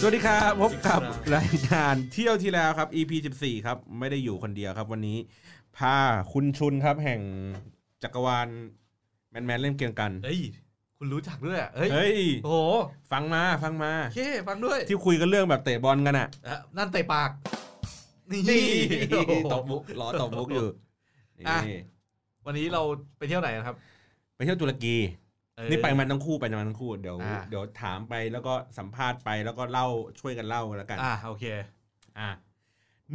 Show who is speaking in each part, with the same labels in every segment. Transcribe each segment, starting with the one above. Speaker 1: สวัสดีครับพบกับ
Speaker 2: สวัสดีครับ
Speaker 1: รายการเที่ยวที่แล้วครับ EP 14 ครับ ไม่ได้อยู่คนเดียวครับ วันนี้พาคุณชุนครับแห่งจักรวาลแมนแมนเล่นเกมกัน
Speaker 3: เอ้ย คุณรู้จักด้วยอ่ะเอ้ย
Speaker 1: เฮ้ย
Speaker 3: โอ้โห
Speaker 1: ฟังมาฟังมา
Speaker 3: โอเค ฟังด้วย
Speaker 1: ที่คุยกันเรื่องแบบเตะบอลกันอ่ะ
Speaker 3: อ่ะนั่นเตะปาก นี่โอ้โห
Speaker 1: ตบมุกล้อตบมุกอยู่
Speaker 3: อ่ะ
Speaker 1: นี่
Speaker 3: วันนี้เราไปเที่ยวไหนนะครับ
Speaker 1: ไปเที่ยวตุรกี
Speaker 3: เอ้ย
Speaker 1: นี่ไปมันทั้งคู่ไปมันทั้งคู่เดี๋ยว
Speaker 3: อ่ะ
Speaker 1: เดี๋ยวถามไปแล้วก็สัมภาษณ์ไปแล้วก็เล่าช่วยกันเล่ากันแล้วกัน
Speaker 3: อ่าโอเค
Speaker 1: อ่ะ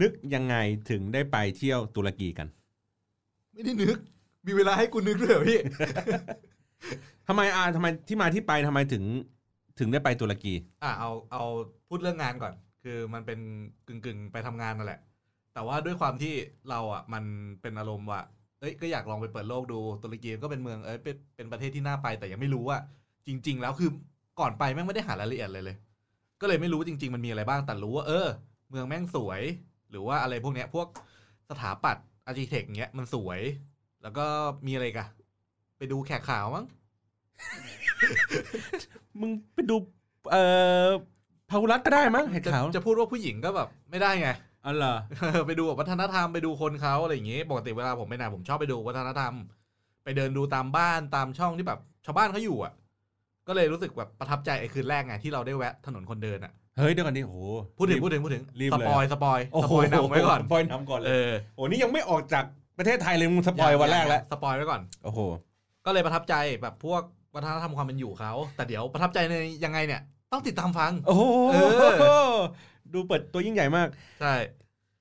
Speaker 1: นึกยังไงถึงได้ไปเที่ยวตุรกีกัน
Speaker 3: ไม่ได้นึก มีเวลาให้กูนึกด้วยเหรอพี่
Speaker 1: ทำไมอ่ะทำไมที่มาที่ไปทำไมถึงถึงได้ไปตุรกี
Speaker 3: อ่าเอาเอาพูดเรื่องงานก่อน คือมันเป็นกึ่งกึ่งๆไปทำงานนั่นแหละ แต่ว่าด้วยความที่เราอ่ะมันเป็นอารมณ์ว่าเอ้ยก็อยากลองไปเปิดโลกดูตุรกีก็เป็นเมืองเอ้ยเป็นเป็นประเทศที่น่าไปแต่ยังไม่รู้ว่าจริง ๆ แล้วคือก่อนไปแม่งไม่ได้หารายละเอียดเลยเลย ก็เลยไม่รู้จริง ๆ มันมีอะไรบ้างแต่รู้ว่าเออ เมืองแม่งสวย หรือว่าอะไรพวกเนี้ย พวกสถาปัตย์อาร์ติเทคเงี้ยมันสวย แล้วก็มีอะไรอีกันไปดูแขกขาวมั้ง
Speaker 1: มึงไปดูเอ่อพาหุรัตก็ได้มั้งเห็ด
Speaker 3: จะ
Speaker 1: ขาว
Speaker 3: จะพูดว่าผู้หญิงก็แบบไม่ได้ไง
Speaker 1: อ๋อเหรอ
Speaker 3: เออ ไปดูแบบวัฒนธรรมไปดูคนเขาอะไรอย่างงี้ปกติเวลาผมไปไหนผมชอบไปดูวัฒนธรรม ไปเดินดูตามบ้านตามช่องที่แบบชาวบ้านเขาอยู่อ่ะ ก็เลยรู้สึกแบบประทับใจไอ้คืนแรกไงที่เราได้แวะถนนคนเดินอ่ะ
Speaker 1: เฮ้ยเดี๋ยวก่อนดิโอ้โห
Speaker 3: พูดถึงพูดถึงพูดถึง
Speaker 1: รีบ
Speaker 3: ส
Speaker 1: เลย
Speaker 3: ปอยสปอย
Speaker 1: โอ้
Speaker 3: ส
Speaker 1: โห
Speaker 3: ปอยนำไว้ก่อน
Speaker 1: สปอยนำก่อนเล
Speaker 3: เอย อ
Speaker 1: โอ้นี่ยังไม่ออกจากประเทศไทยเลยมึงสปอยวันแรกแล้ว
Speaker 3: สปอยไว้ก่อน
Speaker 1: โอ้โห
Speaker 3: ก็เลยประทับใจแบบพวกวัฒนธรรมความเป็นอยู่เขาแต่เดี๋ยวประทับใจในยังไงเนี่ย ต้องติดตามฟัง
Speaker 1: โอ้โห
Speaker 3: เออ
Speaker 1: ดูเปิดตัวยิ่งใหญ่มาก
Speaker 3: ใช่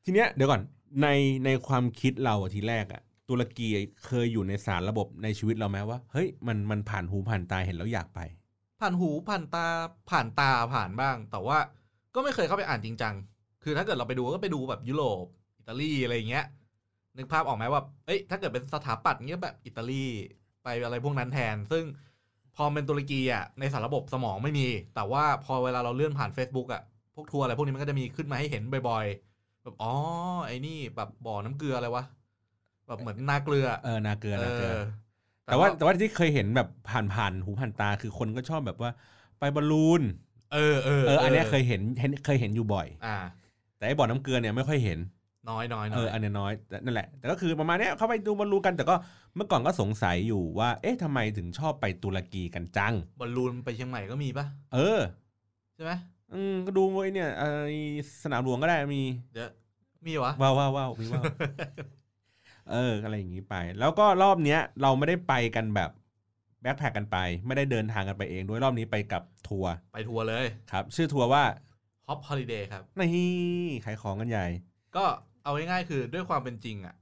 Speaker 1: ทีเนี้ยเดี๋ยวก่อนในในความคิดเราอะทีแรกอะตุรกีเคยอยู่ในสารระบบในชีวิตเราไหมว่าเฮ้ยมันมันผ่านหูผ่านตาเห็นแล้วอยากไป
Speaker 3: ผ่านหูผ่านตาผ่านตาผ่านบ้าง แต่ว่าก็ไม่เคยเข้าไปอ่านจริงจัง คือถ้าเกิดเราไปดูก็ไปดูแบบยุโรปอิตาลีอะไรอย่างเงี้ย นึกภาพออกไหมว่า เอ้ย ถ้าเกิดเป็นสถาปัตย์เงี้ยแบบอิตาลีไปอะไรพวกนั้นแทน ซึ่งพอเป็นตุรกีอ่ะในสารระบบสมองไม่มี แต่ว่าพอเวลาเราเลื่อนผ่าน Facebook อ่ะ พวกทัวร์อะไรพวกนี้มันก็จะมีขึ้นมาให้เห็นบ่อยๆ แบบอ๋อไอ้นี่แบบบ่อน้ำเกลืออะไรวะ แบบเหมือนนาเกลือ
Speaker 1: เออนาเกลือ
Speaker 3: เอ
Speaker 1: นาเกลือ
Speaker 3: อ
Speaker 1: แต่ว่าแต่ว่าที่เคยเห็นแบบผ่านผ่านหูผ่านตาคือคนก็ชอบแบบว่า ไปบอลลูน
Speaker 3: เออเออ
Speaker 1: เอออันเนี้ยเคยเห็นเห็นเคยเห็นอยู่บ่อย
Speaker 3: อ่า
Speaker 1: แต่ไอ้บ่อน้ำเกลือเนี่ยไม่ค่อยเห็น
Speaker 3: น้อยน้อยน้
Speaker 1: เอ
Speaker 3: อ
Speaker 1: อย อันเนี้ยน้อยแต่นั่นแหละแต่ก็คือประมาณเนี้ยเขาไปดูบอลลูนกันแต่ก็เมื่อก่อนก็สงสัยอยู่ว่า เอ๊ะทำไมถึงชอบไปตุรกีกันจัง
Speaker 3: บอลลูนไปเชียงใหม่ก็มีปะ
Speaker 1: เออ
Speaker 3: ใช่ไหม
Speaker 1: อืมก็ดูไว้เนี่ยเอ่อไอ้สนามหลวงก็ได้มี
Speaker 3: เดี๋ยวมีวะ
Speaker 1: ว้าวว้าวว้าวมีว้าว เออ อะไรอย่างนี้ไป แล้วก็รอบเนี้ย เราไม่ได้ไปกันแบบแบ็คแพคกันไป ไม่ได้เดินทางกันไปเองด้วยรอบนี้ไปกับทัวร์
Speaker 3: ไปทัวร์เลย
Speaker 1: ครับ ชื่อทัวร์ว่า
Speaker 3: ฮอปฮอลิเดย์ครับ
Speaker 1: นี่ขายของกันใหญ่
Speaker 3: ก็เอาง่ายๆคือด้วยความเป็นจริงอ่ะ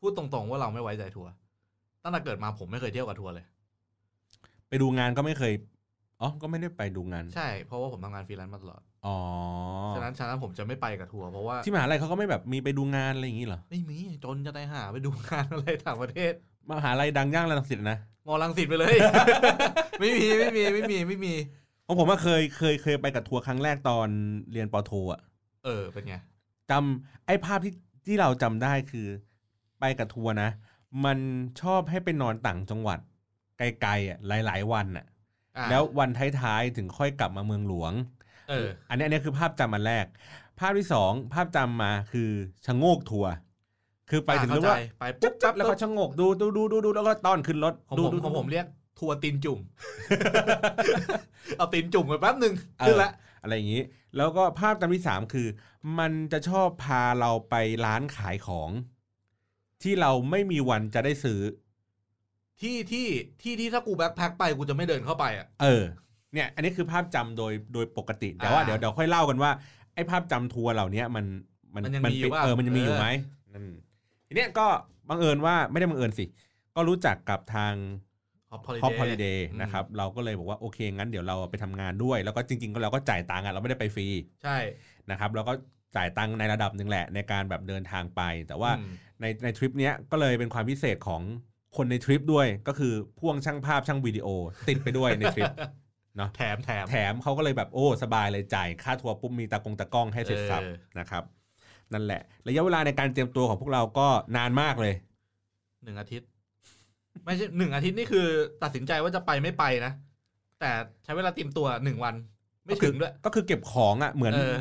Speaker 3: พูดตรงๆว่าเราไม่ไว้ใจทัวร์ตั้งแต่เกิดมาผมไม่เคยเที่ยวกับทัวร์เลย
Speaker 1: ไปดูงานก็ไม่เคยอ๋อก็ไม่ได้ไปดูงาน
Speaker 3: ใช่เพราะว่าผมทำงานฟรีแลนซ์มาตลอด
Speaker 1: อ๋อ
Speaker 3: ฉะนั้นฉะนั้นผมจะไม่ไปกับทัวร์เพราะว่า
Speaker 1: ที่มหาลัยเขาก็ไม่แบบมีไปดูงานอะไรอย่างนี้เหรอ
Speaker 3: ไม่มีจนจะได้หาไปดูงานอะไรต่างประเทศ
Speaker 1: มหาลัยดังย่างรังสิตนะ
Speaker 3: มอลังสิตไปเลย ไม่มีไม่มีไม่มีไม่มี
Speaker 1: ของผมว่าเคยเคยเคยไปกับทัวร์ครั้งแรกตอนเรียนปอโทอ่ะ
Speaker 3: เออเป็นไง
Speaker 1: จำไอ้ภาพที่ที่เราจำได้คือ ไปกับทัวร์นะ มันชอบให้ไปนอนต่างจังหวัด ไกลๆอ่ะหลาย ๆ วันอ่ะ
Speaker 3: อ่ะ
Speaker 1: แล้ววันท้ายๆถึงค่อยกลับมาเมืองหลวง
Speaker 3: เออ
Speaker 1: อันนี้อันนี้คือภาพจำอันแรก ภาพที่สองภาพจำมาคือชะโงกทัวร์คือไปถึง
Speaker 3: อ่ะ
Speaker 1: รู้
Speaker 3: เข้าใจ
Speaker 1: ว่า
Speaker 3: ไปปุ๊
Speaker 1: จั
Speaker 3: บบ ปั๊
Speaker 1: จั
Speaker 3: บบ ปุ๊บ
Speaker 1: แล้วก็ชะโงกดูดูดูดูดูแล้วก็ต้อนขึ้นรถ
Speaker 3: ของ
Speaker 1: ดู
Speaker 3: ผม
Speaker 1: ดู
Speaker 3: ของผมเรียกทัวร์ตีนจุ่ม เอาตีนจุ่มไปแป๊บหนึ่ง
Speaker 1: เอ
Speaker 3: ขึ้น
Speaker 1: อ
Speaker 3: ละ
Speaker 1: อะไรอย่างนี้ แล้วก็ภาพจำที่สามคือ มันจะชอบพาเราไปร้านขายของ ที่เราไม่มีวันจะได้ซื้อ
Speaker 3: ที่ที่ที่ที่ถ้ากูแบ็คแพ็คไปกูจะไม่เดินเข้าไปอ่ะ
Speaker 1: เออ เนี่ย อันนี้คือภาพจำโดยโดยปกติแต่ว่า
Speaker 3: อ่า
Speaker 1: เดี๋ยวเดี๋ยวค่อยเล่ากันว่าไอ้ภาพจำทัวร์เหล่าเนี้ยมันมัน
Speaker 3: มันยังมีอยู่
Speaker 1: เป็น
Speaker 3: ป่ะ
Speaker 1: เออมันยังมีอยู่
Speaker 3: เออ
Speaker 1: ไหมนั่นทีเนี้ยก็บังเอิญว่าไม่ได้บังเอิญสิ ก็รู้จักกับทาง
Speaker 3: ฮอปพอลิ
Speaker 1: ฮอปฮอลิ
Speaker 3: เด
Speaker 1: เดย์
Speaker 3: ย์อืม
Speaker 1: นะครับเราก็เลยบอกว่าโอเคงั้นเดี๋ยวเราไปทำงานด้วย แล้วก็จริงๆก็เราก็จ่ายตังค์อะเราไม่ได้ไปฟรี
Speaker 3: ใช่
Speaker 1: นะครับเราก็จ่ายตังค์ในระดับหนึ่งแหละในการแบบเดินทางไป แต่ว่า
Speaker 3: อืม
Speaker 1: ในในทริปเนี้ยก็เลยเป็นความพิเศษของคนในทริปด้วยก็คือพ่วงช่างภาพช่างวิดีโอ ติดไปด้วยในท ริปเนาะ
Speaker 3: แถมแถม
Speaker 1: แถมเขาก็เลยแบบโอ้สบายเลยจ่ายค่าทัวร์ปุ๊บมีตากงตากล้องให้เสร็จสับ
Speaker 3: เออ
Speaker 1: นะครับนั่นแหละ ระยะเวลาในการเตรียมตัวของพวกเราก็นานมากเลย
Speaker 3: หนึ่งอาทิตย์ ไม่ใช่หนึ่งอาทิตย์นี่คือตัดสินใจว่าจะไปไม่ไปนะ แต่ใช้เวลาเตรียมตัวหนึ่งวัน ไม่ถึงด้วย
Speaker 1: ก็คือเก็บของอ่ะเหมือน
Speaker 3: เออ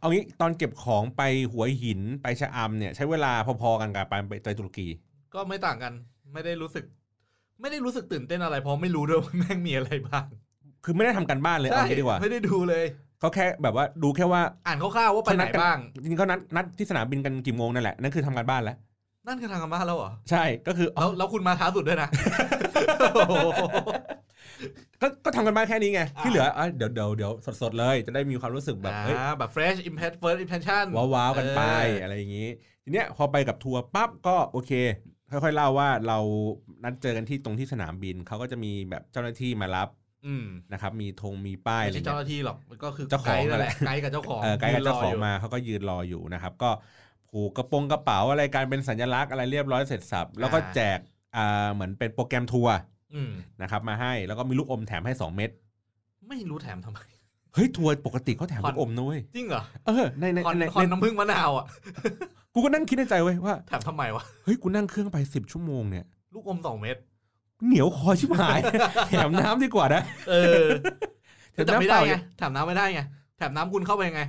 Speaker 1: เอางี้ตอนเก็บของไปหัวหินไปชะอำเนี่ย ใช้เวลาพอๆกันกับไปไปตุรกี
Speaker 3: ก็ไม่ต่างกัน ไม่ได้รู้สึก ไม่ได้รู้สึกตื่นเต้นอะไรเพราะไม่รู้ด้วยว่าแม่งมีอะไรบ้าง
Speaker 1: คือไม่ได้ทำกันบ้านเลยเอางี้ดีกว่า
Speaker 3: ไม่ได้ดูเลย
Speaker 1: เขาแค่แบบว่าดูแค่ว่า
Speaker 3: อ่านคร่าวๆว่าไปไหนบ้าง
Speaker 1: จริงๆเขานัดนัดที่สนามบินกันกี่โมงนั่นแหละนั่นคือทำกันบ้านแล้ว
Speaker 3: นั่นคือทางกรรมะแล้วเหรอ
Speaker 1: ใช่ก็คืออ๋อ
Speaker 3: แล้วแล้วคุณมาท้าสุดด้วยนะ
Speaker 1: ก็ก็ทำกันบ้านแค่นี้ไงที่
Speaker 3: อ่า
Speaker 1: เหลืออ่ะเดี๋ยวเดี๋ยวเดี๋ยวสดๆเลย จะได้มีความรู้สึก แบบเฮ้ย
Speaker 3: อ่าแบบ fresh impact first impression
Speaker 1: ว้าวๆกันไป
Speaker 3: เอออ
Speaker 1: อะไรอย่างนี้ ทีเนี้ยพอไปกับทัวร์ปั๊บก็โอเค ค่อยๆเล่าว่าเรานัดเจอกันที่ตรงที่สนามบินเขาก็จะมีแบบเจ้าหน้าที่มารับ
Speaker 3: อืม
Speaker 1: นะครับมีธงมีป้าย
Speaker 3: ไม่
Speaker 1: อะไร
Speaker 3: ใช่
Speaker 1: เงี้
Speaker 3: เจ้าย หน้าที่หรอกมันก็คือ
Speaker 1: เจ้าของ
Speaker 3: ไกด์นั่นแหละ
Speaker 1: นั่นแหละ
Speaker 3: ไกด์กับเจ้าของ
Speaker 1: เออไกด์กับเจ้าของ
Speaker 3: ยืนรยู่
Speaker 1: มาเขาก็ยืนรออยู่นะครับ ก็ผูกกระโปรงกระเป๋าอะไรการเป็นสัญลักษณ์อะไรเรียบร้อยเสร็จสับ แล้วก็แจกอ่าเหมือนเป็นโปรแกรมทัวร์
Speaker 3: อืม
Speaker 1: นะครับมาให้แล้วก็มีลูกอมแถมให้ 2 เม็ด
Speaker 3: ไม่รู้แถมทำไม
Speaker 1: เฮ้ย ทัวร์ปกติเขาแถมลู
Speaker 3: ผ่อน
Speaker 1: กอมนะเว้ย
Speaker 3: จริงเหรอ
Speaker 1: เออในใน
Speaker 3: คอน
Speaker 1: ใน
Speaker 3: คอน
Speaker 1: ใน
Speaker 3: น้ำผึ้งมะนาวอ่ะ
Speaker 1: กูก็นั่งคิดในใจเว้ยว่า
Speaker 3: แถมทำไมวะ
Speaker 1: เฮ้ย กูนั่งเครื่องไป 10 ชั่วโมงเนี่ย
Speaker 3: ลูกอมสองเม็ด
Speaker 1: เหนียวคอชิบหาย แถมน้ำดีกว่านะ
Speaker 3: เออ
Speaker 1: แถม
Speaker 3: แต่ไม่
Speaker 1: น้ำเป
Speaker 3: ได้
Speaker 1: ล่า
Speaker 3: ไงแถมน้ำไม่ได้ไงแถมน้ำคุณเข้าไปไง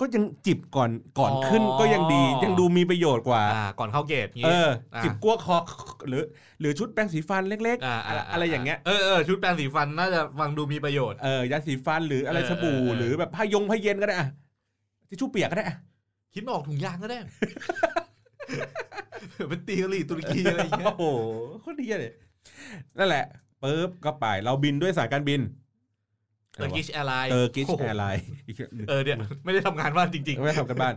Speaker 1: ก็ยังจิบก่อนก่อน
Speaker 3: อ๋อ
Speaker 1: ขึ้นก็ยังดียังดูมีประโยชน์กว่า
Speaker 3: อ่า ก่อนเข้าเกตงี้
Speaker 1: เออ
Speaker 3: อ่ะ
Speaker 1: จิบกั้วคอหรือ หรือชุดแปรงสีฟันเล็ก ๆ
Speaker 3: อ่า
Speaker 1: อะไรอย่างเงี้ย
Speaker 3: เออเออชุดแปรงสีฟันน่าจะฟังดูมีประโยชน์
Speaker 1: เออยาสีฟันหรืออะไร
Speaker 3: เออ
Speaker 1: สบู่
Speaker 3: เออเออ
Speaker 1: หรือแบบผ้ายงผ้าเย็นก็ได้อะทิชชู่เปียกก็ได้อะ
Speaker 3: คิดไม่ออกถุงยางก็ได้ เป็นตีกะหรี่ตุรกีอะไรอย่างเงี้ย
Speaker 1: โอ้โหโคตรดีเลยนั่นแหละปุ๊บก็ไปเราบินด้วยสายการบิน
Speaker 3: เตอร์กิชแอร์ไล น์
Speaker 1: เตอร์กิ ชแอร์ไลน์
Speaker 3: เออเนี่ยไม่ได้ทำงานบ้านจริง
Speaker 1: ไม่ได้ทำกันบ้าน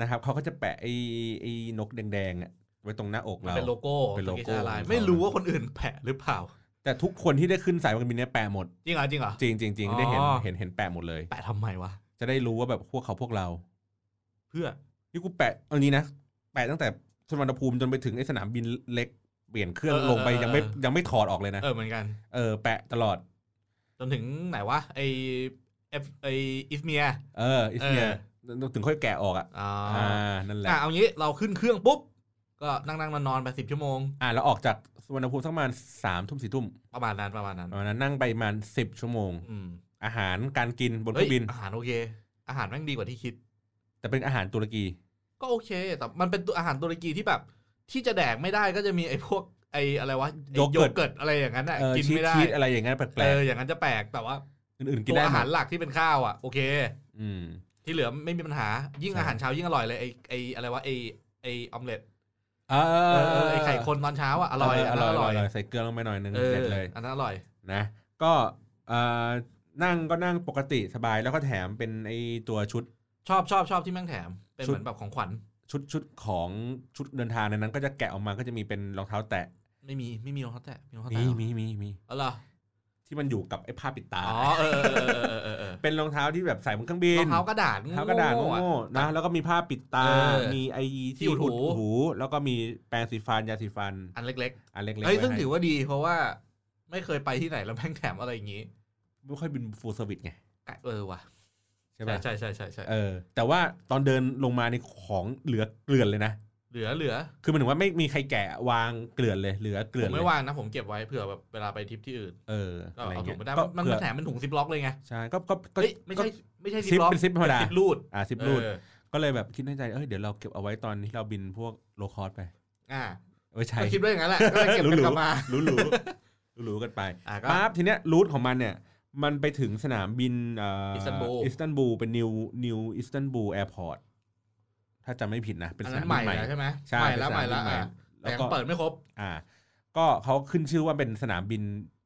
Speaker 1: นะครับเขาก็จะแปะไอ้ไอ้นกแดงๆอะไว้ตรงหน้าอก
Speaker 3: ๆมัน
Speaker 1: เรา
Speaker 3: เป็นโลโก้
Speaker 1: เป็น
Speaker 3: เต
Speaker 1: โล
Speaker 3: อร์
Speaker 1: โก้
Speaker 3: กิชแอร์ไล
Speaker 1: ข
Speaker 3: น์
Speaker 1: อง
Speaker 3: ไม่รู้
Speaker 1: เขา
Speaker 3: ว่าคนอื่นแปะหรือเปล่า
Speaker 1: แต่ทุกคนที่ได้ขึ้นสายการบินเนี้ยแปะหมด
Speaker 3: จริงเหรอจริงเหรอ
Speaker 1: จริงจริงจริงได้เห็น
Speaker 3: อ๋อ
Speaker 1: เห็นเห็นแปะหมดเลย
Speaker 3: แปะทำไมวะ
Speaker 1: จะได้รู้ว่าแบบพวกเขาพวกเรา
Speaker 3: เพื่อ
Speaker 1: นี่กูแปะเอานี้นะแปะตั้งแต่สุวรรณภูมิจนไปถึงไอ้สนามบินเล็กเปลี่ยนเครื่อง
Speaker 3: เออ
Speaker 1: ลงไป
Speaker 3: เออ
Speaker 1: ยังไม่
Speaker 3: เออ
Speaker 1: ยังไม่ถอดออกเลยนะ
Speaker 3: เออเหมือนกัน
Speaker 1: เออแปะตลอด
Speaker 3: จนถึงไหนวะไอเอฟไออิสเมีย
Speaker 1: เอออิสเนียร์ถึงค่อยแกะออกอ่ะ
Speaker 3: อ่า
Speaker 1: อ่านั่นแหละ
Speaker 3: อ่ะเอางี้เราขึ้นเครื่องปุ๊บ ก็นั่งนั่งนอนนอนๆไปสิบชั่วโมง
Speaker 1: อ่าแล้วออกจากสุวรรณภูมิสักประมาณสามทุ่มสี่ทุ่ม
Speaker 3: ประมาณนั้นประมาณนั้น
Speaker 1: ประมาณนั้นนั่งไปประมาณสิบชั่วโมง
Speaker 3: อืม
Speaker 1: อาหารการกินบนเค
Speaker 3: เฮ้
Speaker 1: รื่
Speaker 3: ย
Speaker 1: องบิน
Speaker 3: อาหารโอเค อาหารแม่งดีกว่าที่คิด
Speaker 1: แต่เป็นอาหารตุรกี
Speaker 3: ก็โอเค แต่มันเป็นตัวอาหารตุรกีที่แบบ ที่จะแดกไม่ได้ก็จะมีไอ้พวกไอ้อะไรวะไอ้
Speaker 1: โยเกิร์ต
Speaker 3: อะไรอย่างนั้นอ่ะ
Speaker 1: เออ
Speaker 3: กิน
Speaker 1: ชีส
Speaker 3: ไม่ได้
Speaker 1: ชีสอะไรอย่างเงี้ยแปล
Speaker 3: เอก ออย่างนั้นจะแปลกแต่ว่า
Speaker 1: ๆอื่นๆกิน
Speaker 3: ตัว
Speaker 1: ได้ห
Speaker 3: อา
Speaker 1: ม
Speaker 3: หาร
Speaker 1: ด
Speaker 3: หลักที่เป็นข้าวอ่ะโอเค
Speaker 1: อืม
Speaker 3: ที่เหลือไม่มีปัญหายิ่ง
Speaker 1: ใช่
Speaker 3: อาหารเช้ายิ่งอร่อยเลยไอ้ไอ้อะไรวะไอ้ไอ้ออมเล็ต
Speaker 1: เออ
Speaker 3: เออไอ้ไข่คนตอนเช้าอ่ะอร่อย
Speaker 1: เอ
Speaker 3: อัน
Speaker 1: อ
Speaker 3: นั้น
Speaker 1: อ
Speaker 3: อ
Speaker 1: ร่
Speaker 3: ร่
Speaker 1: อ
Speaker 3: อย ย
Speaker 1: อร่อยใส่เกลือลงไปหน่อยนึง
Speaker 3: เออ
Speaker 1: เด็ดเลย
Speaker 3: อันนั้นอร่อย
Speaker 1: นะก็เออนั่งก็นั่งปกติสบายแล้วก็แถมเป็นไอตัวชุด
Speaker 3: ชอบชอบชอบที่แม่งแถม เป็น
Speaker 1: ชุด
Speaker 3: เหมือนแบบของขวัญ
Speaker 1: ชุดชุดของชุดเดินทางในนั้น ก็จะแกะออกมาก็จะมีเป็นรองเท้าแตะ
Speaker 3: ไม่มีไม่มีรองเท้าแตะมีรองเท้า
Speaker 1: มี
Speaker 3: แตะ
Speaker 1: มีมีมี
Speaker 3: เอาเหรอ
Speaker 1: ที่มันอยู่กับไอ้ผ้าปิดตา
Speaker 3: อ๋อเออเออเออเออเออ
Speaker 1: เป็นรองเท้าที่แบบใส่บนเครื่องบิน
Speaker 3: รองเท้ากระดาษ
Speaker 1: เท้ากระดาษโง่ๆนะแล้วก็มีผ้าปิดตา
Speaker 3: เออ
Speaker 1: มีไอ
Speaker 3: ที่
Speaker 1: ที่
Speaker 3: อุดหู
Speaker 1: อุดหู แล้วก็มีแปรงสีฟันยาสีฟัน
Speaker 3: อันเล็ก
Speaker 1: อันเล็กๆ
Speaker 3: ๆเฮ้ย
Speaker 1: ไว้
Speaker 3: ซึ่ง
Speaker 1: ให้
Speaker 3: ถือว่าดีเพราะว่าไม่เคยไปที่ไหนแล้วแม่งแถมอะไรอย่างงี้
Speaker 1: ไม่ค่อยบินฟูลสวิตไง
Speaker 3: เออว่ะ
Speaker 1: ใช่ปะ
Speaker 3: ใช่ใช่ใช่ใช่
Speaker 1: เออ แต่ว่าตอนเดินลงมาในของเหลือเกลื่อนเลยนะ
Speaker 3: เหลือเหลือ
Speaker 1: คือหมันถึงว่าไม่มีใครแกะวางเกลื่อนเลยเหลือเก
Speaker 3: ผ
Speaker 1: ลื่อน
Speaker 3: ม
Speaker 1: เล
Speaker 3: ไม่
Speaker 1: ย
Speaker 3: ว่างนะผมเก็บไว้เผื่อแบบเวลาไปทริปที่อื่น
Speaker 1: เออ
Speaker 3: ก็
Speaker 1: อะไร
Speaker 3: เอาถุ
Speaker 1: เงี้ย
Speaker 3: งไปได้
Speaker 1: ก็
Speaker 3: มันมัน
Speaker 1: เผื่อ
Speaker 3: แถมเป็นถุงซิปล็อกเลยไง
Speaker 1: ใช่ก็ก็ก็
Speaker 3: เฮ้ยไม่ใช่ไม่ใช่
Speaker 1: ซิ
Speaker 3: ซิ
Speaker 1: ป
Speaker 3: ปล็อก
Speaker 1: เป็นซิปธรรมดา
Speaker 3: เป็นซิปรูด
Speaker 1: อ่าซิปรูด
Speaker 3: เออ
Speaker 1: ก็เลยแบบคิดในใจเอ้ยเดี๋ยวเราเก็บเอาไว้ตอนที่เราบินพวกโลคอสไป
Speaker 3: อ่า
Speaker 1: ไว้ใช้
Speaker 3: ก็คิดว่าอย่างนั้นแหละก็เลยเก็บกันกลับมา
Speaker 1: หรูหรูหรูๆกันไป
Speaker 3: อ่ะก็
Speaker 1: ปั๊บทีเนี้ยรูทของมันเนี่ย มันไปถึงสนามบินเอิ
Speaker 3: สตันบูล
Speaker 1: อิสตันบูลเป็นนิวนิวอิสตันบูลแอร์พอร์ตถ้าจำไม่ผิดนะ เป็น
Speaker 3: อั
Speaker 1: ส
Speaker 3: น
Speaker 1: นา
Speaker 3: นั้
Speaker 1: ม
Speaker 3: น
Speaker 1: บิ
Speaker 3: ใหม่
Speaker 1: นใหม่
Speaker 3: แล้วใช่ไหม
Speaker 1: ใช่
Speaker 3: ใหม่
Speaker 1: เป็น
Speaker 3: แล้ว
Speaker 1: ส
Speaker 3: ใหม่
Speaker 1: นามบิ
Speaker 3: แล้
Speaker 1: นใหม่
Speaker 3: วอ่ะ
Speaker 1: แล้ว
Speaker 3: แต่ยัง
Speaker 1: ก็
Speaker 3: เปิดไม่ครบ
Speaker 1: อ่า ก็เขาขึ้นชื่อว่าเป็นสนามบิน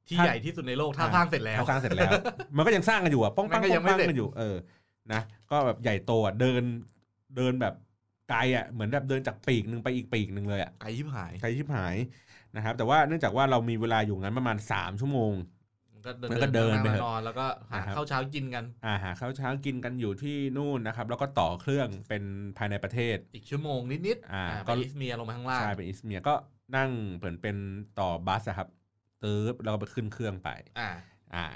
Speaker 3: ที่
Speaker 1: ถ้า
Speaker 3: ใหญ่ที่สุดในโลกถ้าสร้างเสร็จแล้ว
Speaker 1: เขาสร้างเสร็จแล้ว มันก็ยังสร้างกันอยู่อ่ะป้อง
Speaker 3: มั
Speaker 1: ปัง
Speaker 3: น
Speaker 1: ป้
Speaker 3: ก็
Speaker 1: อง
Speaker 3: ยังไม่
Speaker 1: ปัง
Speaker 3: เสร็จ
Speaker 1: กันอยู่ เออนะก็แบบใหญ่โตอ่ะเดินเดินแบบไก ลอ่ะเหมือนแบบเดินจากปีกหนึ่งไปอีกปีกหนึ่งเลยอ่ะ
Speaker 3: ไกลยิบหาย
Speaker 1: ใครที่หายนะครับ แต่ว่าเนื่องจากว่าเรามีเวลาอยู่งั้นประมาณ 3 ชั่วโมง
Speaker 3: มัน
Speaker 1: มัน
Speaker 3: ก็เดิ
Speaker 1: ก็เดินไป
Speaker 3: น
Speaker 1: เถ
Speaker 3: ง
Speaker 1: อะ
Speaker 3: นอนแล้วก็หา
Speaker 1: นะครับ
Speaker 3: ข้าวเช้ากินกัน
Speaker 1: อ่าหาข้าวเช้ากินกันอยู่ที่นู่นนะครับ แล้วก็ต่อเครื่องเป็นภายในประเทศ
Speaker 3: อีกชั่วโมงนิดๆ
Speaker 1: อ่า
Speaker 3: อ่า
Speaker 1: ก็
Speaker 3: ไปอิสเมียร์ลงมาข้างล่าง
Speaker 1: ใช่เป็นอิสเมียร์ก็นั่งเปิดเป็นต่อบัสอะครับตึ๊บแล้วก็ไปขึ้นเครื่องไป
Speaker 3: อ่า
Speaker 1: อ่า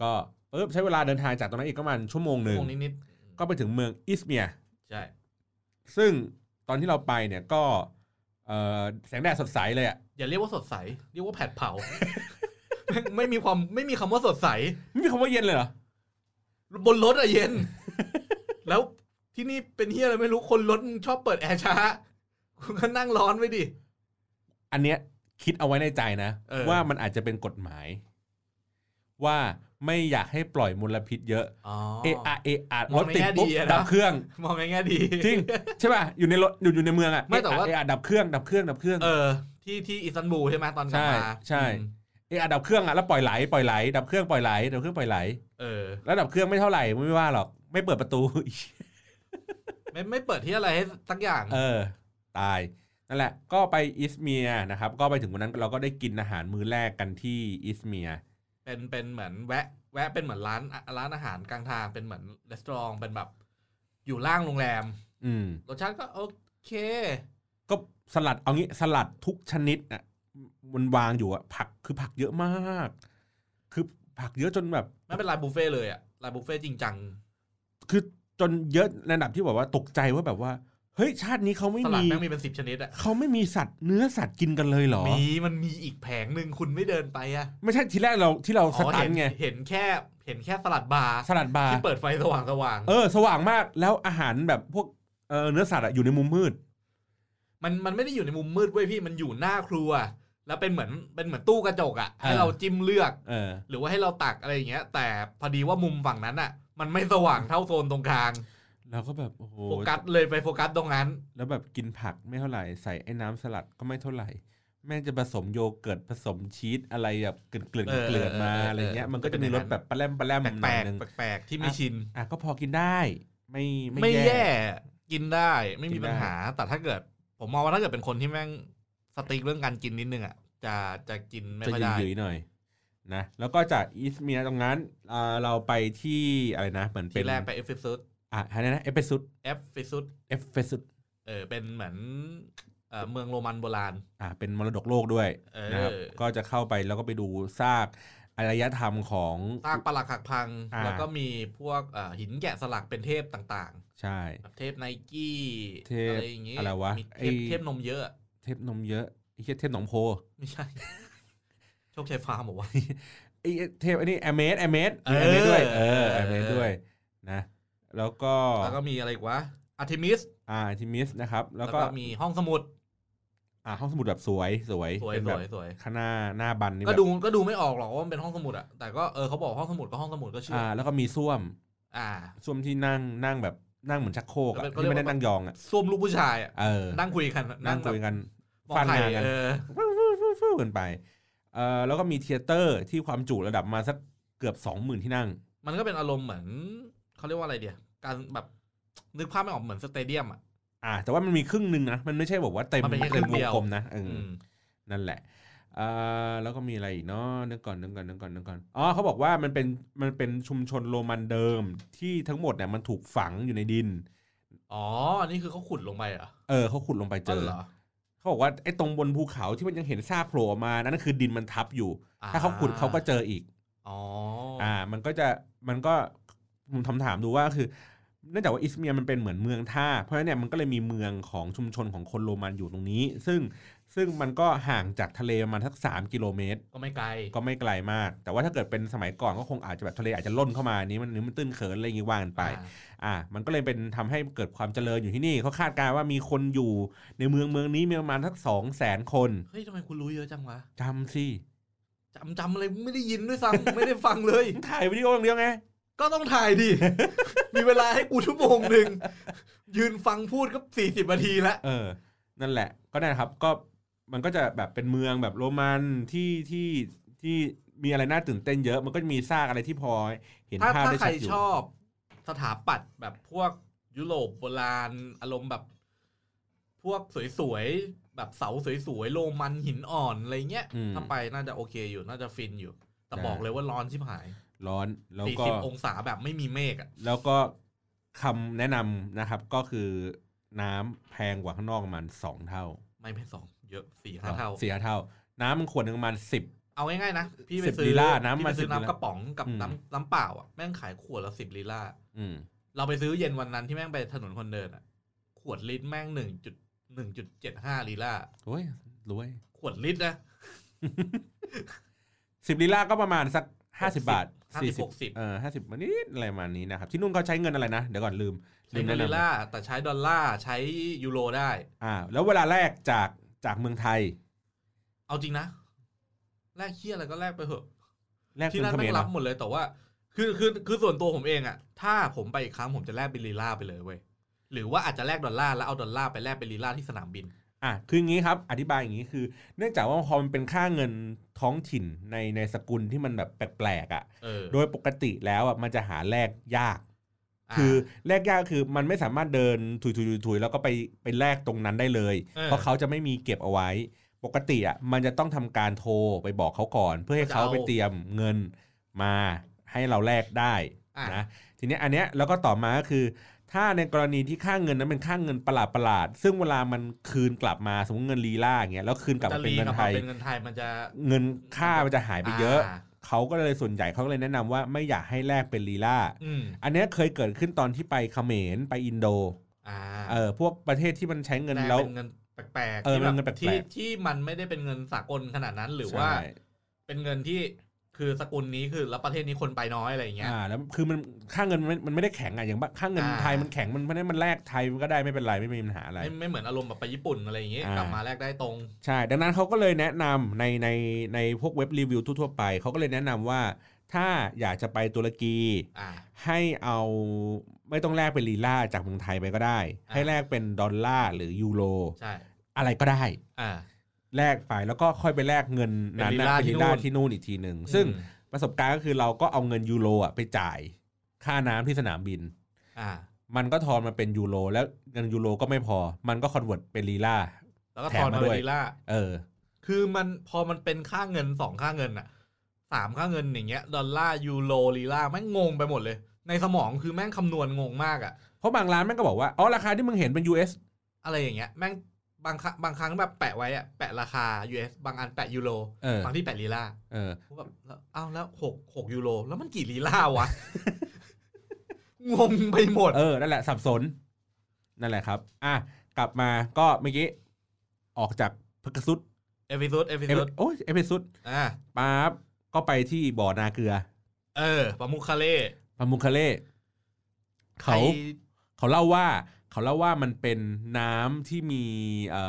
Speaker 1: ก็ปึ๊บใช้เวลาเดินทางจากตรงนั้นอีกประมาณชั่วโมงห
Speaker 3: ชั่ว
Speaker 1: นึ่ง
Speaker 3: โมงนิด
Speaker 1: ก็ไปถึงเมืองอิสเมียร์
Speaker 3: ๆใช่
Speaker 1: ซึ่งตอนที่เราไปเนี่ยก็เอ่อแสงแดดสดใสเลยอะ่ะ
Speaker 3: อย่าเรียกว่าสดใสเรียกว่าแผดเผา ไม่ไม่มีความไม่มีคำว่าสดใส
Speaker 1: ไม่มีคำว่าเย็นเลยเหรอบ
Speaker 3: นรถอะ เย็น แล้วที่นี่เป็นเฮียอะไรไม่รู้คนรถชอบเปิดแอร์ช้า คุณก็นั่งร้อนไว้ดิ
Speaker 1: อันเนี้ยคิดเอาไว้ในใจนะ
Speaker 3: เออ
Speaker 1: ว่ามันอาจจะเป็นกฎหมาย ว่าไม่อยากให้ปล่อยมลพิษเยอะ
Speaker 3: อ๋อ
Speaker 1: เอะอะเอะอะ
Speaker 3: ม
Speaker 1: ร
Speaker 3: อง
Speaker 1: ถ
Speaker 3: ใน
Speaker 1: ติด
Speaker 3: แง่
Speaker 1: ปุ๊บ
Speaker 3: ดีอะนะ
Speaker 1: ดับเครื่อง
Speaker 3: มองในแง่ดี
Speaker 1: จริง ใช่ป่ะอยู่ในรถอยู่อยู่ในเมืองอะ
Speaker 3: ไม่แต่ว่า
Speaker 1: เอะอะเอะอะดับเครื่องดับเครื่องดับเครื่อง
Speaker 3: เออ ที่ที่อิสตันบูลใช่ไหมตอนกลับมา
Speaker 1: ใช่ใช่
Speaker 3: อืม
Speaker 1: เอะอะดับเครื่องอะแล้วปล่อยไหลปล่อยไหลดับเครื่องปล่อยไหลดับเครื่องปล่อยไหล
Speaker 3: เออ
Speaker 1: แล้วดับเครื่องไม่เท่าไหร่ไม่ว่าหรอกไม่เปิดประตู
Speaker 3: ไม่ไม่เปิดที่อะไรให้สักอย่าง
Speaker 1: เออ ตาย นั่นแหละ ก็ไปอิสเมียร์นะครับ ก็ไปถึงวันนั้นเราก็ได้กินอาหารมื้อแรกกันที่อิสเมียร์
Speaker 3: เป็นเป็นเหมือนแวะ แวะเป็นเหมือนร้านร้านอาหารกลางทางเป็นเหมือนรีสอร์ทเป็นแบบ อยู่ล่างโรงแรม
Speaker 1: อืม
Speaker 3: รสชาติก็โอเค
Speaker 1: ก็สลัดเอางี้สลัดทุกชนิดอ่ะมันวางอยู่อ่ะผักคือผักเยอะมาก คือผักเยอะจนแบบ
Speaker 3: ไม่เป็นร้านบุฟเฟ่ต์เลยอะร้านบุฟเฟ่ต์จริงจัง
Speaker 1: คือจนเยอะในระดับที่แบบว่าตกใจว่าแบบว่า เฮ้ยชาตินี้เขาไม่
Speaker 3: สลัด
Speaker 1: มี
Speaker 3: แม่งมีเป็นสิบชนิดอะ
Speaker 1: เขาไม่มีสัตว์เนื้อสัตว์กินกันเลยเหรอ
Speaker 3: มีมันมีอีกแผงหนึ่งคุณไม่เดินไปอะ
Speaker 1: ไม่ใช่ทีแรกเราที่เราส
Speaker 3: อ๋อ
Speaker 1: ตัน
Speaker 3: เห็น
Speaker 1: ไง
Speaker 3: เห็นแค่เห็นแค่สลัดบาร์
Speaker 1: สลัดบาร์
Speaker 3: ที่เปิดไฟสว่างสว่างๆ
Speaker 1: เออ สว่างมากแล้วอาหารแบบพวกเออเนื้อสัตว์อะอยู่ในมุมมืด
Speaker 3: มันมันไม่ได้อยู่ในมุมมืดเว้ยพี่มันอยู่หน้าครัว แล้วเป็นเหมือนเป็นเหมือนตู้กระจกอะ
Speaker 1: เออ
Speaker 3: ให้เราจิ้มเลือก
Speaker 1: เออ
Speaker 3: หรือว่าให้เราตักอะไรอย่างเงี้ย แต่พอดีว่ามุมฝั่งนั้นอะมันไม่สว่างเท่าโซนตรงกลาง
Speaker 1: เราก็แบบโอ้โห
Speaker 3: โฟกัสเลยไปโฟกัสตรงนั้น
Speaker 1: แล้วแบบกินผักไม่เท่าไหร่ใส่ไอ้น้ำสลัดก็ไม่เท่าไหร่ แม่งจะผสมโยเกิร์ตผสมชีสอะไรแบบเกลื่อน
Speaker 3: เอ
Speaker 1: ๆ
Speaker 3: อ
Speaker 1: เกลื่อนๆมา
Speaker 3: เออเออ
Speaker 1: อะไรเงี้ย
Speaker 3: เออ
Speaker 1: มันก็จะ
Speaker 3: เป็นอ
Speaker 1: มี
Speaker 3: ย่าง
Speaker 1: ร
Speaker 3: นั้
Speaker 1: ส
Speaker 3: น
Speaker 1: แบบแปลมแปลม
Speaker 3: แปลก
Speaker 1: หน่อยนึง
Speaker 3: ๆแปลกๆที่ไม่ชิน
Speaker 1: อ่ะก็พอกินได้ ไม่
Speaker 3: ไม่
Speaker 1: ไม่
Speaker 3: แย่
Speaker 1: แย่
Speaker 3: กินได้ไม่มี
Speaker 1: กินได้
Speaker 3: ปัญหา แต่ถ้าเกิด ผมมองว่าถ้าเกิดเป็นคนที่แม่งสติ๊กเรื่องการกินนิดนึงอะจะจะกินไม่
Speaker 1: จะ
Speaker 3: ค่อยได้
Speaker 1: หยืยๆหน่อยนะแล้วก็จากอิสเมียร์ตรงนั้นอ่าเราไปที่อะไรนะเหมือนเป็
Speaker 3: ที
Speaker 1: น
Speaker 3: แรกไปเอฟเฟซุส
Speaker 1: อ่ะอะไรนะเอเฟซุส
Speaker 3: เอฟเฟซุส
Speaker 1: เอเฟซุส
Speaker 3: เออเป็นเหมือนเอ่อเมืองโรมันโบราณ
Speaker 1: อ่ะเป็นมรดกโลกด้วย
Speaker 3: เออ
Speaker 1: นะครับก็จะเข้าไปแล้วก็ไปดูซากอารยธรรมของ
Speaker 3: สร้างปรักหักพัง
Speaker 1: อ่า
Speaker 3: แล้วก็มีพวกเอ่อหินแกะสลักเป็นเทพต่าง
Speaker 1: ใช่
Speaker 3: ๆแบบเทพไนกี้
Speaker 1: เทพ
Speaker 3: อะไรอย่างงี้
Speaker 1: อะไรวะ
Speaker 3: มีเท
Speaker 1: ไอ้
Speaker 3: พเทพนมเยอะ
Speaker 1: เทพนมเยอะไอ้เหี้ยเทพหนองโพ
Speaker 3: ไม่ใช่ โชคชัยฟาร์มบอกว่า
Speaker 1: ไอ้เทพอันนี้แอมเมสแอมเมส
Speaker 3: เออ
Speaker 1: แอมเมสด้วยเออ
Speaker 3: เออ
Speaker 1: แอมเมสด้วยนะแล้วก็
Speaker 3: แล้วก็มีอะไรอีกวะอาร์เทมิส
Speaker 1: อ่าทิมิสนะครับ แล้
Speaker 3: แล้ว ว
Speaker 1: ก็
Speaker 3: ก็มีห้องสมุด
Speaker 1: อ่าห้องสมุดแบบสวยสวย
Speaker 3: สวย
Speaker 1: เป็น
Speaker 3: ส
Speaker 1: แบ
Speaker 3: ว
Speaker 1: บ
Speaker 3: ยสวย
Speaker 1: ข้างหน้าหน้าบันนี่
Speaker 3: ก็
Speaker 1: แบบ
Speaker 3: ดูก็ดูไม่ออกหรอกว่ามันเป็นห้องสมุดอะแต่ก็เออเขาบอกห้องสมุดก็ห้องสมุดก็เชื่อ
Speaker 1: อ่า
Speaker 3: อ
Speaker 1: แล้วก็มีส้วม
Speaker 3: อ่า
Speaker 1: ส้วมที่นั่งนั่งแบบนั่งเหมือนชักโครกอะ
Speaker 3: แล้วเป็น
Speaker 1: ที่ไม่ได้
Speaker 3: เขาเรียกว่า
Speaker 1: นั่งยองอ่ะ
Speaker 3: ส้วมลูกผู้ชายอะ
Speaker 1: เออ
Speaker 3: นั่งคุยกัน
Speaker 1: นั่ง
Speaker 3: แบ
Speaker 1: คุ
Speaker 3: บ
Speaker 1: ยกัน
Speaker 3: มอง
Speaker 1: ฟัน
Speaker 3: ไข่
Speaker 1: งานกัน
Speaker 3: เออ
Speaker 1: ฟู่ฟู่ฟู่ฟู่กันไปเออแล้วก็มีเทยเตอร์ที่ความจุระดับมาสักเกือบสองหมื่นที่นั่ง
Speaker 3: มันก็เป็นอารมณ์เหมือนเขาเรียกว่าอะไรเดียการแบบนึกภาพไม่ออกเหมือนสเตเดียมอะ
Speaker 1: อ่า แต่ว่ามันมีครึ่งหนึ่งนะมันไม่ใช่บอกว่าเต็ม
Speaker 3: มันเป็นแค่ครึ่
Speaker 1: ว
Speaker 3: งเดี
Speaker 1: ง
Speaker 3: ยว
Speaker 1: กลมนะเอออ
Speaker 3: อืม
Speaker 1: นั่นแหละเอ่อแล้วก็มีอะไรอีกเนาะนึกก่อนนึกก่อนนึกก่อนนึกก่อน อ๋อเขาบอกว่ามันเป็นมันเป็นชุมชนโรมันเดิมที่ทั้งหมดเนี่ยมันถูกฝังอยู่ในดิน
Speaker 3: อ๋อ อันนี้คือเขาขุดลงไปเหรอ
Speaker 1: เออเขาขุดลงไปเจอ
Speaker 3: เหรอ
Speaker 1: เขาบอกว่าไอ้ตรงบนภูเขาที่มันยังเห็นซากโผล่ออกมา นั่นคือดินมันทับอยู่
Speaker 3: อ่
Speaker 1: ถ้าเขาขุดเขาก็เจออีก
Speaker 3: อ๋อ
Speaker 1: อ่า มันก็จะมันก็ผมถามถามดูว่าคือเนื่องจากว่าอิสเมียร์มันเป็นเหมือนเมืองท่า เพราะฉะนั้นเนี่ยมันก็เลยมีเมืองของชุมชนของคนโรมันอยู่ตรงนี้ ซึ่งซึ่งมันก็ห่างจากทะเลประมาณสักสามกิโลเมตร
Speaker 3: ก็ไม่ไกล
Speaker 1: ก็ไม่ไกลมาก แต่ว่าถ้าเกิดเป็นสมัยก่อนก็คงอาจจะแบบทะเลอาจจะล่นเข้ามาอันนี้มันหรือมันตื้นเขินอะไรอย่างงี้ว่ากันไป อ่า มันก็เลยเป็นทำให้เกิดความเจริญอยู่ที่นี่เขาคาดการณ์ว่ามีคนอยู่ในเมืองเมืองนี้มีประมาณสักสองแสนคน
Speaker 3: เฮ้ยทำไมคุณรู้เยอะจังวะ
Speaker 1: จำสิ
Speaker 3: จำจำอะไรไม่ได้ยินด้วยซ้ำ ไม่ได้ฟังเลย
Speaker 1: ถ่ายวิดีโออย่างเดียวไง
Speaker 3: ก็ต้องถ่ายดิ มีเวลาให้กูชั่วโมงหนึ่ง ยืนฟังพูดก็สี่สิบนาทีละ
Speaker 1: เออ นั่นแหละ ก็ได้ครับ ก็มันก็จะแบบเป็นเมืองแบบโรมันที่ที่ที่มีอะไรน่าตื่นเต้นเยอะ มันก็จะมีซากอะไรที่พอเห็น
Speaker 3: ถ้า
Speaker 1: ภาพ
Speaker 3: ถ้า
Speaker 1: ได้
Speaker 3: ใคร
Speaker 1: ชัดอยู่
Speaker 3: ชอบ สถาปัตย์แบบพวกยุโรปโบราณอารมณ์แบบ พวกสวยๆ แบบเสาสวยๆ โรมันหินอ่อนอะไรเงี้ย
Speaker 1: อืม
Speaker 3: ถ้าไปน่าจะโอเคอยู่น่าจะฟินอยู่ แต่
Speaker 1: ใช่
Speaker 3: บอกเลยว่าร้อนชิบหาย
Speaker 1: ร้อนแล้วก็
Speaker 3: 40องศาแบบไม่มีเมฆอ่ะ
Speaker 1: แล้วก็คำแนะนำนะครับก็คือน้ำแพงกว่าข้างนอกประมาณสองเท่า
Speaker 3: ไม่ไม่สองเยอะสี่ห้าเท่า
Speaker 1: สี่ห้าเท่า น้ำมันขวดหนึ่งประมาณสิบ
Speaker 3: เอาง่ายๆนะ พี่ไป
Speaker 1: สิบ
Speaker 3: ซื้อ
Speaker 1: ลีลาน้ำ
Speaker 3: พี่ไป
Speaker 1: มา
Speaker 3: ซื้
Speaker 1: สิ
Speaker 3: อบ
Speaker 1: ลีลา
Speaker 3: น้ำกระป๋องกับ
Speaker 1: อืม
Speaker 3: น้ำน้ำเปล่าอ่ะแม่งขายขวดละสิบลีลา
Speaker 1: อืม
Speaker 3: เราไปซื้อเย็นวันนั้นที่แม่งไปถนนคนเดินอ่ะ ขวดลิตรแม่งหนึ่งจุดหนึ่งจุดเจ็ดห้าลีลา
Speaker 1: โอ้ยรวย
Speaker 3: ขวดลิตรนะ
Speaker 1: สิบลีลาก็ประมาณสักห้าสิบบาท
Speaker 3: 50 60
Speaker 1: เออห้าสิบนิดอะไรประมาณนี้นะครับ ที่นู่นเขาใช้เงินอะไรนะ เดี๋ยวก่อนลืม
Speaker 3: ใช้
Speaker 1: ม
Speaker 3: เงินลีลาแต่ใช้ดอลลาร์ใช้ยูโรได้
Speaker 1: อ่า แล้วเวลาแรกจากจากเมืองไทย
Speaker 3: เอาจริงนะ แลกเคี้ยอะไรก็แลกไปเถอะ
Speaker 1: แรก
Speaker 3: ที่
Speaker 1: เป็น
Speaker 3: นั่
Speaker 1: เขม
Speaker 3: น
Speaker 1: ร
Speaker 3: แม่
Speaker 1: ง เหร
Speaker 3: รั
Speaker 1: อบ
Speaker 3: หมดเลยแต่ว่า คือคือคือส่วนตัวผมเองอะถ้าผมไปอีกครั้งผมจะแลกเป็นลีลาไปเลยเว้ยหรือว่าอาจจะแลกดอลลาร์แล้วเอาดอลลาร์ไปแลกเป็นลีลาที่สนามบิน
Speaker 1: อ่ะคืออย่างนี้ครับ อธิบายอย่างนี้คือ เนื่องจากว่าพอมันเป็นค่าเงินท้องถิ่นในในสกุลที่มันแบบแปลกๆอ่ะ
Speaker 3: เออ
Speaker 1: โดยปกติแล้วอ่ะมันจะหาแลกยาก
Speaker 3: า
Speaker 1: คือแลกยากคือมันไม่สามารถเดินถุยถุยถุยถุยแล้วก็ไปไปแลกตรงนั้นได้เลย
Speaker 3: เออ
Speaker 1: เพราะเขาจะไม่มีเก็บเอาไว้ ปกติอ่ะมันจะต้องทำการโทรไปบอกเขาก่อน เพื่อให้เขาไปเตรียมเงินมาให้เราแลกได้
Speaker 3: อ่ะ
Speaker 1: นะทีเนี้ยอันเนี้ยแล้วก็ต่อมาก็คือ ถ้าในกรณีที่ค่าเงินนั้นเป็นค่าเงินประหลาดประหลาดๆซึ่งเวลามันคืนกลับมาสมมติเงินลีลาอย่างเงี้ยแล้วคืนกลับมาเป็นเงินไทย
Speaker 3: จะรีกลับมาเป็นเงินไทยมันจะ
Speaker 1: เงินค่ามันจะหายไปเยอะ
Speaker 3: า
Speaker 1: เขาก็เลยส่วนใหญ่เขาก็เลยแนะนำว่าไม่อยากให้แลกเป็นลีลา
Speaker 3: อืม
Speaker 1: อันเนี้ยเคยเกิดขึ้นตอนที่ไปเขมรไปอินโด
Speaker 3: อ่า
Speaker 1: เออพวกประเทศที่มันใช้เงิน
Speaker 3: แลก
Speaker 1: แล้ว
Speaker 3: เป็นเงินแปลกๆ
Speaker 1: เออเป็
Speaker 3: ที่
Speaker 1: นเงินแปลกๆ
Speaker 3: ที่ที่มันไม่ได้เป็นเงินสากลขนาดนั้นหรือว่า
Speaker 1: ใช่
Speaker 3: เป็นเงินที่คือสกุลนี้คือแล้วประเทศนี้คนไปน้อยอะไรอย่างเงี้ย
Speaker 1: อ่าแล้วคือมันค่าเงินมันมันไม่ได้แข็งอ่ะอย่างบ้าค่าเงิน
Speaker 3: อ่า
Speaker 1: ไทยมันแข็งมันเพราะฉะนั้นมันแลกไทยมันก็ได้ไม่เป็นไรไม่มีปัญหาอะไร
Speaker 3: ไม่ไม่เหมือนอารมณ์แบบไปญี่ปุ่นอะไรอย่างเงี้ย
Speaker 1: อ่าก ก
Speaker 3: ลับมาแลกได้ตรง
Speaker 1: ใช่ ดังนั้นเขาก็เลยแนะนำในในในพวกเว็บรีวิวทั่วๆไปเขาก็เลยแนะนำว่า ถ้าอยากจะไปตุรกี
Speaker 3: อ่า
Speaker 1: ให้เอาไม่ต้องแลกเป็นลีลาจากเมืองไทยไปก็ได้
Speaker 3: อ่า
Speaker 1: ให้แลกเป็นดอลลาร์หรือยูโร
Speaker 3: ใช่
Speaker 1: อะไรก็ได้
Speaker 3: อ่า
Speaker 1: แลกไปแล้วก็ค่อยไปแลกเงินนั้นนะเป็
Speaker 3: เป็
Speaker 1: น
Speaker 3: ลี
Speaker 1: นลี
Speaker 3: ลา
Speaker 1: ลา
Speaker 3: ที่
Speaker 1: ที่
Speaker 3: นู่
Speaker 1: นู่
Speaker 3: น
Speaker 1: นอีกทีหนึ่งซึ่ง
Speaker 3: อืม
Speaker 1: ประสบการณ์ก็คือเราก็เอาเงินยูโรอ่ะไปจ่ายค่าน้ำที่สนามบิน
Speaker 3: อ่า
Speaker 1: มันก็ทอนมาเป็นยูโรแล้วเงินยูโรก็ไม่พอ มันก็คอนเวิร์ตเป็นลีลา
Speaker 3: แล้วก็
Speaker 1: แถ
Speaker 3: ท
Speaker 1: ม
Speaker 3: อนมา
Speaker 1: มา
Speaker 3: เป็
Speaker 1: ด้วย
Speaker 3: นลีลา
Speaker 1: เออ
Speaker 3: คือมันพอมันเป็นค่าเงินสองค่าเงินอะสามค่าเงินอย่างเงี้ยดอลลาร์ยูโรลีลาแม่งงงไปหมดเลย ในสมองคือแม่งคำนวณงงมากอะ
Speaker 1: เพราะบางร้านแม่งก็บอกว่าอ๋อราคาที่มึงเห็นเป็น US
Speaker 3: อะไรอย่างเงี้ยแม่งบางครั้งบางครั้งแบบแปะไว้อะแปะราคา US บางอันแปะยูโร
Speaker 1: เออ
Speaker 3: บางที่แปะลีลา
Speaker 1: เออ
Speaker 3: ผมแบบแล้วอ้าวแล้วหกหกยูโรแล้วมันกี่ลีลาวะ งงไปหมด
Speaker 1: เออ นั่นแหละสับสน นั่นแหละครับ อ่ะ กลับมาก็เมื่อกี้ออกจากพักซุด
Speaker 3: เอพิ o d ดเอพิ
Speaker 1: เอ
Speaker 3: o d ด
Speaker 1: โอ้ยเอพิซุด
Speaker 3: อ่า
Speaker 1: ปั๊บก็ไปที่บ่อนาเกลือ
Speaker 3: เออปามุคคาเล่
Speaker 1: ปามุคคาเล่เขา
Speaker 3: ไอ้
Speaker 1: เขาเล่าว่าเขาเล่าว่ามันเป็นน้ำที่มีเอ่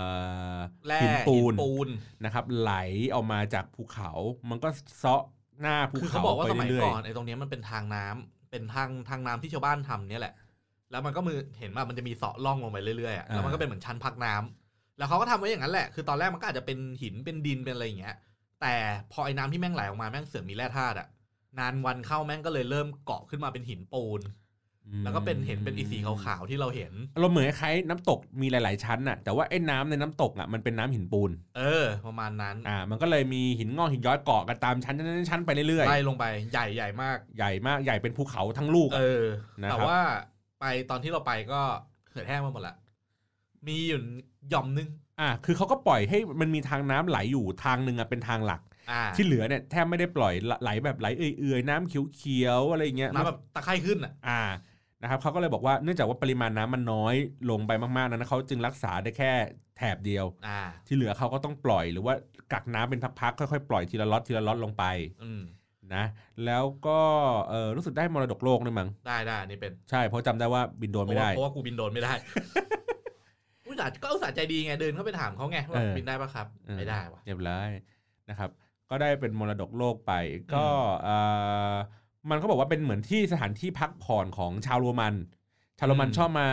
Speaker 1: อ
Speaker 3: แร่
Speaker 1: หินปูน
Speaker 3: หิปูน
Speaker 1: นะครับ ไหลออกมาจากภูเขา มันก็เซาะหน้าภู
Speaker 3: คือเขา
Speaker 1: เขา
Speaker 3: บอกว่า
Speaker 1: ไป
Speaker 3: สมัย
Speaker 1: เรื่อย
Speaker 3: ก่อนไอ้ตรงเนี้ยมันเป็นทางน้ำเป็นทางทางน้ำที่ชาวบ้านทำเนี่ยแหละ แล้วมันก็มือเห็นว่ามันจะมีเสาะล่องลงไปเรื่อยๆอะแล้วมันก็เป็นเหมือนชั้นพักน้ำแล้วเขาก็ทำไว้อย่างนั้นแหละ คือตอนแรกมันก็อาจจะเป็นหินเป็นดินเป็นอะไรอย่างเงี้ย แต่พอไอ้น้ำที่แม่งไหลออกมาแม่งเสือกมีแร่ธาตุอะนานวันเข้าแม่งก็เลยเริ่มเกาะขึ้นมาเป็นหินปูน
Speaker 1: อืม
Speaker 3: แล้วก็เป็นเห็นเป็นอีสีขาวๆที่เราเห็น
Speaker 1: อารมณ์เหมือนคล้ายๆน้ำตกมีหลาย ๆ ชั้นน่ะแต่ว่าไอ้น้ำในน้ำตกอ่ะมันเป็นน้ำหินปูน
Speaker 3: เออ ประมาณนั้น
Speaker 1: อ่า มันก็เลยมีหินงอกหินย้อยเกาะกันตามชั้นชั้นชั้นไปเรื่อย
Speaker 3: ไล่ลงไปใหญ่ใหญ่มาก
Speaker 1: ๆใหญ่มากใหญ่เป็นภูเขาทั้งลูก
Speaker 3: เอ
Speaker 1: อะ
Speaker 3: อ
Speaker 1: นะครับ
Speaker 3: แต่ว่าไปตอนที่เราไปก็เหือดแห้งไปหมดละ มีอยู่หย่อมนึง
Speaker 1: อ่าคือเขาก็ปล่อยให้มันมีทางน้ำไหลอยู่ทางหนึ่งอ่ะเป็นทางหลัก
Speaker 3: อ่า
Speaker 1: ที่เหลือเนี่ยแทบไม่ได้ปล่อยไหลแบบไหลเอื่อยๆน้ำเขียวๆอะไรอย่างเงี้ย
Speaker 3: น้ำแบบตะไคร่ขึ้นอ่ะ
Speaker 1: อ่า นะครับเขาก็เลยบอกว่าเนื่องจากว่าปริมาณน้ำมันน้อยลงไปมากๆนั้นเขาจึงรักษาได้แค่แถบเดียว
Speaker 3: อ่า
Speaker 1: ที่เหลือเขาก็ต้องปล่อยหรือว่ากักน้ำเป็นพักๆค่อยๆปล่อยทีละล็อตทีละล็อตลงไป
Speaker 3: อืม
Speaker 1: นะ แล้วก็เออรู้สึกได้มรดกโลกด้วยมั้ง
Speaker 3: ได้ได้อันนี่เป็น
Speaker 1: ใช่เพราะจำได้ว่าบินโดน
Speaker 3: เพราะ
Speaker 1: ไม่
Speaker 3: ว่า
Speaker 1: ได้
Speaker 3: เพราะว่ากูบินโดรน ไม่ได้ อุตส่าห์ก็อุตส่าห์ใจดีไงเดินเข้าไปถามเขาไงว่า
Speaker 1: เออ
Speaker 3: บินได้ปะครับ
Speaker 1: เออ
Speaker 3: ไม่ได้วะ
Speaker 1: เรียบร้อยนะครับ ก็ได้เป็นมรดกโลกไป ก็เออมันก็บอกว่าเป็นเหมือนที่สถานที่พักผ่อนของชาวโรมัน ชาวโรมัน
Speaker 3: อืม
Speaker 1: ชอบมา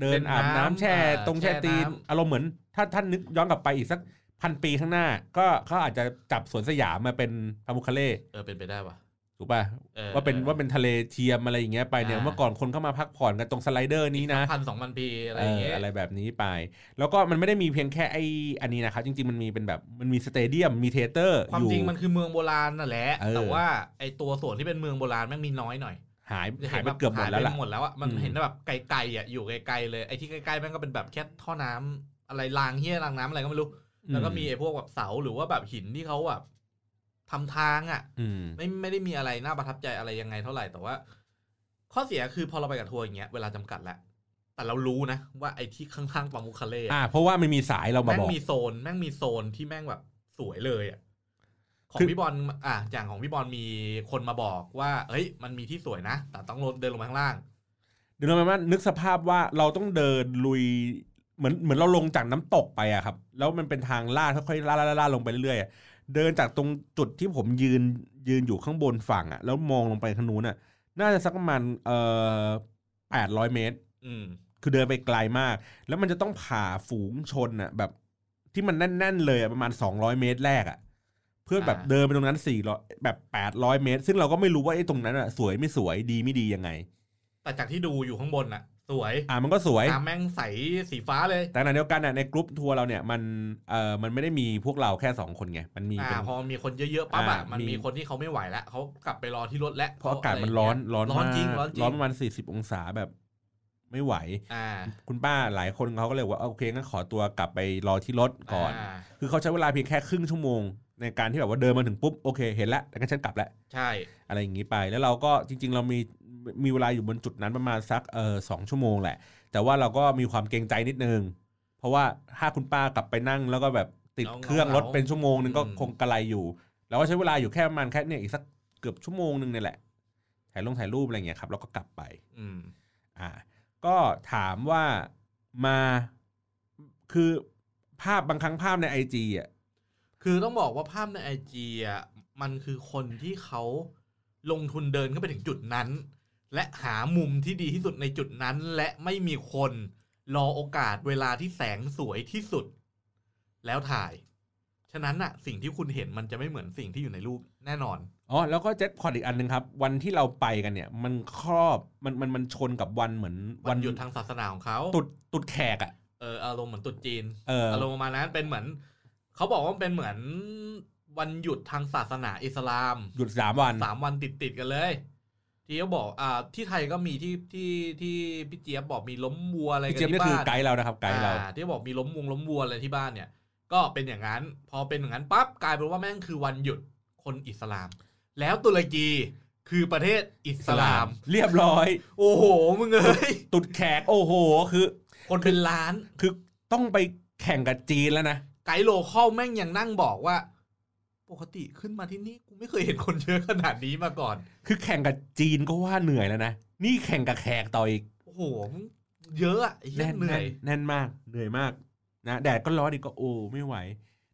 Speaker 1: เดินอาบ
Speaker 3: เล่นน้ำ
Speaker 1: น้ำแช่
Speaker 3: อ่า
Speaker 1: ตรงแช่
Speaker 3: แช่
Speaker 1: ตีน
Speaker 3: น้ำ
Speaker 1: อารมณ์เหมือน ถ้าท่านนึกย้อนกลับไปอีกสักพันปีข้างหน้า ก็เขาอาจจะจับสวนสยามมาเป็นพามุคเล่
Speaker 3: เออเป็นไปได้วะ
Speaker 1: ถูกป่ะ
Speaker 4: เออ
Speaker 1: ว่าเป็น
Speaker 4: เออ
Speaker 1: ว่าเป็นทะเลเทียมอะไรอย่างเงี้ยไปเนี่ย
Speaker 4: อ่า
Speaker 1: เมื่อก่อนคนเข้ามาพักผ่อนกันตรงสไลเดอร์นี้นะ
Speaker 4: พันสองพันปีอะไร
Speaker 1: เอ
Speaker 4: อย่าง
Speaker 1: อ
Speaker 4: เงี้ย
Speaker 1: อะไรแบบนี้ไป แล้วก็มันไม่ได้มีเพียงแค่ไออันนี้นะครับ จริงๆ มันมีเป็นแบบมันมีสเตเดียมมีเทเตอร์
Speaker 3: ความ
Speaker 1: อยู่
Speaker 3: จริงมันคือเมืองโบราณนั่นแหละ
Speaker 1: เออ
Speaker 3: แต่ว่าไอตัวส่วนที่เป็นเมืองโบราณแม่งมีน้อยหน่อย
Speaker 1: หาย
Speaker 3: จะ
Speaker 1: หายไป
Speaker 3: แ
Speaker 1: เกือบหมดแล้ว
Speaker 3: าย
Speaker 1: ล่ะ
Speaker 3: ไปหมดแล้วอ่ะมัน
Speaker 1: อืม
Speaker 3: เห็นแบบไกลๆอ่ะอยู่ไกลๆเลยไอที่ใกล้ๆแม่งก็เป็นแบบแค่ท่อน้ำอะไรรางเฮี้ยรางน้ำอะไรก็ไม่รู้ แล้วก็มีไอพวกแบบเสาหรือว่าแบบหินที่เขาแบบทำทางอ่ะ
Speaker 1: อืม
Speaker 3: ไม่ไม่ได้มีอะไรน่าประทับใจอะไรยังไงเท่าไหร่แต่ว่า ข้อเสียคือพอเราไปกับทัวร์อย่างเงี้ยเวลาจำกัดแหละแต่เรารู้นะ ว่าไอ้ที่ข้างๆปามุคาเล่
Speaker 1: อ่า
Speaker 3: อะ
Speaker 1: เพราะว่ามันมีสายเรามา
Speaker 3: แม่ง
Speaker 1: บอก
Speaker 3: มีโซนแม่งมีโซนที่แม่งแบบสวยเลยอ่ะของ
Speaker 1: คือ
Speaker 3: พี่บอลอ่ะอย่างของพี่บอลมีคนมาบอกว่า เฮ้ย มันมีที่สวยนะ แต่ต้องลงเดินลงมาข้างล่าง
Speaker 1: เดี๋ยวเรามาว่านึกสภาพว่าเราต้องเดินลุยเหมือนเหมือนเราลงจากน้ำตกไปอะครับ แล้วมันเป็นทางลาดค่อยๆลาดลาดลาดลงไปเรื่อยๆอะเดินจากตรงจุดที่ผมยืนยืนอยู่ข้างบนฝั่งอะแล้วมองลงไปทางนู้นอะน่าจะสักประมาณเอ่อแปดร้อยเมตร
Speaker 3: อืม
Speaker 1: คือเดินไปไกลมาก แล้วมันจะต้องผ่าฝูงชนอ่ะ แบบที่มันแน่น ๆ เลยอ่ะประมาณ 200 เมตรแรกอ่ะ เพื่อแบบ
Speaker 3: อ่า
Speaker 1: เดินไปตรงนั้น400แบบ 800 เมตร ซึ่งเราก็ไม่รู้ว่าไอ้ตรงนั้นอ่ะสวยไม่สวยดีไม่ดียังไง
Speaker 3: แต่จากที่ดูอยู่ข้างบนอ่ะ สวย
Speaker 1: อ่ะมันก็สวย
Speaker 3: น้ำแม่งใสสีฟ้าเลย
Speaker 1: แต่ขณะเดียวกันอ่ะในกลุ่มทัวร์เราเนี่ยมันเอ่อมันไม่ได้มีพวกเราแค่ 2 คนไง มันมีเป็
Speaker 3: อ่าน พอมีคนเยอะๆปั๊บอ่ะ
Speaker 1: อ่ามั
Speaker 3: มัน
Speaker 1: มี
Speaker 3: มีคนที่เขาไม่ไหวแล้วเขากลับไปรอที่รถแล้ว
Speaker 1: เพราะอากาศมันร้อนร้อน
Speaker 3: ร้อนจริง
Speaker 1: มาก
Speaker 3: ร้อนจริง
Speaker 1: ร้อนประมาณ 40 องศาแบบ ไม่ไหว
Speaker 3: อ่า
Speaker 1: คุณป้าหลายคนเขาก็เลยบอกว่าโอเคงั้นขอตัวกลับไปรอที่รถก่อน
Speaker 3: า
Speaker 1: คือเขาใช้เวลาเพียงแค่ครึ่งชั่วโมง ในการที่แบบว่าเดินมาถึงปุ๊บโอเคเห็นแล้วแต่ก็ฉันกลับแล้ว
Speaker 3: ใช่
Speaker 1: อะไรอย่างนี้ไป แล้วเราก็จริง ๆ เรามีมีเวลาอยู่บนจุดนั้นประมาณสักเออสองชั่วโมงแหละ แต่ว่าเราก็มีความเกรงใจนิดนึง เพราะว่าถ้าคุณป้ากลับไปนั่งแล้วก็แบบติดเครื่องรถเป็นชั่วโมงนึงก็คงกระไรอยู่เราก็ใช้เวลาอยู่แค่ประมาณแค่เนี่ยอีกสักเกือบชั่วโมงนึงเนี่ยแหละถ่ายลงถ่ายรูปอะไรอย่างเงี้ยครับแล้วก็กลับไป
Speaker 3: อืม
Speaker 1: อ่าก็ถามว่ามาคือภาพบางครั้งภาพในไอจีอ่ะ
Speaker 3: คือต้องบอกว่าภาพในไอจีอ่ะมันคือคนที่เขาลงทุนเดินเข้าไปถึงจุดนั้น และหามุมที่ดีที่สุดในจุดนั้น และไม่มีคนรอโอกาสเวลาที่แสงสวยที่สุด แล้วถ่าย ฉะนั้นน่ะ สิ่งที่คุณเห็นมันจะไม่เหมือนสิ่งที่อยู่ในรูปแน่นอน
Speaker 1: อ๋อแล้วก็แจ็คพอตอีกอันหนึ่งครับ วันที่เราไปกันเนี่ย มันครอบมันมันมันชนกับวันเหมือน
Speaker 3: วันหยุดทางศาสนาของเขา
Speaker 1: ตุดตุดแขกอ่ะ
Speaker 3: เอออารมณ์เหมือนตรุษจีน
Speaker 1: เออ
Speaker 3: อารมณ์ประมาณนั้นเป็นเหมือน เขาบอกว่ามันเป็นเหมือนวันหยุดทางศาสนาอิสลาม
Speaker 1: หยุดสามวัน
Speaker 3: สามวันติดติดๆกันเลย ที่เขาบอกอ่าที่ไทยก็มีที่ที่ที่พี่เจี๊ยบบอกมีล้มวัวอะไร
Speaker 1: พี่
Speaker 3: กัน
Speaker 1: เจี๊ยบ
Speaker 3: ที่
Speaker 1: นี่คือ
Speaker 3: บ้าน
Speaker 1: ไกด์เรานะครับไกด์เรา
Speaker 3: อ่าที่บอกมีล้มวงล้มวัวอะไรที่บ้านเนี่ย ก็เป็นอย่างนั้น พอเป็นอย่างนั้นปั๊บกลายเป็นว่าแม่งคือวันหยุดคนอิสลาม แล้วตุรกีคือประเทศอิสลาม
Speaker 1: เรียบร้อย
Speaker 3: โอ้โหมึงเอ้ย
Speaker 1: ตุดแขกโอ้โหคือ
Speaker 3: คนเป็นล้าน
Speaker 1: คือต้องไปแข่งกับจีนแล้วนะ
Speaker 3: ไกด์โลเคอลแม่งยังนั่งบอกว่า ปกติขึ้นมาที่นี่กูไม่เคยเห็นคนเยอะขนาดนี้มาก่อน
Speaker 1: คือแข่งกับจีนก็ว่าเหนื่อยแล้วนะ นี่แข่งกับแขกต่ออีก
Speaker 3: โอ้โหมึงเยอะอะไอ้เหี้ย
Speaker 1: แน่น
Speaker 3: เหนื่อย
Speaker 1: แน่นมากเหนื่อยมากนะแดดก็ร้อนอีกก็โอ้ไม่ไหว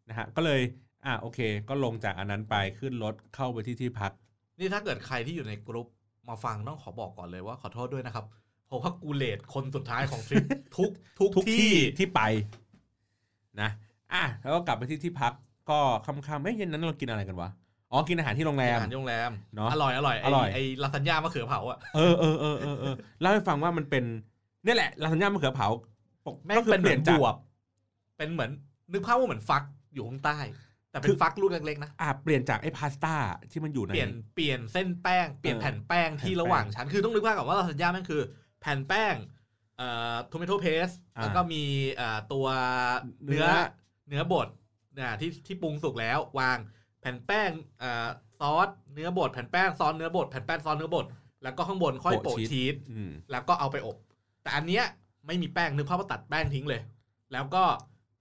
Speaker 1: นะฮะก็เลยอ่ะโอเค ก็ลงจากอันนั้นไปขึ้นรถเข้าไปที่ที่พัก
Speaker 3: นี่ถ้าเกิดใครที่อยู่ในกรุ๊ปมาฟังต้องขอบอกก่อนเลยว่าขอโทษด้วยนะครับ เพราะว่ากูเลทคนสุดท้ายของทริป ทุกทุก
Speaker 1: ทุก
Speaker 3: ที่
Speaker 1: ที่ที่ไปนะอ่ะแล้วก็กลับไปที่ที่พักก็ค่ำๆเอ้ยเย็นนั้นเรากินอะไรกันวะอ๋อกินอาหารที่โรงแร
Speaker 3: อาม หารโรงแรม
Speaker 1: เนอะ
Speaker 3: อร่อยอร่อยไ
Speaker 1: อร่อย
Speaker 3: ไอ้ลาซานญ่ามะเขือเผาอ่ะ
Speaker 1: เออเออเออเออเออเล่าให้ฟังว่ามันเป็นเนี่ยแหละลาซานญ่ามะเขือเผาปก
Speaker 3: แม่ง
Speaker 1: ก็คือ
Speaker 3: เป็นเหมือน
Speaker 1: ปลี่ยจา
Speaker 3: บ
Speaker 1: ก
Speaker 3: วบ เป็นเหมือนนึกภาพว่าเหมือนฟักอยู่ข้างใต้ แต่เป็นฟักลูกเล็กๆนะ
Speaker 1: อ่ะเปลี่ยนจากไอ้พาสต้าที่มันอยู่ใน
Speaker 3: เปลี่ยนเปลี่ยนเส้นแป้ง เปลี่ยน
Speaker 1: เออ
Speaker 3: แผ่นแป้งที่
Speaker 1: แผ่นแป้ง
Speaker 3: ระหว่างชั้น คือต้องนึกภาพก่อนว่าลาซานญ่าแม่งคือ แผ่นแป้งเอ่อทมิโตเพส
Speaker 1: อ่า
Speaker 3: แล้วก็มีเอ่อตัว
Speaker 1: เนื้อ
Speaker 3: เนื้อเนื้อบดนะที่ที่ปรุงสุกแล้ววางแผ่นแป้งเอ่อซอสเนื้อบดแผ่นแป้งซอสเนื้อบดแผ่นแป้งซอสเนื้อบดแล้วก็ข้างบนค่อยโปะชีส
Speaker 1: อืม
Speaker 3: แล้วก็เอาไปอบ แต่อันเนี้ยไม่มีแป้งนึกภาพว่าตัดแป้งทิ้งเลย แล้วก็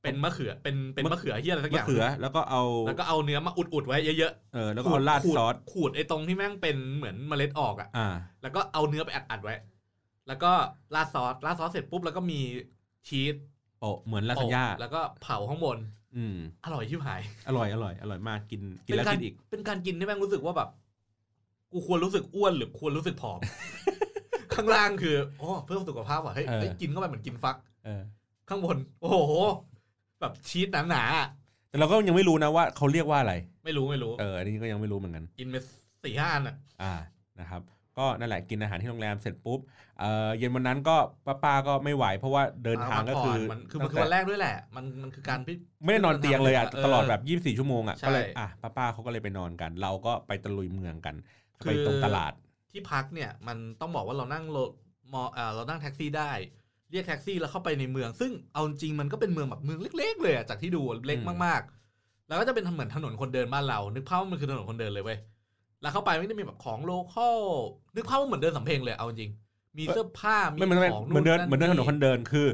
Speaker 3: เป็นมะเขือเป็นเป็นมะเขือที่อะไรสักอ
Speaker 1: มะ
Speaker 3: ย่าง
Speaker 1: เขือแล้วก็เอา
Speaker 3: แล้วก็เอาเนื้อมาอุดๆไว้เยอะๆ
Speaker 1: เออแล้วก็เอาราด
Speaker 3: ขู
Speaker 1: ซอส
Speaker 3: ขูดไอ้ตรงที่แม่งเป็นเหมือนเมล็ดออกอะ
Speaker 1: อ่า
Speaker 3: แล้วก็เอาเนื้อไปอัดอัดๆไว้ แล้วก็ราดซอสราดซอสเสร็จปุ๊บแล้วก็มีชีส
Speaker 1: โปะเหมือนลาซานญ่า
Speaker 3: โปะแล้วก็เผาข้างบน
Speaker 1: อืม
Speaker 3: อร่อยชิบหาย
Speaker 1: อร่อยอร่อยอร่อยมากกินกินแล้ว
Speaker 3: เป็
Speaker 1: กิ
Speaker 3: น
Speaker 1: นอีก
Speaker 3: เป็นการกินที่แม่งรู้สึกว่าแบบ กูควรรู้สึกอ้วนหรือควรรู้สึก ผอม ข้างล่างคืออ๋อเพื่อสุขภาพว่ะเฮ้ย
Speaker 1: เออ
Speaker 3: เฮ้ยกินเข้าไปเหมือนกินฟัก
Speaker 1: เออ
Speaker 3: ข้างบน โอ้โห แบบชีสหนาๆอะ
Speaker 1: แต่เราก็ยังไม่รู้นะว่าเขาเรียกว่าอะไร
Speaker 3: ไม่รู้ไม่รู้
Speaker 1: เอออันนี้ก็ยังไม่รู้เหมือนกัน
Speaker 3: อินเมส สี่ห้าอันอ่ะ
Speaker 1: อ่านะครับ ก็นั่นแหละกินอาหารที่โรงแรมเสร็จปุ๊บเอ่อเย็นวันนั้นก็ป้าป้าก็ไม่ไหว เพราะว่าเดินทางก็คือ
Speaker 3: มันคือมันคือ
Speaker 1: ตั้ง
Speaker 3: วัน
Speaker 1: แต่
Speaker 3: แรกด้วยแหละ มันมันคือการพิ
Speaker 1: ไม่ได้นอนเตียงเลยอ่ะ
Speaker 3: เออ
Speaker 1: ตลอดแบบ 24 ชั่วโมงอ่ะ
Speaker 3: ใช่
Speaker 1: ก็เลยอ่ะป้าป้าเขาก็เลยไปนอนกัน เราก็ไปตะลุยเมืองกัน
Speaker 3: คือ
Speaker 1: ไปตรงตลาด
Speaker 3: ที่พักเนี่ย มันต้องบอกว่าเรานั่งรถมอเอ่อเรานั่งแท็กซี่ได้ เรียกแท็กซี่แล้วเข้าไปในเมือง ซึ่งเอาจริงมันก็เป็นเมืองแบบเมืองเล็ก ๆ เลยอะจากที่ดูเล็ก
Speaker 1: อืม
Speaker 3: มากๆ แล้วก็จะเป็นเหมือนถนนคนเดินบ้านเรา นึกภาพว่ามันคือถนนคนเดินเลยเว้ยแล้วเข้าไปไม่ได้มีแบบของโลคอลนึกภาพว่าเหมือนเดินสำเพ็งเลยเอาจริงมีเสื้อผ้ามี
Speaker 1: ไม่เหมือนไม่
Speaker 3: ของ
Speaker 1: เหมือนเดินเหมือนเดินถนนคน นเดินคือ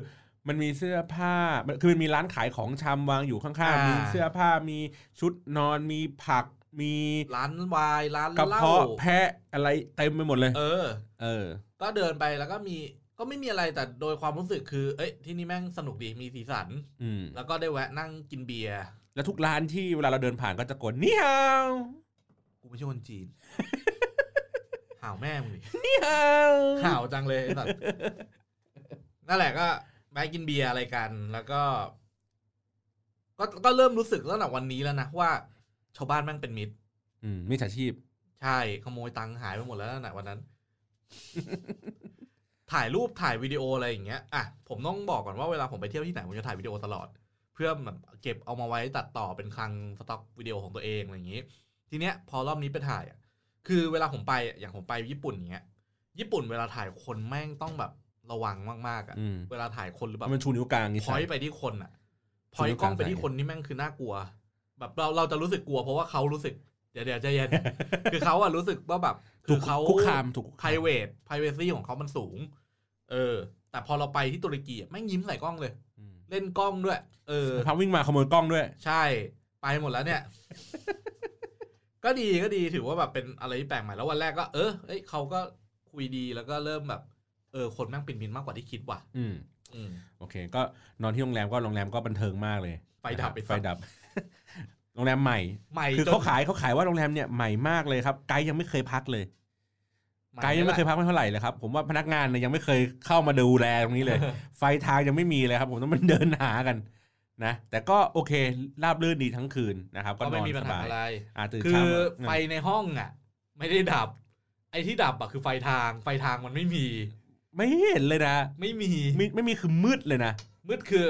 Speaker 1: มันมีเสื้อผ้ามันคือมันมีร้านขายของชำวางอยู่ข้างๆ
Speaker 3: อ่ามี
Speaker 1: มีเสื้อผ้ามีชุดนอนมีผักมี
Speaker 3: ร้านวายร้าน
Speaker 1: กระ
Speaker 3: เหล้า
Speaker 1: เพาะแพะอะไรเต็มไปหมดเลย
Speaker 3: เออ
Speaker 1: เออ
Speaker 3: ก็เดินไปแล้วก็มีก็ไม่มีอะไรแต่โดยความรู้สึกคือ เอ้ยที่นี่แม่งสนุกดีมีสีสัน
Speaker 1: อืม
Speaker 3: แล้วก็ได้แวะนั่งกินเบียร์
Speaker 1: แล้วทุกร้านที่เวลาเราเดินผ่านก็จะกดนี่ฮาว
Speaker 3: กูไม่ใช่คนจีน ห่าวแม่มึงดิ
Speaker 1: นี่ฮาว
Speaker 3: ห่าวจังเลยไอ้สัตว์นั่นแหละก็ไปกินเบียร์อะไรกัน แล้วก็ ก็ก็เริ่มรู้สึกตั้งแต่วันนี้แล้วนะว่า ชาวบ้านแม่งเป็นมิตร
Speaker 1: อืมมิจฉาชีพ
Speaker 3: ใช่ขโมยตังค์หายไปหมดแล้วนั่นนะวัน นั้น ถ่ายรูปถ่ายวิดีโออะไรอย่างเงี้ยอ่ะผมต้องบอกก่อนว่าเวลาผมไปเที่ยวที่ไหนผมจะถ่ายวิดีโอตลอด เพื่อแบบเก็บเอามาไว้ตัดต่อเป็นคลังสต็อกวิดีโอของตัวเองอะไรอย่างงี้ ทีเนี้ยพอรอบนี้ไปถ่ายอ่ะคือเวลาผมไปอ่ะอย่างผมไปญี่ปุ่นอย่างเงี้ย ญี่ปุ่นเวลาถ่ายคนแม่งต้องแบบระวังมากๆอ่ะ
Speaker 1: อืม
Speaker 3: เวลาถ่ายคนหรือแบบ
Speaker 1: มันชูนิ้วกลางนี่
Speaker 3: พอย
Speaker 1: ใช่
Speaker 3: ต์ไปที่คนอ่ะพ
Speaker 1: ชู
Speaker 3: อย
Speaker 1: นิ้
Speaker 3: ต์
Speaker 1: ว
Speaker 3: กล้อง
Speaker 1: ก
Speaker 3: ไป
Speaker 1: ลาง
Speaker 3: ที่
Speaker 1: ใส่
Speaker 3: คนนี่แม่งคือน่ากลัว แบบเราเราจะรู้สึกกลัวเพราะว่าเขารู้สึก เดี๋ยวเดี๋ยวใจ เย็น คือเขาอะรู้สึกว่าแบบ
Speaker 1: ถู
Speaker 3: คื
Speaker 1: ก
Speaker 3: อเขา
Speaker 1: คุกคามถูกคุก
Speaker 3: ไพ
Speaker 1: คาร ม
Speaker 3: เวทไพรเวซีของเขามันสูง เออ แต่พอเราไปที่ตุรกีอะแม่งยิ้มใส่กล้องเลย
Speaker 1: อืม
Speaker 3: เล่นกล้องด้วย เออ
Speaker 1: พาวิ่งมาขโมยกล้องด้วย
Speaker 3: ใช่ไปหมดแล้วเนี่ย ก็ดีก็ดีถือว่าแบบเป็นอะไรที่แปลกใหม่แล้ววันแรกก็เออเอ้ยเขาก็คุยดีแล้วก็เริ่มแบบ เออ คนแม่งปินมินมากกว่าที่คิดว่ะ
Speaker 1: อืม
Speaker 3: อืม
Speaker 1: โอเค ก็นอนที่โรงแรมก็โรงแรมก็บันเทิงมากเลย
Speaker 3: ไฟดับ
Speaker 1: นะฮะ
Speaker 3: ไอ้สั
Speaker 1: ไฟ
Speaker 3: ส
Speaker 1: ดับ โรงแรมใหม่
Speaker 3: ใหม่
Speaker 1: คือ
Speaker 3: จน
Speaker 1: เขาขายเขาขายว่าโรงแรมเนี่ยใหม่มากเลยครับ ไกด์ยังไม่เคยพักเลย
Speaker 3: ใหม่
Speaker 1: ไกด์ยังไม่เคยพักไม่เท่าไหร่เลยครับ ผมว่าพนักงานเนี่ยยังไม่เคยเข้ามาดูแลตรงนี้เลย ไฟทางยังไม่มีเลยครับ ผมต้องมันเดินหากันนะ แต่ก็โอเคราบรื่นดีทั้งคืนนะครับ ก็
Speaker 3: ก็
Speaker 1: น
Speaker 3: ไม่
Speaker 1: อน
Speaker 3: มีปัญ
Speaker 1: ส
Speaker 3: หา
Speaker 1: บาย
Speaker 3: อะไร
Speaker 1: อ่าตื่น
Speaker 3: คื
Speaker 1: เช้า
Speaker 3: อ
Speaker 1: มา
Speaker 3: ไฟในห้องอ่ะ ไม่ได้ดับ ไอ้ที่ดับอะคือไฟทาง ไฟทางมันไม่มี
Speaker 1: ไม่เห็นเลยนะ
Speaker 3: ไม่มี
Speaker 1: ไม่ไม่มีคือมืดเลยนะ
Speaker 3: มืดคือ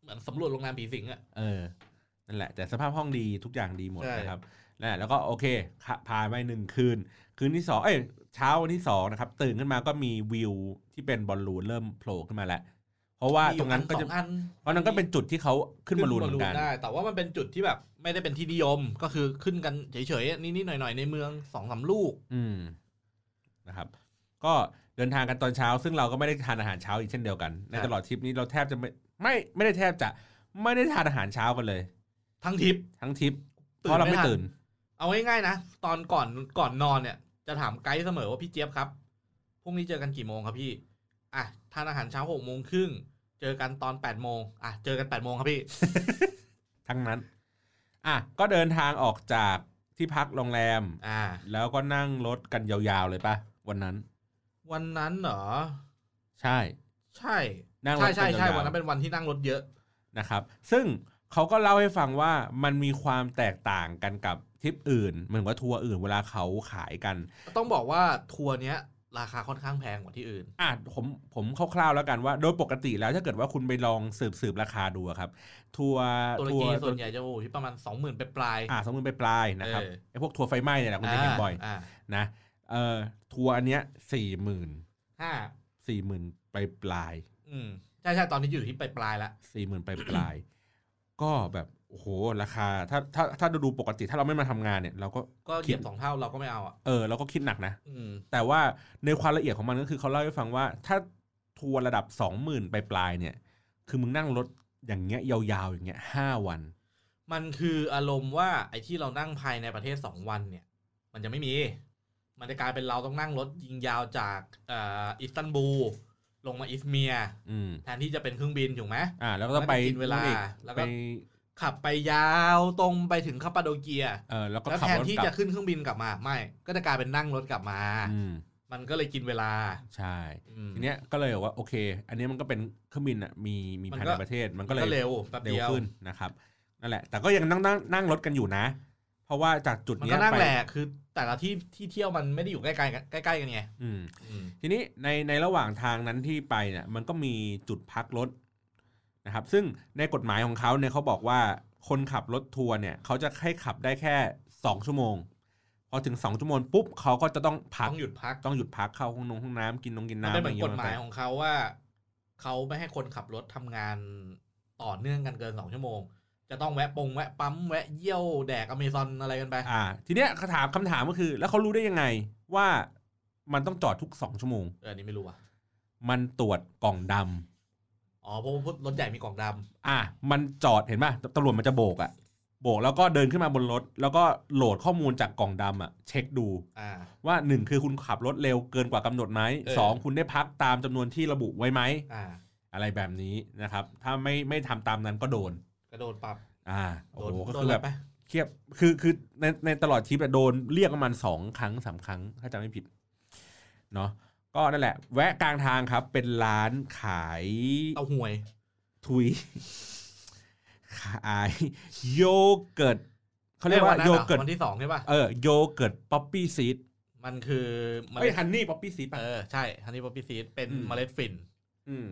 Speaker 3: เหมือนสำรวจโรงงานผีสิงอะ
Speaker 1: เออนั่นแหละ แต่สภาพห้องดีทุกอย่างดีหมด
Speaker 3: ใช่
Speaker 1: นะครับนั่นแหละแล้วก็โอเคค่ะผ่านไปหนึ่งคืน คืนที่สองเอ้ยเช้าวันที่สองนะครับ ตื่นขึ้นมาก็มีวิวที่เป็นบอลลูนเริ่มโผล่ขึ้นมาแล้ว เพราะว่าตรงนั้นก็
Speaker 3: มีอยู่
Speaker 1: จะ
Speaker 3: อัสออัน
Speaker 1: เพราะนั้นก็เป็นจุดที่เขาขึ้นบอลลูนเหมือนกัน
Speaker 3: ได้ แต่ว่ามันเป็นจุดที่แบบ ไม่ได้เป็นที่นิยม ก็คือขึ้นกันเฉยๆนิดๆหน่อยๆในเมืองสองสามลูก
Speaker 1: อืมนะครับ ก็เดินทางกันตอนเช้า ซึ่งเราก็ไม่ได้ทานอาหารเช้าอีกเช่นเดียวกันใน
Speaker 3: ครับ
Speaker 1: ตลอดทริปนี้เราแทบจะไม่ไม่ไม่ได้แทบจะไม่ได้ทานอาหารเช้ากันเลย
Speaker 3: ทั้งทริป
Speaker 1: ทั้งทริปเพ
Speaker 3: ตื่น
Speaker 1: ราะเราไม่
Speaker 3: ไม่ทัน
Speaker 1: ตื่น
Speaker 3: เอาง่ายๆนะ ตอนก่อนก่อนนอนเนี่ย จะถามไกด์เสมอว่าพี่เจี๊ยบครับพรุ่งนี้เจอกันกี่โมงครับพี่ อ่ะทานอาหารเช้าหกโมงครึ่งเจอกันตอนแปดโมงอ่ะเจอกันแปดโมงครับพี่
Speaker 1: ทั้งนั้น อ่ะก็เดินทางออกจากที่พักโรงแรม
Speaker 3: อ่า
Speaker 1: แล้วก็นั่งรถกันยาวๆเลยปะวันนั้น
Speaker 3: วันนั้นเหรอ
Speaker 1: ใช่
Speaker 3: ใช่
Speaker 1: นั่งรถ
Speaker 3: ใช่ใช่ใช่
Speaker 1: ยาวๆ
Speaker 3: วันนั้นเป็นวันที่นั่งรถเยอะ
Speaker 1: นะครับ ซึ่งเขาก็เล่าให้ฟังว่ามันมีความแตกต่างกันกับทริปอื่นเหมือนว่าทัวร์อื่นเวลาเขาขายกัน
Speaker 3: ต้องบอกว่าทัวร์เนี้ย ราคาค่อนข้างแพงกว่าที่อื่น
Speaker 1: อ่ะผมผมคร่าวๆแล้วกันว่า โดยปกติแล้วถ้าเกิดว่าคุณไปลองสืบสืบราคาดูอะครับ ทัวร์
Speaker 3: ตุร
Speaker 1: ทัว
Speaker 3: กี
Speaker 1: ร์
Speaker 3: ส่วนใหญ่จะโอ้โหที่ประมาณสองหมื่นไปปลายๆ
Speaker 1: อ่าสองหมื่นไปปลายๆนะครับ
Speaker 3: เออ
Speaker 1: ไอ้พวกทัวร์ไฟไหม้เนี่ยแหละคุณจะเห็นบ่อย
Speaker 3: อ่า
Speaker 1: นะเอ่อทัวร์อันเนี้ยสี่หมื่น
Speaker 3: ห้า
Speaker 1: สี่หมื่นไปปลาย
Speaker 3: อืมใช่ใช่ตอนนี้อยู่ที่ปลายปลายๆละ
Speaker 1: สี่หมื่นไปปลายๆก็แบบโอ้โหราคาถ้าถ้าถ้าดูปกติถ้าเราไม่มาทำงานเนี่ย เราก็
Speaker 3: ก็เหยียบสองเท่าเราก็ไม่เอาอ่ะ
Speaker 1: เออเราก็คิดหนักนะ
Speaker 3: อืม
Speaker 1: แต่ว่าในความละเอียดของมันก็คือเขาเล่าให้ฟังว่า ถ้าทัวร์ระดับสองหมื่นไปปลายๆเนี่ย คือมึงนั่งรถอย่างเงี้ยยาวๆอย่างเงี้ยห้าวัน
Speaker 3: มันคืออารมณ์ว่าไอ้ที่เรานั่งภายในประเทศสองวันเนี่ย มันจะไม่มี มันจะกลายเป็นเราต้องนั่งรถยิงยาวจากเอ่ออิสตันบูลลงมาอิสเมียร์
Speaker 1: อืม
Speaker 3: แทนที่จะเป็นเครื่องบินถูกไหม
Speaker 1: อ่า แล้วก็ต้องไป
Speaker 3: แล้วก็กินเวลา
Speaker 1: อีก
Speaker 3: แล้วก็
Speaker 1: ไป
Speaker 3: ขับไปยาวตรงไปถึงคาปาโดเกีย
Speaker 1: เออแล้วก็
Speaker 3: แล้ว
Speaker 1: ขับ
Speaker 3: แทน
Speaker 1: รถ
Speaker 3: ที่
Speaker 1: กลั
Speaker 3: จะ
Speaker 1: บ
Speaker 3: ขึ้นเครื่องบินกลับมา ไม่ ก็จะกลายเป็นนั่งรถกลับมา
Speaker 1: อืม
Speaker 3: มันก็เลยกินเวลา
Speaker 1: ใช่
Speaker 3: อืม
Speaker 1: ทีเนี้ยก็เลยบอกว่าโอเค อันเนี้ยมันก็เป็นเครื่องบินอ่ะมีมี
Speaker 3: มัน
Speaker 1: ภาย
Speaker 3: ก็
Speaker 1: ในประเทศมันก็เลย
Speaker 3: เร็วแป๊บ
Speaker 1: เร็ว
Speaker 3: เดียว
Speaker 1: ขึ้นนะครับนั่นแหละ แต่ก็ยังนั่งนั่งนั่งรถกันอยู่นะ เพราะว่าจากจุด
Speaker 3: มัน
Speaker 1: เนี้
Speaker 3: ก็
Speaker 1: ย
Speaker 3: นั่ง
Speaker 1: ไป
Speaker 3: แหละคือแต่ละที่ที่เที่ยวมันไม่ได้อยู่ใกล้ๆกันใกล้ๆกันไง
Speaker 1: อืม ทีนี้ในในระหว่างทางนั้นที่ไปเนี่ยมันก็มีจุดพักรถนะครับ ซึ่งในกฎหมายของเขาเนี่ยเขาบอกว่าคนขับรถทัวร์เนี่ยเขาจะให้ขับได้แค่ 2 ชั่วโมง พอถึง 2 ชั่วโมงปุ๊บเขาก็จะต้องพัก
Speaker 3: ต้องหยุดพัก
Speaker 1: ต้องหยุดพักเข้าห้องนงห้องน้ำกินนงกิน
Speaker 3: มัน
Speaker 1: น้ำ
Speaker 3: เป็นเหมือน
Speaker 1: อะ
Speaker 3: ก
Speaker 1: ไรงงี้
Speaker 3: ฎหมายของเขาว่าเขาไม่ให้คนขับรถทำงานต่อเนื่องกันเกินสองชั่วโมง จะต้องแวะปงแวะปั๊มแวะเยี่ยวแดกอเมซอนอะไรกันไป
Speaker 1: อ่า ทีเนี้ยคำถามคำถามก็คือ แล้วเขารู้ได้ยังไงว่ามันต้องจอดทุก 2 ชั่วโมง
Speaker 3: เอออันนี้ไม่รู้ว่ะ
Speaker 1: มันตรวจกล่องดำ
Speaker 3: อ๋อเพราะว่ารถใหญ่มีกล่องดำ
Speaker 1: อ่ะมันจอดเห็นป่ะตำรวจมันจะโบกอะโบกแล้วก็เดินขึ้นมาบนรถ แล้วก็โหลดข้อมูลจากกล่องดำอะเช็คดู
Speaker 3: อ่า
Speaker 1: ว่าหนึ่งคือคุณขับรถเร็วเกินกว่ากำหนดไหม
Speaker 3: เออ
Speaker 1: สองคุณได้พักตามจำนวนที่ระบุไว้ไหม
Speaker 3: อ่า
Speaker 1: อะไรแบบนี้นะครับ ถ้าไม่ไม่ทำตามนั้นก็โดน
Speaker 3: กระโดดปรับ
Speaker 1: อ่าโอ้
Speaker 3: โดน
Speaker 1: โหก็
Speaker 3: โดน
Speaker 1: คือ
Speaker 3: อะ
Speaker 1: แบบ
Speaker 3: ไรไป
Speaker 1: เครียบคือคือในในตลอดทริปอะโดนเรียกประมาณสองครั้งสามครั้ง ถ้าจำไม่ผิดเนาะก็นั่นแหละ แวะกลางทางครับ เป็นร้านขาย
Speaker 3: เอาหวย
Speaker 1: ทุย ขายโยเกิร์ตเขาเรียกว่า
Speaker 3: อ้นนั้น
Speaker 1: โย
Speaker 3: หอ
Speaker 1: เกิร์ต
Speaker 3: วันที่สองใช่ป่ะ
Speaker 1: เออโยเกิร์ตป๊อปปี้ซีด
Speaker 3: มันคือเม
Speaker 1: เอ้
Speaker 3: ล็
Speaker 1: ย
Speaker 3: ด
Speaker 1: ฮันนี่ป๊อปปี้ซีด
Speaker 3: เออใช่ ฮันนี่ป๊อปปี้ซีดเป็น
Speaker 1: อืม
Speaker 3: เมล็ดฝิ่น
Speaker 1: อืม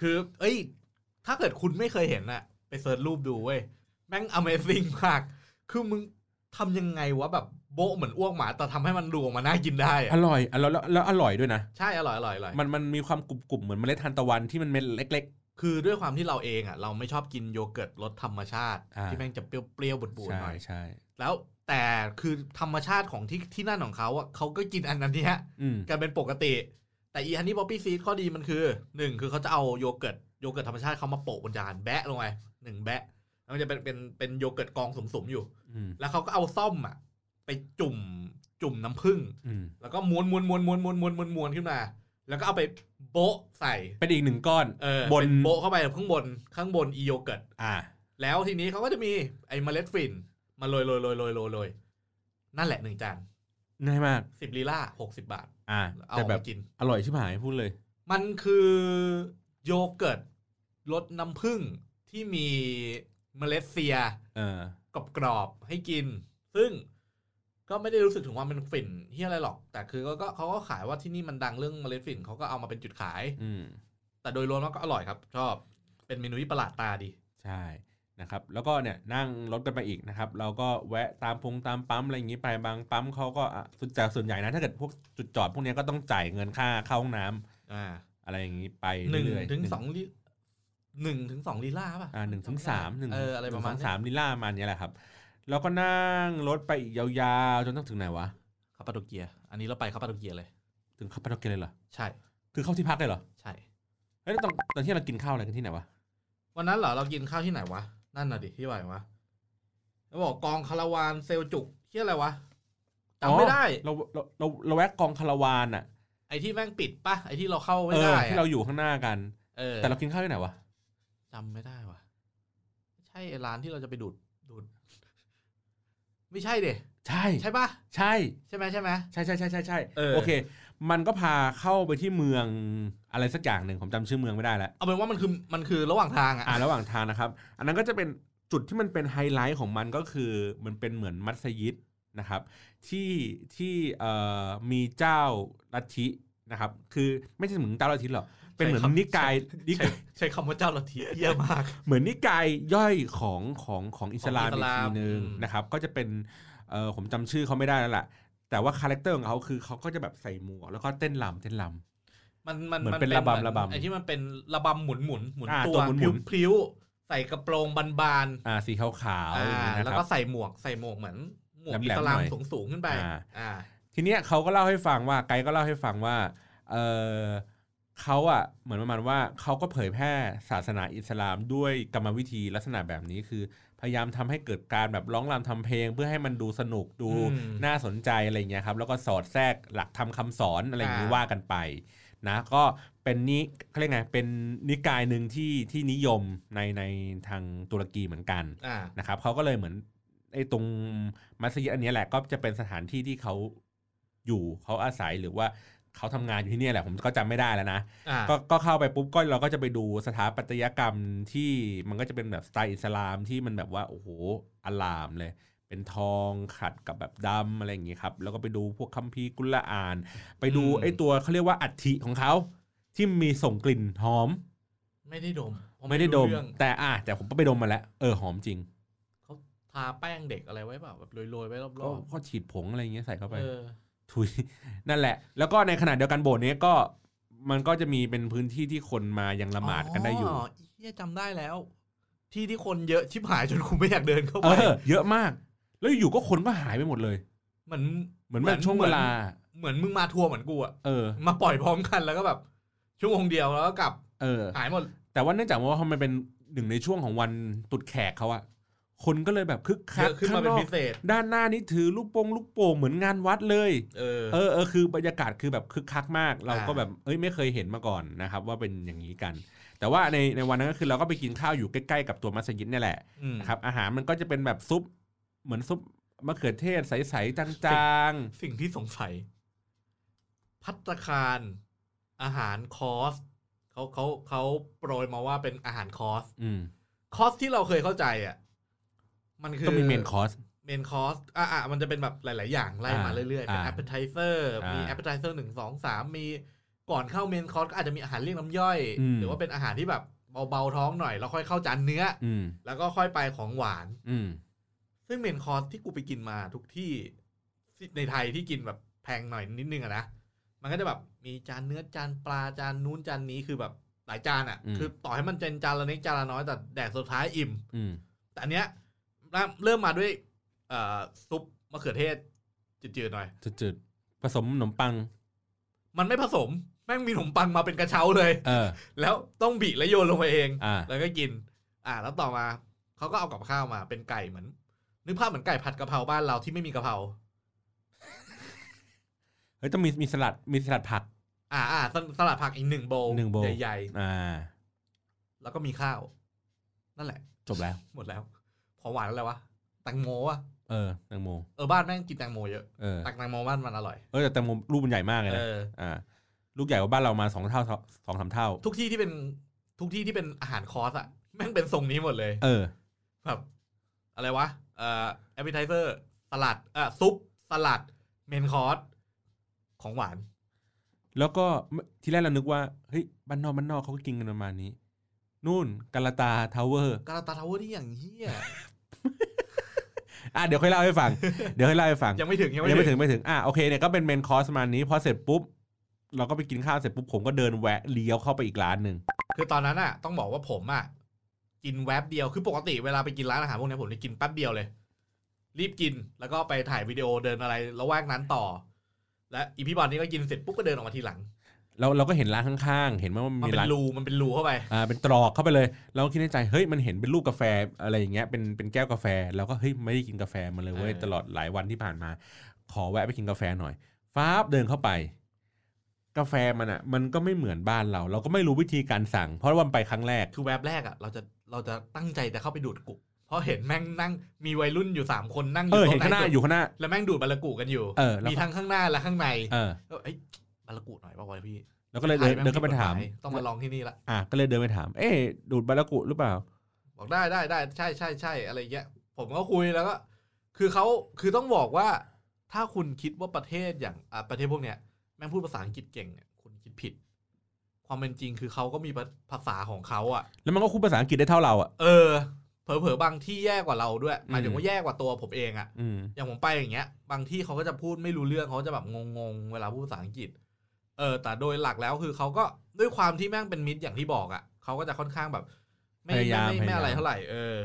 Speaker 3: คือ เอ้ย ถ้าเกิดคุณไม่เคยเห็นอะไปเสิร์ชรูปดูเว้ย แม่ง Amazing มาก คือมึงทำยังไงวะแบบโบะเหมือนอ้วกหมา แต่ทำให้มันดูออกมาน่ากินได้อะ
Speaker 1: อร่อยอ่ะแล้วแล้วแล้วอร่อยด้วยนะ
Speaker 3: ใช่ อร่อยอร่อยอร่อย
Speaker 1: มันมันมีความกรุบกรุบเหมือนเมล็ดทานตะวันที่มันเม็ดเล็ก
Speaker 3: คือด้วยความที่เราเองอะเราไม่ชอบกินโยเกิร์ตรสธรรมชาติ
Speaker 1: อ่า
Speaker 3: ที่แม่งจะเปรี้ยวๆ
Speaker 1: ๆ
Speaker 3: บูดๆหน่อย
Speaker 1: ใช่
Speaker 3: แล้วแต่คือธรรมชาติของที่ที่นั่นของเขาอะเขาก็กินอันนั้นเนี้ย
Speaker 1: อืม
Speaker 3: กันเป็นปกติ แต่อีฮันนี่ป๊อปปี้ซีดข้อดีมันคือหนึ่งคือเขาจะเอาโยเกิร์ตโยเกิร์ตธรรมชาติเขามาโปะบนจานแบะลงไปหนึ่งแบะแล้วมันจะเป็นเป็นเป็นโยเกิร์ตกองสมๆอยู่
Speaker 1: อืม
Speaker 3: แล้วเขาก็เอาซ่อมอ่ะ ไปจุ่มจุ่มน้ำผึ้ง
Speaker 1: อืม
Speaker 3: แล้วก็ม้วนม้วนม้วนม้วนม้วนม้วนม้วนม้วนขึ้นมา แล้วก็เอาไปโบะใส่
Speaker 1: เป็นอีกหนึ่งก้อน
Speaker 3: เออบ
Speaker 1: น
Speaker 3: เป็โบะเข้าไปข้างบนข้างบนอีโยเกิร์ต
Speaker 1: อ่า
Speaker 3: แล้วทีนี้เขาก็จะมีไอ้เมล็ดฝิ่นมาโรยโรยโรยโรยโรยโรยนั่นแหละหนึ่งจาน
Speaker 1: ง่ายมาก
Speaker 3: สิบลีลาหกสิบบาท
Speaker 1: อ่า
Speaker 3: เอา
Speaker 1: แต่
Speaker 3: ออก
Speaker 1: แบบ
Speaker 3: มากิน
Speaker 1: อร่อยชิบหายพูดเลย
Speaker 3: มันคือโยเกิร์ตรสน้ำผึ้งที่มีเมล็ดเซีย
Speaker 1: เออก
Speaker 3: รอบๆให้กิน ซึ่งก็ไม่ได้รู้สึกถึงความเป็นฝิ่นที่อะไรหรอก แต่คือก็ก็เขาก็ขายว่าที่นี่มันดังเรื่องเมล็ดฝิ่นเขาก็เอามาเป็นจุดขาย
Speaker 1: อืม
Speaker 3: แต่โดยรวมแล้วก็อร่อยครับ ชอบเป็นเมนูที่ประหลาดตาดี
Speaker 1: ใช่นะครับ แล้วก็เนี่ยนั่งรถกันไปอีกนะครับ เราก็แวะตามพงตามปั๊มอะไรอย่างนี้ไปบางปั๊มเขาก็อ่ะส่วนจากส่วนใหญ่นะถ้าเกิดพวกจุดจอดพวกเนี้ยก็ต้องจ่ายเงินค่าเข้าห้องน้ำ
Speaker 3: อ่า
Speaker 1: อะไรอย่างนี้ไป
Speaker 3: หนึ่ง
Speaker 1: เรื่ยๆ
Speaker 3: ถึงสองลิหนึ่งถึงสองลีลาป่ะ
Speaker 1: อ่าหนึ่งถึงสามหนึ่ง
Speaker 3: เอออะไรประมาณ
Speaker 1: ห
Speaker 3: เนี้
Speaker 1: นึ่
Speaker 3: ย
Speaker 1: งสามลิล่าประมันเนี้ยแหละครับ แล้วก็นั่งรถไปอีกยาวๆ จนต้องถึงไหนวะ
Speaker 3: คาปาโดเกีย อันนี้เราไปคาปาโดเกียเลย
Speaker 1: ถึงคาปาโดเกียเลยเหรอ
Speaker 3: ใช่
Speaker 1: คือเข้าที่พักเลยเหรอ
Speaker 3: ใช่
Speaker 1: เฮ้ยแล้วตอนตอนที่เรากินข้าวอะไรกันที่ไหนวะ
Speaker 3: วันนั้นเหรอเรากินข้าวที่ไหนวะ นั่นน่ะดิที่ไหนวะแล้วบอกกองคาราวานเซลจุกที่อะไรวะ
Speaker 1: อ๋อ
Speaker 3: จำไม่ได้
Speaker 1: เราเราเราเราแวะกองคาราวานอ่ะ
Speaker 3: ไอ้ที่แม่งปิดปะไอ้ที่เราเข้าไม่
Speaker 1: เออ
Speaker 3: ได้
Speaker 1: ที่
Speaker 3: อะ
Speaker 1: เราอยู่ข้างหน้ากัน
Speaker 3: เออ
Speaker 1: แต่เรากินข้าวที่ไหนวะ
Speaker 3: จำไม่ได้วะใช่ไอ้ร้านที่เราจะไปดูดดูด ไม่ใช่เด็
Speaker 1: ใช่
Speaker 3: ใช่ปะ
Speaker 1: ใช่
Speaker 3: ใช่ไหมใช่ไหม
Speaker 1: ใช่ใช่ใช่ใช่ใช่
Speaker 3: เออ
Speaker 1: โอเค มันก็พาเข้าไปที่เมืองอะไรสักอย่างหนึ่งผมจำชื่อเมืองไม่ได้แล้ว
Speaker 3: เอาเป็นว่ามันคือมันคือระหว่างทางอะ
Speaker 1: อ่าระหว่างทางนะครับ อันนั้นก็จะเป็นจุดที่มันเป็นไฮไลท์ของมันก็คือมันเป็นเหมือนมัสยิดนะครับ ที่ที่เอ่อมีเจ้าลัทธินะครับ คือไม่ใช่เหมือนเจ้าลัทธิหรอกเป็นเหมือนนิกายนิ
Speaker 3: ใช้ใช้คำว่าเจ้าลัทธิเยี่ยมาก
Speaker 1: เหมือนนิกายย่อยของของของอิสลาม
Speaker 3: ของอิ
Speaker 1: อีก
Speaker 3: สลาม
Speaker 1: ทีหนึ่ง
Speaker 3: อืม
Speaker 1: นะครับ ก็จะเป็นเอ่อผมจำชื่อเขาไม่ได้แล้วล่ะแต่ว่าคาแรคเตอร์ของเขาคือเขาก็จะแบบใส่หมวกแล้วก็เต้นลำเต้นลำ
Speaker 3: มันมัน
Speaker 1: เหมือนเป็นระบำ
Speaker 3: หอ
Speaker 1: ระบำ
Speaker 3: ไอ้ที่มันเป็นระบำหมุนหมุนหมุน
Speaker 1: อ่า
Speaker 3: ตั
Speaker 1: ตัว
Speaker 3: ว
Speaker 1: หมุนหมุ
Speaker 3: พลิ้วน พลิ้วใส่กระโปรงบานๆ
Speaker 1: อ่าสีขาวๆอย่าง
Speaker 3: อ่า
Speaker 1: นี้นะ
Speaker 3: แล้ว
Speaker 1: ค
Speaker 3: ก็
Speaker 1: รับ
Speaker 3: ใส่หมวกใส่หมวกเหมือนหมวก
Speaker 1: แหลมๆ
Speaker 3: อิสลาม
Speaker 1: หน่อย
Speaker 3: สูงสูงๆขึ้นไป
Speaker 1: อ่า
Speaker 3: อ่า
Speaker 1: ทีเนี้ยเขาก็เล่าให้ฟังว่าไกด์ก็เล่าให้ฟังว่า เออเขาอะเหมือนประมาณว่าเขาก็เผยแพร่ศาสนาอิสลามด้วยกรรมวิธีลักษณะแบบนี้คือ พยายามทำให้เกิดการแบบร้องรำทำเพลง เพื่อให้มันดูสนุกดู
Speaker 3: อืม
Speaker 1: น่าสนใจอะไรเงี้ยครับ แล้วก็สอดแทรกหลักธรรมคำสอนอะไรอย่างนี้
Speaker 3: อ่า
Speaker 1: ว่ากันไปนะก็เป็นนิเขาเรียกไงเป็นนิกายหนึ่งที่ที่นิยมในในทางตุรกีเหมือนกัน
Speaker 3: อ่า
Speaker 1: นะครับเขาก็เลยเหมือนไอ้ตรงมัสยิดอันเนี้ยแหละก็จะเป็นสถานที่ที่เขาอยู่เขาอาศัยหรือว่าเขาทำงานอยู่ที่เนี่ยแหละผมก็จำไม่ได้แล้วนะ
Speaker 3: อ่า
Speaker 1: ก็ก็เข้าไปปุ๊บก็เราก็จะไปดูสถาปัตยกรรมที่มันก็จะเป็นแบบสไตล์อิสลามที่มันแบบว่าโอ้โหอลามเลย ไป เป็นทองขัดกับแบบดำอะไรอย่างงี้ครับแล้วก็ไปดูพวกคัมภีร์กุลอ่าน ไปดู
Speaker 3: อืม
Speaker 1: ไอ้ตัวเขาเรียกว่าอัฐิของเขาที่มีส่งกลิ่นหอม
Speaker 3: ไม่ได้ดมเพราะ
Speaker 1: ไม่ได้ดม
Speaker 3: รู้เรื่อง
Speaker 1: แต่อ่ะแต่ผมก็ไปดมมาแล้วเออหอมจริง
Speaker 3: เขาทาแป้งเด็กอะไรไว้เปล่าแบบโรยๆไว้รอบ
Speaker 1: ก็ก็ฉีดผงอะไรอย่างเงี้ยใส่เข้า
Speaker 3: ๆ
Speaker 1: ไป
Speaker 3: เออ
Speaker 1: ถุย นั่นแหละ แล้วก็ในขณะเดียวกันโบสถ์เนี้ยก็มันก็จะมีเป็นพื้นที่ที่คนมายังละหมาดกันได้อยู่
Speaker 3: เฮียจำได้แล้ว ที่ที่คนเยอะชิบหายจนคุณไม่อยากเดินเข้า
Speaker 1: เอ
Speaker 3: ไป
Speaker 1: อ เยอะมาก แล้วอยู่ก็คนก็หายไปหมดเลย
Speaker 3: เหมือน
Speaker 1: เหมือนแบบช่วง
Speaker 3: เหมื
Speaker 1: เว
Speaker 3: อน
Speaker 1: ลา
Speaker 3: เหมือนมึงมาทัวร์เหมือนกูอะ
Speaker 1: เออ
Speaker 3: มาปล่อยพร้อมกันแล้วก็แบบชั่วโมงเดียวแล้วก็กลับ
Speaker 1: เออ
Speaker 3: หายหมด
Speaker 1: แต่ว่าเนื่องจากว่ามันเป็นหนึ่งในช่วงของวันตรุดแขกเขาอะคนก็เลยแบบคึกคั
Speaker 3: เย
Speaker 1: ก
Speaker 3: อะขึ้
Speaker 1: ข้าม
Speaker 3: นางเป็น น
Speaker 1: อก
Speaker 3: พิเศษ
Speaker 1: ด้านหน้านี่ถือลูกโป่งลูกโป่งเหมือนงานวัดเลย
Speaker 3: เออ
Speaker 1: เออเออคือบรรยากาศคือแบบคึกคักมาก เราก็
Speaker 3: อ่า
Speaker 1: แบบเอ้ยไม่เคยเห็นมาก่อนนะครับ ว่าเป็นอย่างนี้กัน แต่ว่าในในวันนั้นก็คือเราก็ไปกินข้าวอยู่ใกล้ๆกับตัวมัสยิดเนี่ยแหละ
Speaker 3: ม
Speaker 1: นะครับอาหารมันก็จะเป็นแบบซุป เหมือนซุปมะเขือเทศใสๆจาง
Speaker 3: สิ่งที่สงสัย พัตตาคาร อาหารคอร์สเขาเขาเขาโปรยมาว่าเป็นอาหารคอร์ส
Speaker 1: ๆอืม
Speaker 3: คอร์สที่เราเคยเข้าใจอ่ะ มันคือ
Speaker 1: ก็มีเมนคอร์ส
Speaker 3: เมนคอร์สอ่ะอ่ะมันจะเป็นแบบหลาย ๆ อย่างไล่มา
Speaker 1: อ่า
Speaker 3: เรื่อย ๆ เป็น
Speaker 1: อ่า
Speaker 3: แอปเป z e r เซอร์
Speaker 1: อ่ามี
Speaker 3: มีแอปเป z e r เซอร์หนึ่งสองสามมีก่อนเข้าเมนคอร์สก็อาจจะมีอาหารเรียกน้ำย่อย
Speaker 1: อืม
Speaker 3: หรือว่าเป็นอาหารที่แบบเบา ๆ ท้องหน่อย แล้วค่อยเข้าจานเนื้อ
Speaker 1: อืม
Speaker 3: แล้วก็ค่อยไปของหวาน
Speaker 1: อืม
Speaker 3: ซึ่งเมนคอร์สที่กูไปกินมาทุกที่ที่ในไทยที่กินแบบแพงหน่อยนิดนึงอะนะ มันก็จะแบบมีจานเนื้อจานปลาจานนู้นจานนี้คือแบบหลายจานอะ
Speaker 1: อืม
Speaker 3: คือต่อให้มันเจนจานละนิดจานละน้อยแต่แดกสุดท้ายอิ่ม
Speaker 1: อืม
Speaker 3: แต่อันเนี้ยเริ่มเริ่มมาด้วยเอ่อซุปมะเขือเทศจืดๆหน่อย
Speaker 1: จืดๆผสมขนมปัง
Speaker 3: มันไม่ผสม แม่งมีขนมปังมาเป็นกระเช้าเลย
Speaker 1: เออ
Speaker 3: แล้วต้องบีแล้วโยนลงไปเอง
Speaker 1: อ่า
Speaker 3: แล้วก็กิน อ่า แล้วต่อมาเขาก็เอากับข้าวมาเป็นไก่เหมือนนึกภาพเหมือนไก่ผัดกะเพราบ้านเราที่ไม่มีกะเพรา
Speaker 1: เฮ้ยต้องมีมีสลัดมีสลัดผัก
Speaker 3: อ่าอ่าสสลัดผักอีกหนึ่งโบ
Speaker 1: หนึ่งโบว์
Speaker 3: ใหญ่
Speaker 1: อ่า
Speaker 3: ๆแล้วก็มีข้าว นั่นแหละ
Speaker 1: จบแล้ว
Speaker 3: หมดแล้วของหวานอะไรวะแตงโมอะ
Speaker 1: เออแตงโม
Speaker 3: เออบ้านแม่งกินแตงโมเยอะ
Speaker 1: เออ
Speaker 3: ตักแตงโมบ้านมันอร่อย
Speaker 1: เออแต่แตงโมลูกมันใหญ่มากเลย
Speaker 3: เอ
Speaker 1: นะ
Speaker 3: อ
Speaker 1: อ่า ลูกใหญ่กว่าบ้านเรามาสองเท่าสองสามเท่า
Speaker 3: ทุกที่ที่เป็นทุกที่ที่เป็นอาหารคอร์สอะแม่งเป็นทรงนี้หมดเลย
Speaker 1: เออ
Speaker 3: แบบ อะไรวะเอ่อแอปเปิลไทเซอร์สลัดเอ่อซุปสลัดเมนคอร์สของหวาน
Speaker 1: แล้วก็ทีแรกเรานึกว่าเฮ้ยบ้านนอกบ้านนอกเขาก็กินกันประมาณนี้ นู่นกาลาตาทาวเวอร์
Speaker 3: กาลาตาทาวเวอร์นี่อย่างเฮีย
Speaker 1: อ่ะเดี๋ยวค่อยเล่าให้ฟัง เดี๋ยวค่อยเล่าให้ฟัง
Speaker 3: ยังไม่ถึง ยัง
Speaker 1: ยัง
Speaker 3: ไม่
Speaker 1: ไม่
Speaker 3: ถึ
Speaker 1: ถึ
Speaker 3: ง
Speaker 1: งไม่ถึง อ่ะโอเคเนี่ยก็เป็นเมนคอร์สประมาณนี้พอเสร็จปุ๊บ เราก็ไปกินข้าวเสร็จปุ๊บผมก็เดินแวะเลี้ยวเข้าไปอีกร้านหนึ่ง
Speaker 3: คือตอนนั้นอะต้องบอกว่าผมอะกินแวบเดียวคือปกติเวลาไปกินร้านอาหารพวกเนี้ยผมจะกินแป๊บเดียวเลย รีบกินแล้วก็ไปถ่ายวิดีโอเดินอะไรระแวกนั้นต่อ และอีพี่บอลนี่ก็กินเสร็จปุ๊บก็เดินออกมาทีหลัง
Speaker 1: เราเราก็เห็นร้านข้างๆ เห็นว่ามัน
Speaker 3: มัน
Speaker 1: มี
Speaker 3: เป็
Speaker 1: ร้าน
Speaker 3: นรูมันเป็นรูเข้าไป
Speaker 1: อ่าเป็นตรอกเข้าไปเลย เราก็คิดในใจเฮ้ยมันเห็นเป็นรูปกาแฟอะไรอย่างเงี้ยเป็นเป็นแก้วกาแฟเราก็เฮ้ยไม่ได้กินกาแฟมาเลยเว้ย
Speaker 3: เออ
Speaker 1: ตลอดหลายวันที่ผ่านมา ขอแวะไปกินกาแฟหน่อยฟ้าบเดินเข้าไป กาแฟมันอ่ะ มันก็ไม่เหมือนบ้านเรา เราก็ไม่รู้วิธีการสั่ง เพราะว่ามันไปครั้งแรก
Speaker 3: คือแวบแรกอะเราจะเราจะตั้งใจจะเข้าไปดูดกุเพราะเห็นแม่งนั่งมีวัยรุ่นอยู่สามคนนั่งอ
Speaker 1: เอยู่ อเห็นข้างหน้า
Speaker 3: โต๊ะใต้
Speaker 1: อยู่ข้างหน้า
Speaker 3: แล้วแม่งดูดบาลากุกันอยู่
Speaker 1: เออแล้วก็
Speaker 3: มีทั้งข้างหน้าและข้างใน
Speaker 1: เออ
Speaker 3: ก็เอ้ยบาลากุหน่อยป่าววะพี่
Speaker 1: แล้วก็เลยเดิน
Speaker 3: ไทแม่ง
Speaker 1: เดินเข้าไปถาม
Speaker 3: กฎหยต้องมาลองที่นี่ละ
Speaker 1: อ่ะก็เลยเดินไปถาม เอ๊ะดูดบารากุหรือเปล่า
Speaker 3: บอกได้ได้ได้ใช่ใช่ใช่อะไรเงี้ยผมก็คุยแล้วก็ คือเขาคือต้องบอกว่า ถ้าคุณคิดว่าประเทศอย่างอ่ะประเทศพวกเนี้ยแม่งพูดภาษาอังกฤษเก่งเนี่ยคุณคิดผิด ความเป็นจริงคือเขาก็มีภาษาของเขาอะ
Speaker 1: แล้วมันก็คูดภาษาอังกฤษได้เท่าเราอ่ะ
Speaker 3: เออเผลอๆบางที่แย่กว่าเราด้วยหมายถึงว่าแย่กว่าตัวผมเองอะ
Speaker 1: อืม
Speaker 3: อย่างผมไปอย่างเงี้ย บางที่เขาก็จะพูดไม่รู้เรื่องเขาจะแบบงงๆเวลาพูดภาษาอังกฤษ เออ แต่โดยหลักแล้วคือเขาก็ด้วยความที่แม่งเป็นมิตรอย่างที่บอกอะเขาก็จะค่อนข้างแบบ ไม่
Speaker 1: พยายาม
Speaker 3: ไม่ไม่ไม่อะไร
Speaker 1: พยายาม
Speaker 3: เท่าไหร่เออ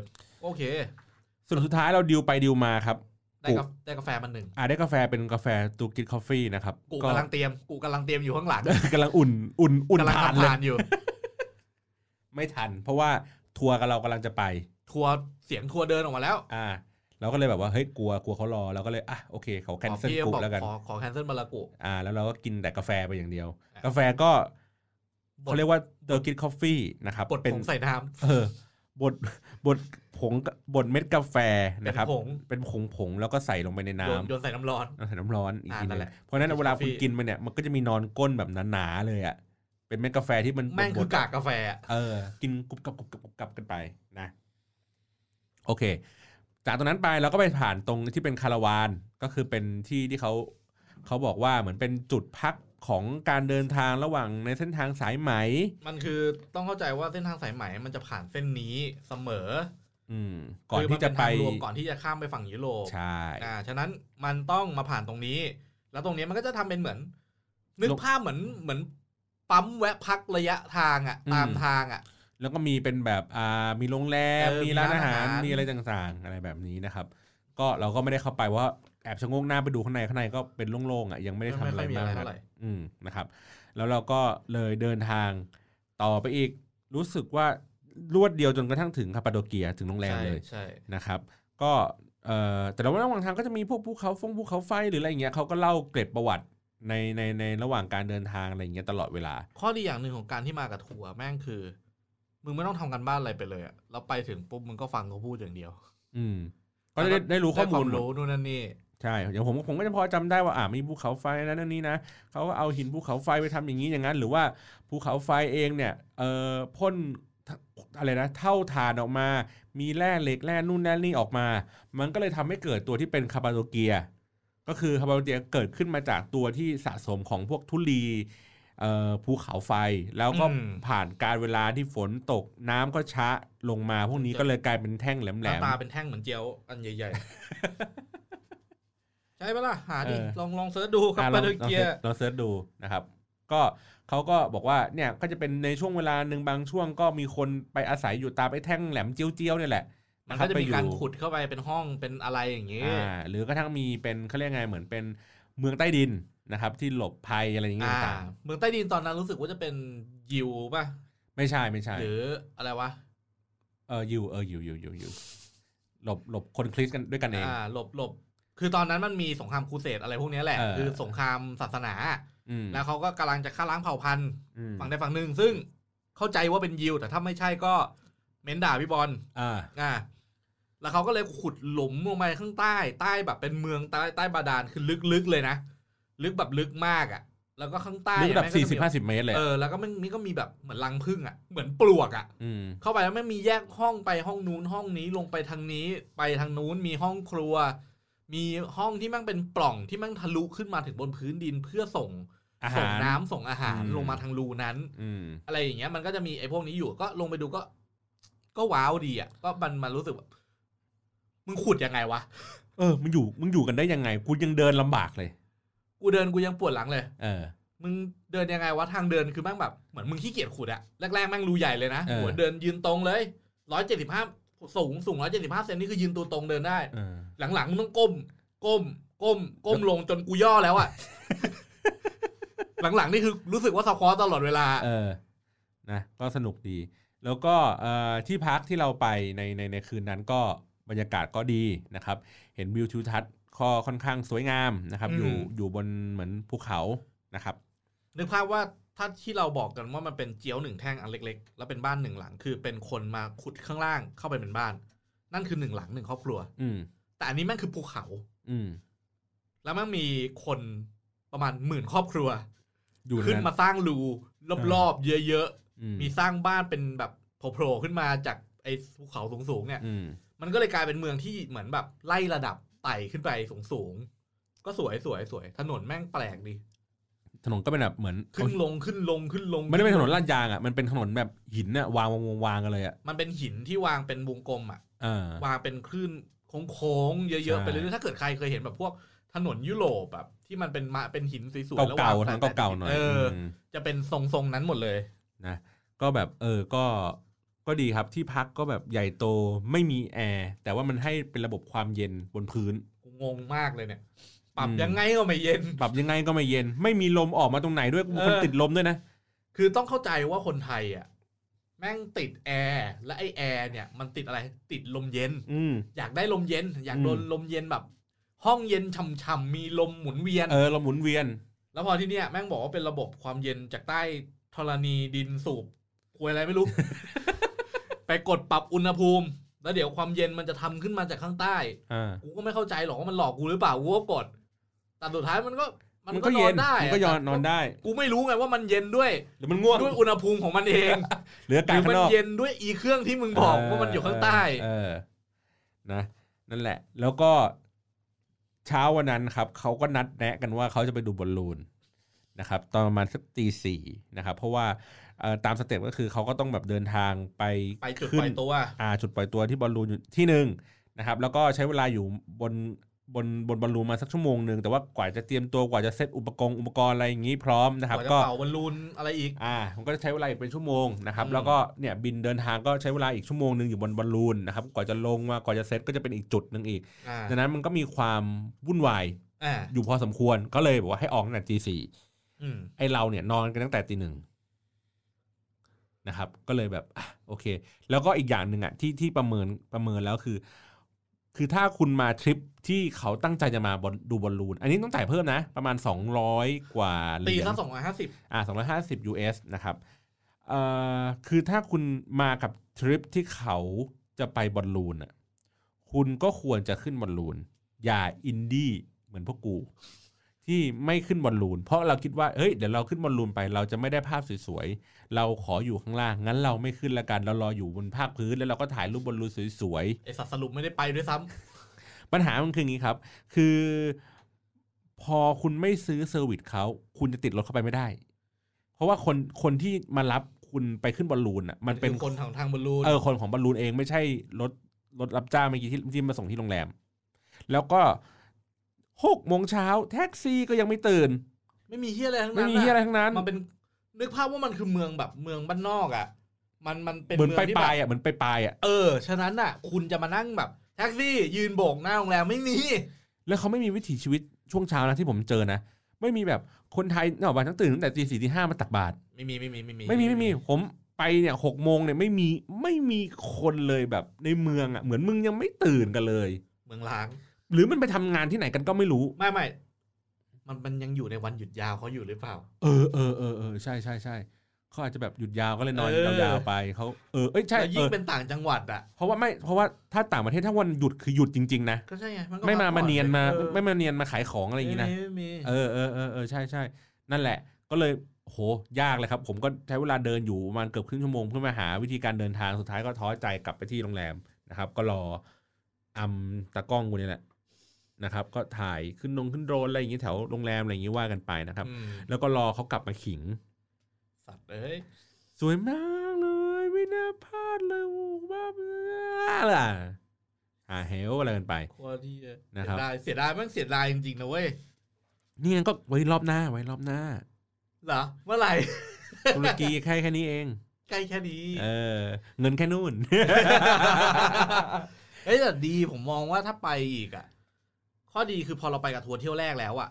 Speaker 3: โอเค
Speaker 1: ส่วนสุดท้ายเราดิวไปดิวมาครับ
Speaker 3: ได้กาได้กาแฟมันหนึ่ง
Speaker 1: อ่าได้กาแฟเป็นกาแฟตูกิดคอฟฟี่นะครับ
Speaker 3: กูกำลังเตรียมกูกำลังเตรียมอยู่ ข้างหลัง
Speaker 1: กำลังอุ่น อุ่น อุ่น
Speaker 3: กำลัง
Speaker 1: ทาน
Speaker 3: ทำ
Speaker 1: เลย
Speaker 3: ทานอยู่
Speaker 1: ไม่ทัน เพราะว่าทัวร์กับเรากำลังจะไป
Speaker 3: ทัวร์เสียงทัวร์เดินออกมาแล้ว
Speaker 1: อ่า เราก็เลยแบบว่า เฮ้ย กลัว กลัวเขารอ เราก็เลย อ่ะ โอเค เขาแคนเซิล
Speaker 3: พี่
Speaker 1: กรุ๊
Speaker 3: บอก
Speaker 1: แล้วกัน
Speaker 3: ขอขอแคนเซิลบาลากุ
Speaker 1: อ่า แล้วเราก็กินแต่กาแฟไปอย่างเดียว
Speaker 3: อ่ะ
Speaker 1: กาแฟก็
Speaker 3: บ
Speaker 1: เขา
Speaker 3: ด
Speaker 1: เรียกว่าเตอร์กิดคอฟฟี่นะครับ
Speaker 3: บด
Speaker 1: เป็น
Speaker 3: ผงใส่น้
Speaker 1: เออ บด บดผง บดเม็ดกาแฟ
Speaker 3: ำเป็
Speaker 1: นะ
Speaker 3: น
Speaker 1: ครับ
Speaker 3: ผง
Speaker 1: เป็นผงผงๆแล้วก็ใส่ลงไปใน
Speaker 3: โย
Speaker 1: น้ำ
Speaker 3: นโยนใส่น้ำร้อน
Speaker 1: น้ำใส่น้ำร้อนอีก
Speaker 3: อ่า
Speaker 1: ที
Speaker 3: นั่
Speaker 1: นึง
Speaker 3: นแหละ
Speaker 1: เพราะฉะนั้นเวลาคุณ
Speaker 3: คอฟฟี่
Speaker 1: กินมันเนี่ยมันก็จะมีนอนก้นแบบหนาๆเลยอ่ะเป็นเม็ดกาแฟที่มัน
Speaker 3: แม่
Speaker 1: บ
Speaker 3: ง
Speaker 1: ดๆ
Speaker 3: คือกากกาแฟอะ
Speaker 1: เออ กินกรุบกรับกรุบกรับกรุบกรับกันไปนะ โอเค จากตรงนั้นไปเราก็ไปผ่านตรงที่เป็นคาราวานก็คือเป็นที่ที่เขาเขาบอกว่าเหมือนเป็นจุดพักของการเดินทางระหว่างในเส้นทางสายไหม
Speaker 3: มันคือต้องเข้าใจว่าเส้นทางสายไหมมันจะผ่านเส้นนี้เสมอ
Speaker 1: อืม ก่อน
Speaker 3: คืมั
Speaker 1: ที่จะ
Speaker 3: เน
Speaker 1: ไป
Speaker 3: ทางรวมก่อนที่จะข้ามไปฝั่งยุโรป
Speaker 1: ใช่
Speaker 3: อ่าฉะนั้นมันต้องมาผ่านตรงนี้ แล้วตรงนี้มันก็จะทำเป็นเหมือน นึกภาพเหมือนเหมือนปั๊มแวะพักระยะทางอ่ะ ตามทางอ่ะ
Speaker 1: แล้วก็มีเป็นแบบอ่ามีโรงแรม
Speaker 3: เออ
Speaker 1: มีร้านอาหาร
Speaker 3: มีร้านอาหาร
Speaker 1: มีอะไรต่างๆ อะไรแบบนี้นะครับ ก็เราก็ไม่ได้เข้าไปเพราะว่าแอบชะโงกหน้าไปดูข้างในข้างในก็เป็นโล่งๆอ่ะยังไม่ได้ทำอะไร
Speaker 3: ค่ย
Speaker 1: มากนะ
Speaker 3: เท่าไหร่
Speaker 1: อืมนะครับ แล้วเราก็เลยเดินทางต่อไปอีก รู้สึกว่ารวดเดียวจนกระทั่งถึงคาปาโดเกียถึงโรงแรม
Speaker 3: ใช่
Speaker 1: เลย
Speaker 3: ใช่
Speaker 1: นะครับ ก็เอ่อแต่ว่าระหว่างทางก็จะมีพวกภูเขาฟงภูเขาไฟหรืออะไรอย่างเงี้ยเขาก็เล่าเกร็ดประวัติในในในระหว่างการเดินทางอะไรอย่างเงี้ยตลอดเวลา
Speaker 3: ข้อดีอย่างหนึ่งของการที่มากับทัวร์แม่งคือ มึงไม่ต้องทำกันบ้านอะไรไปเลยอะแล้วไปถึงปุ๊บมึงก็ฟังเขาพูดอย่างเดียว
Speaker 1: อืม ก็ได้ได้รู้ข้อมูล
Speaker 3: ได้
Speaker 1: หม
Speaker 3: ค
Speaker 1: ด
Speaker 3: วารู้นู่นนั่นนี่
Speaker 1: ใช่อย่างผมผมก็จะพอจำได้ว่าอ่ามีภูเขาไฟนะนั่นนี่นะเขาก็เอาหินภูเขาไฟไปทำอย่างนี้อย่างนั้น หรือว่าภูเขาไฟเองเนี่ยเอ่อพ่นทอะไรนะเท่าฐานออกมา มีแร่เหล็กแร่นู่นแร่นี่ออกมา มันก็เลยทำให้เกิดตัวที่เป็นคาบาโดเกีย ก็คือคาบาโดเกียเกิดขึ้นมาจากตัวที่สะสมของพวกทุลีเอ่อภูเขาไฟแล้วก็
Speaker 3: อืม
Speaker 1: ผ่านการเวลาที่ฝนตกน้ำก็ชะลงมาพวกนี้ก็เลยกลายเป็นแท่ง
Speaker 3: ห
Speaker 1: แหล
Speaker 3: น้าม ตาเป็นแท่งเหมือนเจียวอันใหญ่ ๆ ใช่ปะล่ะ หาดิ
Speaker 1: เออ
Speaker 3: ลองลองเสิร์ชดูครับ
Speaker 1: อ่ะล
Speaker 3: ปา
Speaker 1: อง
Speaker 3: เดอร์เกียร์
Speaker 1: ลองเสิร์ชดูนะครับ ก็เขาก็บอกว่าเนี่ยก็จะเป็นในช่วงเวลาหนึ่งบางช่วงก็มีคนไปอาศัยอยู่ตามไอ้แท่งแหลมเจียวๆเนี่ยแหละ
Speaker 3: มันก็จะมี
Speaker 1: นคบ
Speaker 3: การ
Speaker 1: ไปอยู่
Speaker 3: ขุดเข้าไปเป็นห้องเป็นอะไรอย่างเงี้ย
Speaker 1: อ่าหรือกระทั่งมีเป็นเขาเรียกไงเหมือนเป็นเมืองใต้ดินนะครับ ที่หลบภัยอะไรอย่างเงี้ย
Speaker 3: อ่า
Speaker 1: ต่าง
Speaker 3: เมืองใต้ดินตอนนั้นรู้สึกว่าจะเป็นยิวป่ะ
Speaker 1: ๆไม่ใช่ไม่ใช่
Speaker 3: หรืออะไรวะ
Speaker 1: เอออยู่เอออยู่อยู่อยู่อยู่หลบหลบคนคริสต์กันด้วยกันเอง
Speaker 3: อ่า หลบหลบ คือตอนนั้นมันมีสงครามครูเสดอะไรพวกเนี้ยแหละ
Speaker 1: เออ
Speaker 3: คือสงครามศาสนา
Speaker 1: อืม
Speaker 3: แล้วเขาก็กำลังจะฆ่าล้างเผ่าพันธุ์
Speaker 1: อืม
Speaker 3: ฝั่งใดฝั่งหนึ่ง ซึ่งเข้าใจว่าเป็นยิว แต่ถ้าไม่ใช่ก็เม้นด่าพี่บอล
Speaker 1: อ่า
Speaker 3: อ่า แล้วเขาก็เลยขุดหลุมลงไปข้างใต้ ใต้แบบเป็นเมืองใต้ใต้บาดาลคือลึกๆเลยนะ ลึกแบบลึกมากอ่ะ แล้วก็ข้างใต้
Speaker 1: ลึกระดับ
Speaker 3: แม่ง
Speaker 1: สี่สิบ
Speaker 3: ก็
Speaker 1: ห้า
Speaker 3: จะมี
Speaker 1: สิบเมตรเลย
Speaker 3: เออ แล้วก็มันมีก็มีแบบเหมือนรังผึ้งอ่ะ เหมือนปลวกอ่ะ
Speaker 1: อืม
Speaker 3: เข้าไปแล้วไม่งมีแยกห้องไปห้องนู้นห้องนี้ลงไปทางนี้ ไปทางนู้นมีห้องครัว มีห้องที่แมั่งเป็นปล่องที่แมั่งทะลุขึ้นมาถึงบนพื้นดินเพื่อส่ง
Speaker 1: อา
Speaker 3: ส่
Speaker 1: หาง ร
Speaker 3: น้ำส่งอาหาร
Speaker 1: อืม
Speaker 3: ลงมาทางรูนั้น
Speaker 1: อืม
Speaker 3: อะไรอย่างเงี้ยมันก็จะมีไอ้พวกนี้อยู่ก็ลงไปดูก็ ก็ว้าวดีอ่ะก็มันมันรู้สึกว่ามึงขุดยังไงวะ
Speaker 1: เออมึงอยู่มึงอยู่กันได้ยังไงกูยังเดินลำบากเลย
Speaker 3: กูเดินกูยังปวดหลังเลย
Speaker 1: เออ
Speaker 3: มึงเดินยังไงวะทางเดินคือแม่งแบบเหมือนมึงขี้เกียจขุดอะแรกๆแม่งรูใหญ่เลยนะ
Speaker 1: เออ
Speaker 3: หัวเดินยืนตรงเลยร้อยเจ็ดสิบห้าสูงสูงร้อยเจ็ดสิบห้าเซนนี่คือยืนตัวตรงเดินได้
Speaker 1: เออ
Speaker 3: หลังๆมึงต้องก้ม ก้ม ก้ม ก้มลงจนกูย่อแล้วอะ หลังๆนี่คือรู้สึกว่าสควอตตลอดเวลา
Speaker 1: เออ นะ ก็สนุกดี แล้วก็เอ่อที่พักที่เราไปในในในคืนนั้นก็บรรยากาศก็ดีนะครับ เห็นวิวทิวทัศน์ก็ค่อนข้างสวยงามนะครับ
Speaker 3: อื
Speaker 1: อ
Speaker 3: ม
Speaker 1: ยู่อยู่บนเหมือนภูเขานะครับ
Speaker 3: นึกภาพว่าถ้าที่เราบอกกันว่ามันเป็นเจียวหนึ่งแท่งอันเล็ก ๆ แล้วเป็นบ้านหนึ่งหลัง คือเป็นคนมาขุดข้างล่างเข้าไปเป็นบ้าน นั่นคือหนึ่งหลังหนึ่งครอบครัว
Speaker 1: อืม
Speaker 3: แต่อันนี้แม่งคือภูเขา
Speaker 1: อืม
Speaker 3: แล้วแม่งมีคนประมาณหมื่นครอบครัว
Speaker 1: อยู่
Speaker 3: ขึ้น
Speaker 1: ในั้น
Speaker 3: มาสร้างรูรอบๆเยอะ
Speaker 1: อืม
Speaker 3: ๆมีสร้างบ้านเป็นแบบโผล่ๆขึ้นมาจากไอ้ภูเขาสูงๆเนี่ย
Speaker 1: อืม
Speaker 3: มันก็เลยกลายเป็นเมืองที่เหมือนแบบไล่ระดับไต่ขึ้นไปสูงสูงๆก็สวยสวยสวยถนนแม่งแปลกดิ
Speaker 1: ถนนก็เป็นแบบเหมือน
Speaker 3: ขึ้นลงขึ้นลงขึ้นลง
Speaker 1: ไม่ได้เป็นถนนลาดยางอ่ะ มันเป็นถนนแบบหินน่ะวางวางวางวางกันเลยอ่ะ
Speaker 3: มันเป็นหินที่วางเป็นวงกลมอ่ะ
Speaker 1: เออ
Speaker 3: วางเป็นคลื่นโค้งๆเยอะ
Speaker 1: ใช่
Speaker 3: ๆไปเรื่อยๆถ้าเกิดใครเคยเห็นแบบพวกถนนยุโรปแบบที่มันเป็นมาเป็นหินสวยๆแล้ว
Speaker 1: เก่าว
Speaker 3: ง
Speaker 1: ๆถนนเก่าๆหน่อย
Speaker 3: เอออ
Speaker 1: ม
Speaker 3: จะเป็นทรงๆนั้นหมดเลย
Speaker 1: นะก็แบบเออก็ก็ดีครับที่พักก็แบบใหญ่โตไม่มีแอร์แต่ว่ามันให้เป็นระบบความเย็นบนพื้น
Speaker 3: กูงงมากเลยเนี่ย ปรับ
Speaker 1: อืม
Speaker 3: ยังไงก็ไม่เย็น
Speaker 1: ปรับยังไงก็ไม่เย็น ไม่มีลมออกมาตรงไหนด้วยกูเป็น
Speaker 3: เออ
Speaker 1: คนติดลมด้วยนะ
Speaker 3: คือต้องเข้าใจว่าคนไทยอ่ะแม่งติดแอร์และไอแอร์เนี่ย มันติดอะไรติดลมเย็น
Speaker 1: อืม
Speaker 3: อยากได้ลมเย็น อยาก
Speaker 1: อืม
Speaker 3: โดนลมเย็นแบบ ห้องเย็นฉ่ำๆมีลมหมุนเวียน
Speaker 1: เออเราหมุนเวียน
Speaker 3: แล้วพอที่เนี่ยแม่งบอกว่าเป็นระบบความเย็นจากใต้ธรณีดินสูบควยอะไรไม่รู้ ไปกดปรับอุณหภูมิ แล้วเดี๋ยวความเย็นมันจะทำขึ้นมาจากข้างใต้
Speaker 1: อ่า
Speaker 3: กูก็ไม่เข้าใจหรอกว่ามันหลอกกูหรือเปล่ากูก็กดแต่สุดท้ายมันก็
Speaker 1: มั
Speaker 3: มัน น
Speaker 1: ก็
Speaker 3: ก็น
Speaker 1: เย็
Speaker 3: อน นได้
Speaker 1: มันก็ยอน
Speaker 3: แต่
Speaker 1: นอนได้
Speaker 3: กูไม่รู้ไงว่ามันเย็นด้วย
Speaker 1: หรือมันง่วง
Speaker 3: ด้วยอุณหภูมิของมันเอง
Speaker 1: หรืออา
Speaker 3: ห
Speaker 1: กาศ
Speaker 3: รือ
Speaker 1: ข้า
Speaker 3: มัน
Speaker 1: งนอก
Speaker 3: เย็นด้วยอีเครื่องที่มึงบอกว่ามันอยู่ข้างใต้
Speaker 1: เออเออนะ นั่นแหละ แล้วก็เช้าวันนั้นครับเขาก็นัดแนะกันว่าเขาจะไปดูบอลลูนนะครับ ตอนประมาณสักตีสี่นะครับ เพราะว่าเอ่อตามสเต็ปก็คือเขาก็ต้องแบบเดินทางไป
Speaker 3: ไปจุด
Speaker 1: ขึ้น
Speaker 3: ปล่อยตัว
Speaker 1: อ่าจุดปล่อยตัวที่บอลลูนอยู่ที่หนึ่งนะครับ แล้วก็ใช้เวลาอยู่บนบนบนบอลลูนมาสักชั่วโมงหนึ่งแต่ว่ากว่าจะเตรียมตัวกว่าจะเซตอุปกรณ์อุปกรณ์อะไรอย่างนี้พร้อมนะ
Speaker 3: ก
Speaker 1: ครับ
Speaker 3: ว่าจะ
Speaker 1: ก็
Speaker 3: เป่าบอลลูนอะไรอีก
Speaker 1: อ่ามันก็จะใช้เวลาอีกเป็นชั่วโมงนะครับ
Speaker 3: อืม
Speaker 1: แล้วก็เนี่ยบินเดินทางก็ใช้เวลาอีกชั่วโมงหนึ่งอยู่บนบอลลูนนะครับกว่าจะลงมากว่าจะเซตก็จะเป็นอีกจุดหนึ่งอีก
Speaker 3: อ่า
Speaker 1: ดังนั้นมันก็มีความวุ่นวาย
Speaker 3: อ่า
Speaker 1: อยู่พอสมควรก็เลยบอกว่าให้ออกตั้งแต่ตีสี่
Speaker 3: อืม
Speaker 1: ไอเราเนี่ยนอนกันตั้งแต่ตีหนึ่งนะครับ ก็เลยแบบอ่ะโอเค แล้วก็อีกอย่างหนึ่งอ่ะที่ที่ประเมินประเมินแล้วคือ คือถ้าคุณมาทริปที่เขาตั้งใจจะมาบอลดูบอลลูน อันนี้ต้องจ่ายเพิ่มนะ ประมาณ 200 กว่าเห
Speaker 3: ตี
Speaker 1: รียญ
Speaker 3: ซะสองร้อยห้าสิบ
Speaker 1: อ่า250 US นะครับเอ่อคือถ้าคุณมากับทริปที่เขาจะไปบอลลูนอ่ะคุณก็ควรจะขึ้นบอลลูน อย่าอินดี้เหมือนพวกกู ที่ไม่ขึ้นบอลลูน เพราะเราคิดว่าเฮ้ยเดี๋ยวเราขึ้นบอลลูนไป เราจะไม่ได้ภาพสวยๆเราขออยู่ข้างล่าง งั้นเราไม่ขึ้นละกัน เรารออยู่บนภาคพื้น แล้วเราก็ถ่ายรูปบอลลูนสวยๆ
Speaker 3: ไอสัตว์สรุปไม่ได้ไปด้วยซ้ำ
Speaker 1: ปัญหามันคืออย่างนี้ครับ คือพอคุณไม่ซื้อเซอร์วิสเขา คุณจะติดรถเข้าไปไม่ได้ เพราะว่าคนคนที่มารับคุณไปขึ้นบอลลูนอ่ะ มันเป็น
Speaker 3: คือคนทางทางบอลลูน
Speaker 1: เออคนของบอลลูนเองไม่ใช่รถรถรับจ้างเมื่อกี้ที่ที่มาส่งที่โรงแรม แล้วก็หกโมงเช้าแท็กซี่ก็ยังไม่ตื่น
Speaker 3: ไม่มีเฮียอะไรทั้ง
Speaker 1: ไม่
Speaker 3: นั้น
Speaker 1: มีเหี้ยอะไรทั้งนั้น
Speaker 3: มันเป็นนึกภาพว่ามันคือเมืองแบบเมืองบ้านนอกอ่ะ มันมันเป็น
Speaker 1: เหมือน
Speaker 3: เมือ
Speaker 1: ไป
Speaker 3: งที่
Speaker 1: ป
Speaker 3: แบ
Speaker 1: ลาย
Speaker 3: บ
Speaker 1: ๆอ่ะเหมือนไปปลายๆอ่ะ
Speaker 3: เออฉะนั้นอ่ะ คุณจะมานั่งแบบแท็กซี่ยืนโบกหน้าโรงแรมไม่มี
Speaker 1: แล้วเขาไม่มีวิถีชีวิตช่วงเช้านะที่ผมเจอนะไม่มีแบบคนไทยเนาะวันทั้งตื่นตั้งแต่ตีสี่ตีห้ามาตักบาตร
Speaker 3: ไม่มีไม่มีไม่มี
Speaker 1: ไม่มีไม่มีผมไปเนี่ยหกโมงเนี่ยไม่มีไม่มีคนเลยแบบในเมืองอ่ะเหมือนมึงยังไม่ตื่นกันเลย
Speaker 3: เมืองล้าง
Speaker 1: หรือมันไปทำงานที่ไหนกันก็ไม่รู้
Speaker 3: ไม่ไม่ มันมันยังอยู่ในวันหยุดยาวเขาอยู่หรือเปล่า
Speaker 1: เออเออเออเออใช่ใช่ใช่เขาอาจจะแบบหยุดยาวก็เลยนอน
Speaker 3: เออ
Speaker 1: ยาวๆไปเขาเออเอ้ยใช่
Speaker 3: แล้วยิ่
Speaker 1: เอง อ
Speaker 3: เป็นต่างจังหวัดอ่ะ
Speaker 1: เพราะว่าไม่เพราะว่าถ้าต่างประเทศถ้าวันหยุดคือหยุดจริงๆนะ
Speaker 3: ก็ใช่ไงนก็
Speaker 1: ไม่มา
Speaker 3: พักผ่อ
Speaker 1: มาเนียนมา
Speaker 3: ออ
Speaker 1: ไม่มาเนียนมาขายของอะไรอย่างงี้นะ
Speaker 3: ไม่มี
Speaker 1: เออเออเออเออใช่ใช่นั่นแหละ ก็เลยโหยากเลยครับ ผมก็ใช้เวลาเดินอยู่ประมาณเกือบครึ่งชั่วโมงเพื่อมาหาวิธีการเดินทางสุดท้ายก็ท้อใจกลับไปที่โรงแรมนะครับ ก็รออำตากล้องกูนี่แหละนะครับ ก็ถ่ายขึ้นนงขึ้นโดรนอะไรอย่างนี้แถวโรงแรมอะไรอย่างนี้ว่ากันไปนะครับ
Speaker 3: อืม
Speaker 1: แล้วก็รอเขากลับมาขิง
Speaker 3: สัตว์เอ้ย
Speaker 1: สวยมากเลยไม่น่าพลาดเลยโอ้โหบ้าบอล่ะหาเฮลอะไรกันไป
Speaker 3: โคตรที่
Speaker 1: นะค
Speaker 3: เสี
Speaker 1: รั
Speaker 3: ย
Speaker 1: บ
Speaker 3: ดายเสียดายแมันเสียดายจริงๆนะเว้ย
Speaker 1: นี่งั้นก็ไว้รอบหน้าไว้รอบหน้า
Speaker 3: เหรอเมื่อไหร่
Speaker 1: ตุรกีแค่แค่นี้เอง
Speaker 3: ใกล้แค่นี้
Speaker 1: เออเงินแค่นู่น
Speaker 3: เอ้ยแต่ดีผมมองว่าถ้าไปอีกอ่ะ ข้อดีคือพอเราไปกับทัวร์เที่ยวแรกแล้วอ่ะ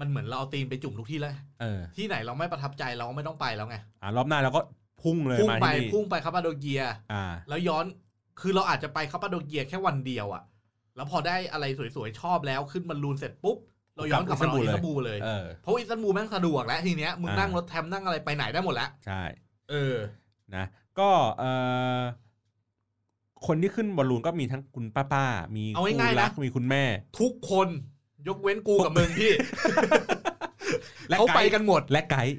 Speaker 3: มันเหมือนเราเอาตีนไปจุ่มทุกที่แล้ว
Speaker 1: เออ
Speaker 3: ที่ไหนเราไม่ประทับใจเราก็ไม่ต้องไปแล้วไง
Speaker 1: อ่ะรอบหน้าเราก็พุ่งเลย
Speaker 3: พุ่ง
Speaker 1: มา
Speaker 3: ไป
Speaker 1: ที่นี่
Speaker 3: พุ่งไปคาปาโดเกีย
Speaker 1: อ่า
Speaker 3: แล้วย้อน คือเราอาจจะไปคาปาโดเกียแค่วันเดียวอะแล้วพอได้อะไรสวยๆ ชอบแล้วขึ้นบอลลูนเสร็จปุ๊บ เราย้อนกลับมาลอ
Speaker 1: ก
Speaker 3: ง
Speaker 1: ลับ
Speaker 3: อิ
Speaker 1: อิ
Speaker 3: ส
Speaker 1: ส
Speaker 3: ตัน
Speaker 1: ตันบู
Speaker 3: บูล
Speaker 1: ล
Speaker 3: เลย
Speaker 1: เออ
Speaker 3: เพราะอิสตันบูลแม่งสะดวกแล้วทีเนี้ย มึงนั่งรถแทมนั่งอะไรไปไหนได้หมดแล้ว
Speaker 1: ใช่
Speaker 3: เออ
Speaker 1: นะ ก็เออคนที่ขึ้นบอลลูนก็มีทั้งคุณป้าป้าๆมี
Speaker 3: เอา
Speaker 1: คู่
Speaker 3: ง่ายๆนะ
Speaker 1: รักมีคุณแม่
Speaker 3: ทุกคนยกเว้นกูกับมึงพี่
Speaker 1: และ
Speaker 3: เขาไป
Speaker 1: ไกด์
Speaker 3: กันหมด
Speaker 1: และไกด์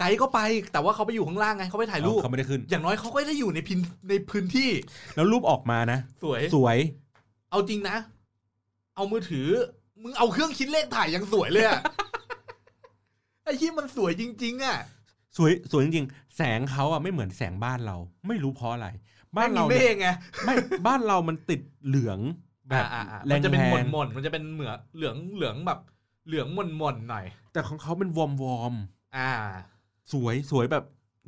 Speaker 3: ไกด์ก็ไป แต่ว่าเขาไปอยู่ข้างล่างไงเขาไปถ่ายรูป
Speaker 1: เขาไม่ได้ขึ้น
Speaker 3: อย่างน้อยเขาก็ได้อยู่ในพินในพื้นที่
Speaker 1: แล้วรูปออกมานะ
Speaker 3: สวย
Speaker 1: สวย
Speaker 3: เอาจริงนะ เอามือถือ มึงเอาเครื่องคิดเลขถ่ายยังสวยเลย อะ ไอ้ที่มันสวยจริง ๆอะ
Speaker 1: สวยสวยจริงๆแสงเขาอ่ะไม่เหมือนแสงบ้านเรา ไม่รู้เพราะอะไร บ้านเรา
Speaker 3: ไม่มี
Speaker 1: เนี่ย
Speaker 3: เมฆไง
Speaker 1: ไม่บ้านเรามันติดเหลืองแบบ
Speaker 3: อ่าอ่า
Speaker 1: แร
Speaker 3: มั
Speaker 1: ง
Speaker 3: นจะเป็นหม่น
Speaker 1: ๆ
Speaker 3: หม่นๆมันจะเป็นเหมือเหลืองเหลืองแบบเหลืองหม่นหม่นๆหน่อย
Speaker 1: แต่ของเขาเป็นวอมวอมๆ
Speaker 3: อ่า
Speaker 1: สวยสวยแบบ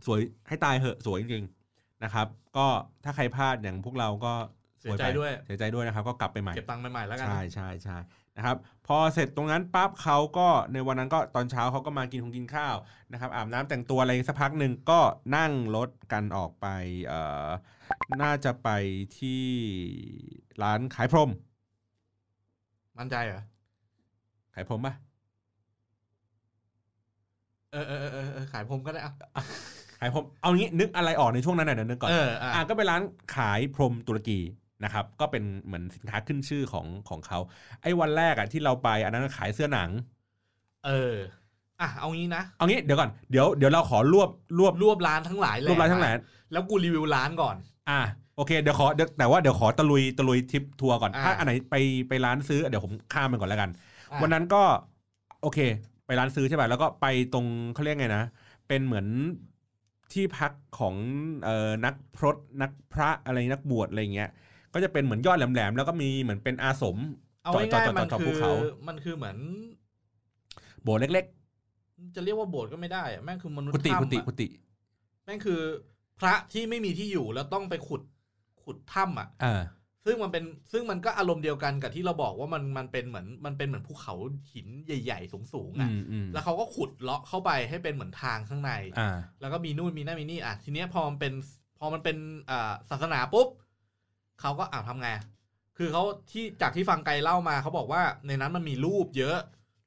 Speaker 1: สวยให้ตายเหอะสวยจริงๆนะครับ ก็ถ้าใครพลาดอย่างพวกเราก็สไป
Speaker 3: เสียใจด้วย
Speaker 1: เสียใจด้วยนะครับ ก็กลับไปใหม่
Speaker 3: เก็บตังค์ใหม่ๆแล้วกัน
Speaker 1: ใช่ใช่ใช่นะครับ พอเสร็จตรงนั้นปั๊บเขาก็ในวันนั้นก็ตอนเช้าเขาก็มากินของกินข้าวนะครับ อาบน้ำแต่งตัวอะไรสักพักหนึ่งก็นั่งรถกันออกไปเอ่อน่าจะไปที่ร้านขายพรม
Speaker 3: มั่นใจเหรอ
Speaker 1: ขายพรมปะ
Speaker 3: เออเออเออเออเออขายผมก็ได้อะ
Speaker 1: ขายพรมเอางี้นึกอะไรออกในช่วงนั้นหน่อยเดี๋ยวนึกก่อน
Speaker 3: เอออ่ะ
Speaker 1: อ่ะก็เป็นร้านขายพรมตุรกีนะครับ ก็เป็นเหมือนสินค้าขึ้นชื่อของของเขา ไอ้วันแรกอ่ะที่เราไปอันนั้นขายเสื้อหนัง
Speaker 3: เอออ่ะเอางี้นะ
Speaker 1: เอางี้เดี๋ยวก่อนเดี๋ยวเดี๋ยวเราขอรวบรวบ
Speaker 3: รวบร้านทั้งหลายแหละ
Speaker 1: รวบร้านทั้งหลาย
Speaker 3: แล้วกูรีวิวร้านก่อน
Speaker 1: อ่ะ โอเคเดี๋ยวขอเดี๋ยวแต่ว่าเดี๋ยวขอตะลุยตะลุยทริปทัวร์ก่อน
Speaker 3: อ่า
Speaker 1: ถ้าอันไหนไปไปร้านซื้อเดี๋ยวผมข้ามไปก่อนแล้วกัน
Speaker 3: อ่า
Speaker 1: วันนั้นก็ โอเค ไปร้านซื้อใช่ป่ะแล้วก็ไปตรงเขาเรียกไงนะ เป็นเหมือนที่พักของเอ่อนักพรตนักพระอะไรนักบวชอะไรเงี้ย ก็จะเป็นเหมือนยอดแหลมๆแล้วก็มีเหมือนเป็นอาสม
Speaker 3: เอา
Speaker 1: จอดจอด
Speaker 3: ง่ายๆมัน
Speaker 1: จอด
Speaker 3: คื
Speaker 1: ภู
Speaker 3: อ
Speaker 1: เขา
Speaker 3: มันคือเหมือน
Speaker 1: โบสถ์เล็ก
Speaker 3: จะเรียกว่าโบสถ์ก็ไม่ได้อะแม่งคือมนุษ
Speaker 1: ๆ
Speaker 3: ย์
Speaker 1: กุฏิ
Speaker 3: ถ้ำ
Speaker 1: กุฏิ
Speaker 3: อะ
Speaker 1: กุฏิ
Speaker 3: แม่งคือพระที่ไม่มีที่อยู่แล้วต้องไปขุดขุดถ้ำอ่ะ
Speaker 1: อ่า
Speaker 3: ซึ่งมันเป็นซึ่งมันก็อารมณ์เดียวกันกับที่เราบอกว่ามันมันเป็นเหมือนมันเป็นเหมือนภูเขาหินใหญ่ ๆ สูงๆ
Speaker 1: อื
Speaker 3: อ่ะ
Speaker 1: มอืม
Speaker 3: แล้วเขาก็ขุดเลาะเข้าไปให้เป็นเหมือนทางข้างใน
Speaker 1: อ่า
Speaker 3: แล้วก็มีนู่นมีนั่นมีนี่อ่ะทีเนี้ยพอมันเป็นพอมันเป็นอ่าศาสนาปุ๊บเขาก็อ่าทำไงอ่ะคือเขาที่จากที่ฟังไกลเล่ามาเขาบอกว่าในนั้นมันมีรูปเยอะ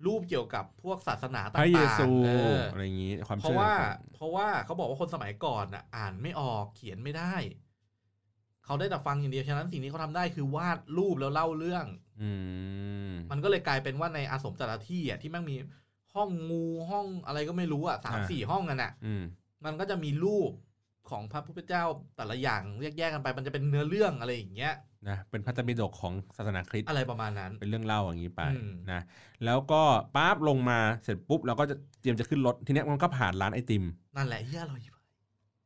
Speaker 3: รูปเกี่ยวกับพวกศาสนา
Speaker 1: พ
Speaker 3: ต่างๆ
Speaker 1: ระเยซู
Speaker 3: เออ
Speaker 1: อะไรอย่างงี้ความ
Speaker 3: เพ
Speaker 1: เชื่อ
Speaker 3: ราะว่า
Speaker 1: ต่ง
Speaker 3: เพราะว่าเขาบอกว่าคนสมัยก่อนอ่ะ อ่านไม่ออกเขียนไม่ได้ เขาได้แต่ฟังอย่างเดียวฉะนั้นสิ่งที่เขาทำได้คือวาดรูปแล้วเล่าเรื่อง
Speaker 1: ๆอืม
Speaker 3: มันก็เลยกลายเป็นว่าในอาสมแต่ละที่อ่ะที่แม่งมีห้องงูห้องอะไรก็ไม่รู้อ่ะสาม
Speaker 1: อ่า
Speaker 3: สี่ห้องกันอ่ะ
Speaker 1: อืม
Speaker 3: มันก็จะมีรูปของพระพุทธเจ้าแต่ละอย่างแยกๆกันไปมันจะเป็นเนื้อเรื่องอะไรอย่างเงี้ย
Speaker 1: นะเป็นพระธรรมิดกของศาสนาคริสต์
Speaker 3: อะไรประมาณนั้น
Speaker 1: เป็นเรื่องเล่าอย่างนี้ไป
Speaker 3: อืม
Speaker 1: นะแล้วก็ปั๊บลงมาเสร็จปุ๊บเราก็จะเตรียมจะขึ้นรถทีเนี้ยมันก็ผ่านร้านไอติม
Speaker 3: นั่นแหละเฮียอร่อยชิบหาย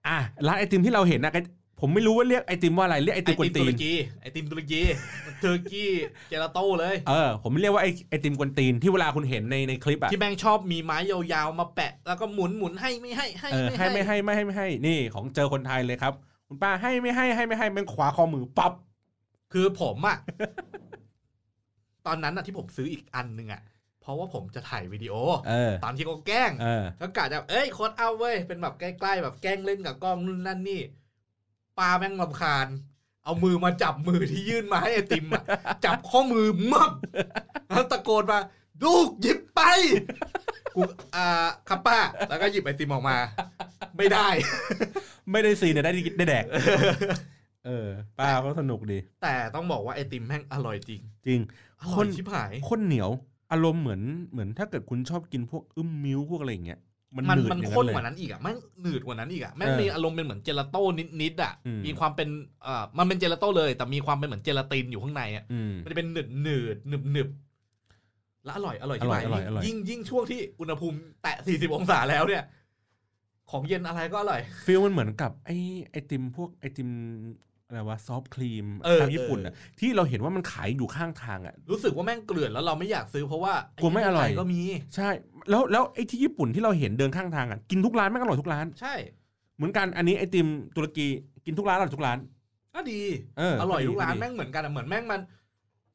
Speaker 1: อ่ะร้านไอติมที่เราเห็นนะไอ้ผมไม่รู้ว่าเรียกไอติมว่าอะไรเรียกไอ
Speaker 3: ไอ
Speaker 1: ติม
Speaker 3: ติม
Speaker 1: กวน
Speaker 3: ตุ
Speaker 1: ตี
Speaker 3: ร
Speaker 1: น
Speaker 3: กีไอติมตุรกีเทอร์กี้เจลาโต้เลย
Speaker 1: เออผมเรียกว่าไอไอติมกวนตีนที่เวลาคุณเห็นในในคลิปอ่ะ
Speaker 3: ที่แม่งชอบมีไม้ยาวๆมาแปะ แล้วก็หมุนหมุนๆให้ไม่ให้ให้
Speaker 1: เออ
Speaker 3: ไม่
Speaker 1: ให้ไม่ให้ไม่ให้ไม่ให้นี่ของเจอคนไทยเลยครับคุณป้าให้ไม่ให้ให้ไม่ให้แม่งขวาข้อมือปั๊บ
Speaker 3: คือผมอะ ตอนนั้นอะที่ผมซื้ออีกอันหนึงอะเพราะว่าผมจะถ่ายวิดีโอ
Speaker 1: เออ
Speaker 3: ตามที่เขาแกล้ง
Speaker 1: เออ
Speaker 3: แล้วกะจะเอ้ยโคดเอาเว้ย เป็นแบบใกล้ๆแบบแกล้งเล่นกับกล้องนู่นนั่นนี่ปลาแม่งลำคาญ เอามือมาจับมือที่ยื่นมาให้ไอติม อะจับข้อมือมับแล้วตะโกนมา ลูกหยิบไปกูอ่าครับป้า แล้วก็หยิบไอติมออกมา ไม่ได้
Speaker 1: ไม่ได้ซีนเนี่ยได้ได้แดก เออ ป้าก็สนุกดี
Speaker 3: แต่ต้องบอกว่าไอติมแม่งอร่อยจริง
Speaker 1: จริง
Speaker 3: อร่อยชิบหาย
Speaker 1: ข้นเหนียวอารมณ์เหมือนเหมือนถ้าเกิดคุณชอบกินพวกอึ้มมิ้วพวกอะไรอย่างเงี้ยมัน
Speaker 3: มัน
Speaker 1: หนืด
Speaker 3: มัน
Speaker 1: อย่าง
Speaker 3: ข้น
Speaker 1: เลย
Speaker 3: กว่านั้นอีกอ่ะแม่งหนืดกว่านั้นอีกอ่ะแม่ง
Speaker 1: เออ
Speaker 3: มีอารมณ์เป็นเหมือนเจลาโต้นิดๆอ่ะ
Speaker 1: อืม
Speaker 3: มีความเป็นเอ่อมันเป็นเจลาโต้เลย แต่มีความเป็นเหมือนเจลาตินอยู่ข้างในอ่ะ
Speaker 1: อืม
Speaker 3: มันจะเป็นหนืดหนืดหนึบหนึบและอร่อยอร่อย
Speaker 1: อร่อย
Speaker 3: ที่
Speaker 1: อ
Speaker 3: ไหน
Speaker 1: ร่อยอร่อย
Speaker 3: ยิ่งยิ่งช่วงที่อุณหภูมิแตะ 40 องศาแล้วเนี่ย ของเย็นอะไรก็อร่อย
Speaker 1: ฟีลมันเหมือนกับไอไอติมพวกไอติมอะไรวะซอฟต์ครีม
Speaker 3: เออ
Speaker 1: ทางญี่ปุ่นอ่ะที่เราเห็นว่ามันขายอยู่ข้างทางอ่ะ
Speaker 3: รู้สึกว่าแม่งเกลื่อนแล้วเราไม่อยากซื้อเพราะว่าก
Speaker 1: ลัวไม่อร่อย
Speaker 3: ก็มี
Speaker 1: ใช่แล้วแล้วไอที่ญี่ปุ่นที่เราเห็นเดินข้างทางอ่ะกินทุกร้านแม่งอร่อยทุกร้าน
Speaker 3: ใช่
Speaker 1: เหมือนกันอันนี้ไอติมตุรกีกินทุกร้านอร่อยทุกร้าน
Speaker 3: ก็ดี
Speaker 1: เออ
Speaker 3: ร่อยทุกร้าน
Speaker 1: ดี
Speaker 3: แม่งเหมือนกันอะเหมือนแม่งมัน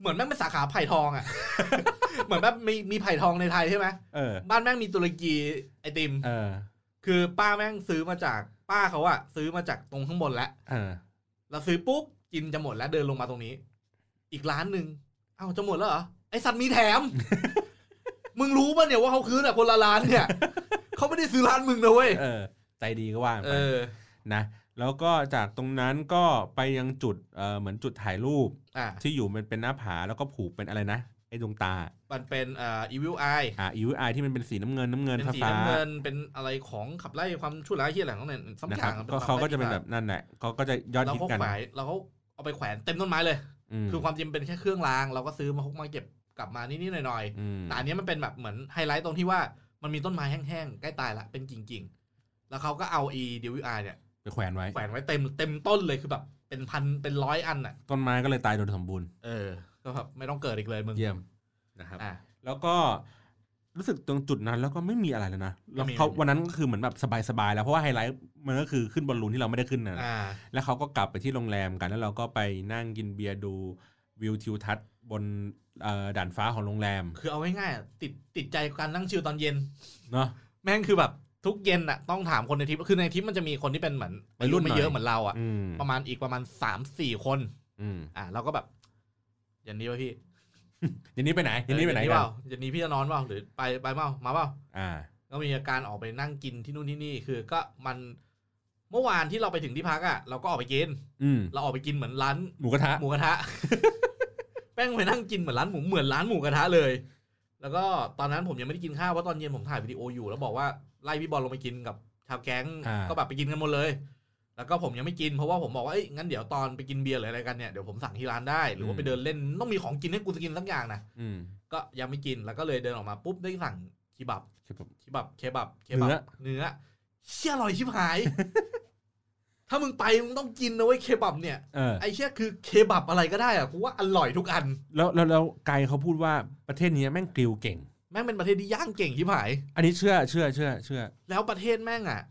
Speaker 3: เหมือนแม่งเป็นสาขาไผ่ทองอ่ะ เหมือนแบบมีมีไผ่ทองในไทยใช่ไหม
Speaker 1: เออ
Speaker 3: บ้านแม่งมีตุรกีไอติม
Speaker 1: เออ
Speaker 3: คือป้าแม่งซื้อมาจากป้าเขาอะซื้อมาจากตรงข้างบนแล้ว
Speaker 1: เออ
Speaker 3: เราซื้อปุ๊บกินจะหมดแล้วเดินลงมาตรงนี้ อีกร้านหนึ่งเอ้าจะหมดแล้วเหรอไอสัตว์มีแถ ม มึงรู้ป่ะเนี่ยว่าเขาคืนอ่ะคนละร้านเนี่ย เขาไม่ได้ซื้อร้านมึงนะเว้ย
Speaker 1: เออ ใจดีก็ว่าง
Speaker 3: เอ
Speaker 1: ไป
Speaker 3: อ
Speaker 1: นะแล้วก็จากตรงนั้นก็ไปยังจุดเอ่อเหมือนจุดถ่ายรูป
Speaker 3: อ่ะ
Speaker 1: ที่อยู่มันเป็นหน้าผาแล้วก็ผูกเป็นอะไรนะไอ้ดวงตา
Speaker 3: มันเป็นเอ่ออีวิวไอ
Speaker 1: อ่าอีวไอที่มันเป็นสีน้ำเงินน้ำเงิน
Speaker 3: เป็นสี
Speaker 1: ฟ้า
Speaker 3: น้ำเงินเป็นอะไรของขับไล่ความชั่วร้ายที่อะไรของเนี่ยสัก
Speaker 1: ๆนะ
Speaker 3: อ
Speaker 1: ครั
Speaker 3: ย่า
Speaker 1: บ
Speaker 3: งอ
Speaker 1: ก็เขาก็จะเป็นแบบนั่นแหละเขาก็จะยอด
Speaker 3: เรา
Speaker 1: ฮิต
Speaker 3: ก็
Speaker 1: กัน
Speaker 3: แขวนเราก็เอาไปแขวนเต็มต้นไม้เลย
Speaker 1: อืม
Speaker 3: คือความจริงเป็นแค่เครื่องราง เราก็ซื้อมาพกมาเก็บกลับมานิดๆหน่อยๆ
Speaker 1: อืม
Speaker 3: แต่อันเนี้ยมันเป็นแบบเหมือนไฮไลท์ตรงที่ว่ามันมีต้นไม้แห้งๆ ใกล้ตายละเป็นกิ่งๆ แล้วเขาก็เอา e d v r เนี่ย
Speaker 1: ไปแขวนไว้
Speaker 3: แขวนไว้เต็มเต็มต้นเลยคือแบบเป็นพันเป็นร้อยอันอ่ะ
Speaker 1: ต้นไม้ก็เลยตายโดยสมบูรณ์
Speaker 3: เออ ก็แบบไม่ต้องเกิดอีกเลยมึง
Speaker 1: เยี่ยมนะครับ
Speaker 3: อ่ะ
Speaker 1: แล้วก็รู้สึกตรงจุดนั้นแล้วก็ไม่มีอะไรแล้วนะแล้ว
Speaker 3: ไม่มี
Speaker 1: เขาวันนั้นก็คือเหมือนแบบสบายๆแล้วเพราะว่าไฮไลท์มันก็คือขึ้นบอลลูนที่เราไม่ได้ขึ้นนะ
Speaker 3: อ่า
Speaker 1: แล้วเขาก็กลับไปที่โรงแรมกันแล้วเราก็ไปนั่งกินเบียร์ดูวิวทิวทัศน์บนเอ่อด่านฟ้าของโรงแรม
Speaker 3: คือเอาง่ายๆอ่ะติดติดใจการนั่งชิลตอนเย็น
Speaker 1: เนาะ
Speaker 3: แม่งคือแบบทุกเย็นอ่ะต้องถามคนในทริปคือในทริปมันจะมีคนที่เป็นเหมือน
Speaker 1: วัยรุ่นหน่อย
Speaker 3: ไม่เยอะเหมือนเราอ่ะ
Speaker 1: อืม
Speaker 3: ประมาณอีกประมาณสามสี่คน
Speaker 1: อืม
Speaker 3: อ่ะเราก็แบบเย็นนี้วะพี่
Speaker 1: เดี๋ยวนี้ไปไหนเดี๋ยวนี้ไปไหน
Speaker 3: เย็
Speaker 1: กั
Speaker 3: เป
Speaker 1: น
Speaker 3: ล่าเย็นนี้พี่จะนอนเปล่าหรือไปไปเปล่ามาเปล่า
Speaker 1: อ่า
Speaker 3: ก็มีอาการออกไปนั่งกินที่นู่นที่นี่คือก็มันเมื่อวานที่เราไปถึงที่พักอะ่ะเราก็ออกไปกิน
Speaker 1: อืม
Speaker 3: เราออกไปกินเหมือนร้าน
Speaker 1: หมูกระทะ
Speaker 3: หมูกระทะ แป้งไปนั่งกินเหมือนร้านหมูเหมือนร้านหมูกระทะเลย แล้วก็ตอนนั้นผมยังไม่ได้กินข้าวเพราะตอนเย็นผมถ่ายวิดีโออยู่ แล้วบอกว่าไล่พี่บอลลงไปกินกับชาวแก๊ง
Speaker 1: า
Speaker 3: ก็แบบไปกินกันหมดเลย แล้วก็ผมยังไม่กินเพราะว่าผมบอกว่าเอ้ยงั้นเดี๋ยวตอนไปกินเบียร์หรืออะไรกันเนี่ยเดี๋ยวผมสั่งที่ร้านได้หรือว่าไปเดินเล่นต้องมีของกินให้กูกินสักอย่างนะ
Speaker 1: อืม
Speaker 3: ก็ยังไม่กินแล้วก็เลยเดินออกมาปุ๊บได้สั่งคีบับ
Speaker 1: คือแบบ
Speaker 3: เคบับเคบับเคบับ
Speaker 1: เนื้อ
Speaker 3: เนื้อเชี่ยอร่อยชิบหาย ถ้ามึงไปมึงต้องกินนะเว้ยเคบับเนี่ย
Speaker 1: เออ
Speaker 3: ไอ้เชี่ยคือเคบับอะไรก็ได้อะกูว่าอร่อยทุกอัน
Speaker 1: แล้วแล้วแล้วไกด์เขาพูดว่าประเทศนี้แม่งกริวเก่ง
Speaker 3: แม่งเป็นประเทศที่ย่างเก่งชิบหาย
Speaker 1: อันนี้เชื่อเชื่อเชื่อเชื่อ
Speaker 3: แล้วประเทศแม่งอ่ะ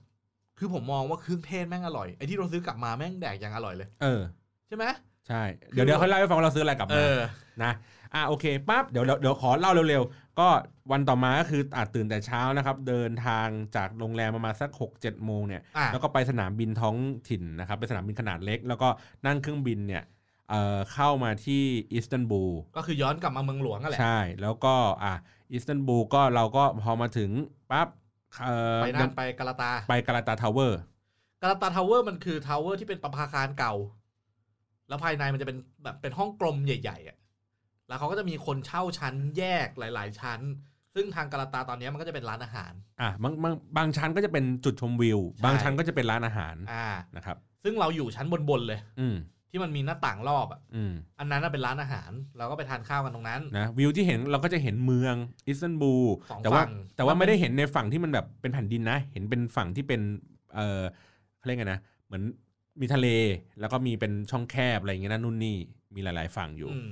Speaker 3: คือผมมองว่าเครื่องเทศแม่งอร่อยไอ้ที่เราซื้อกลับมาแม่งแดกอย่างอร่อยเลย
Speaker 1: เออ
Speaker 3: ใช่ไหม
Speaker 1: ใช่
Speaker 3: คือ
Speaker 1: เดี๋ยวเดี๋ยวเขาเล่าให้ฟังว่าเราซื้ออะไรกลับ
Speaker 3: เอ
Speaker 1: มา
Speaker 3: อ
Speaker 1: นะอ่ะโอเคปั๊บเดี๋ยวเดี๋ยวเดี๋ยวขอเล่าเร็วๆ ก็วันต่อมาก็คืออาจตื่นแต่เช้านะครับ เดินทางจากโรงแรมประมาณสัก6กเจ็ดโมงเนี่ย
Speaker 3: อ่ะ
Speaker 1: แล้วก็ไปสนามบินท้องถิ่นนะครับเป็นสนามบินขนาดเล็ก แล้วก็นั่งเครื่องบินเนี่ยเอ่อเข้ามาที่อิสตันบูล
Speaker 3: ก็คือย้อนกลับมาเมืองหลวงนั่นแหละ
Speaker 1: ใช่ แล้วก็อ่ะอิสตันบูลก็เราก็พอมาถึงปั๊บเอ่อ
Speaker 3: ไปนั่นไปกาลาตา
Speaker 1: ไปกาลาตาทาวเวอร์
Speaker 3: กาลาตาทาวเวอร์มันคือทาวเวอร์ที่เป็นประภาคารเก่า แล้วภายในมันจะเป็นแบบเป็นห้องกลมใหญ่ๆอะแล้วเขาก็จะมีคนเช่าชั้นแยกหลาย ๆ ชั้น ซึ่งทางกาลาตาตอนนี้มันก็จะเป็นร้านอาหาร
Speaker 1: อ่ะบางบางบางชั้นก็จะเป็นจุดชมวิว
Speaker 3: ใช่
Speaker 1: บางชั้นก็จะเป็นร้านอาหาร
Speaker 3: อ่า
Speaker 1: นะครับ
Speaker 3: ซึ่งเราอยู่ชั้นบน ๆ เลย
Speaker 1: อืม
Speaker 3: ที่มันมีหน้าต่างรอบอะ
Speaker 1: อืม
Speaker 3: อันนั้นน่ะเป็นร้านอาหาร เราก็ไปทานข้าวกันตรงนั้น
Speaker 1: นะวิวที่เห็นเราก็จะเห็นเมืองอิสตันบูล
Speaker 3: สอง
Speaker 1: แต่ว่า
Speaker 3: ฝั่ง
Speaker 1: แต่ว่าไม่ได้เห็นในฝั่งที่มันแบบเป็นแผ่นดินนะ เห็นเป็นฝั่งที่เป็นเออเขาเรียกไงนะเหมือนมีทะเลแล้วก็มีเป็นช่องแคบอะไรอย่างเงี้ยนะนู่นนี่มีหลาย ๆ ฝั่งอยู่
Speaker 3: อืม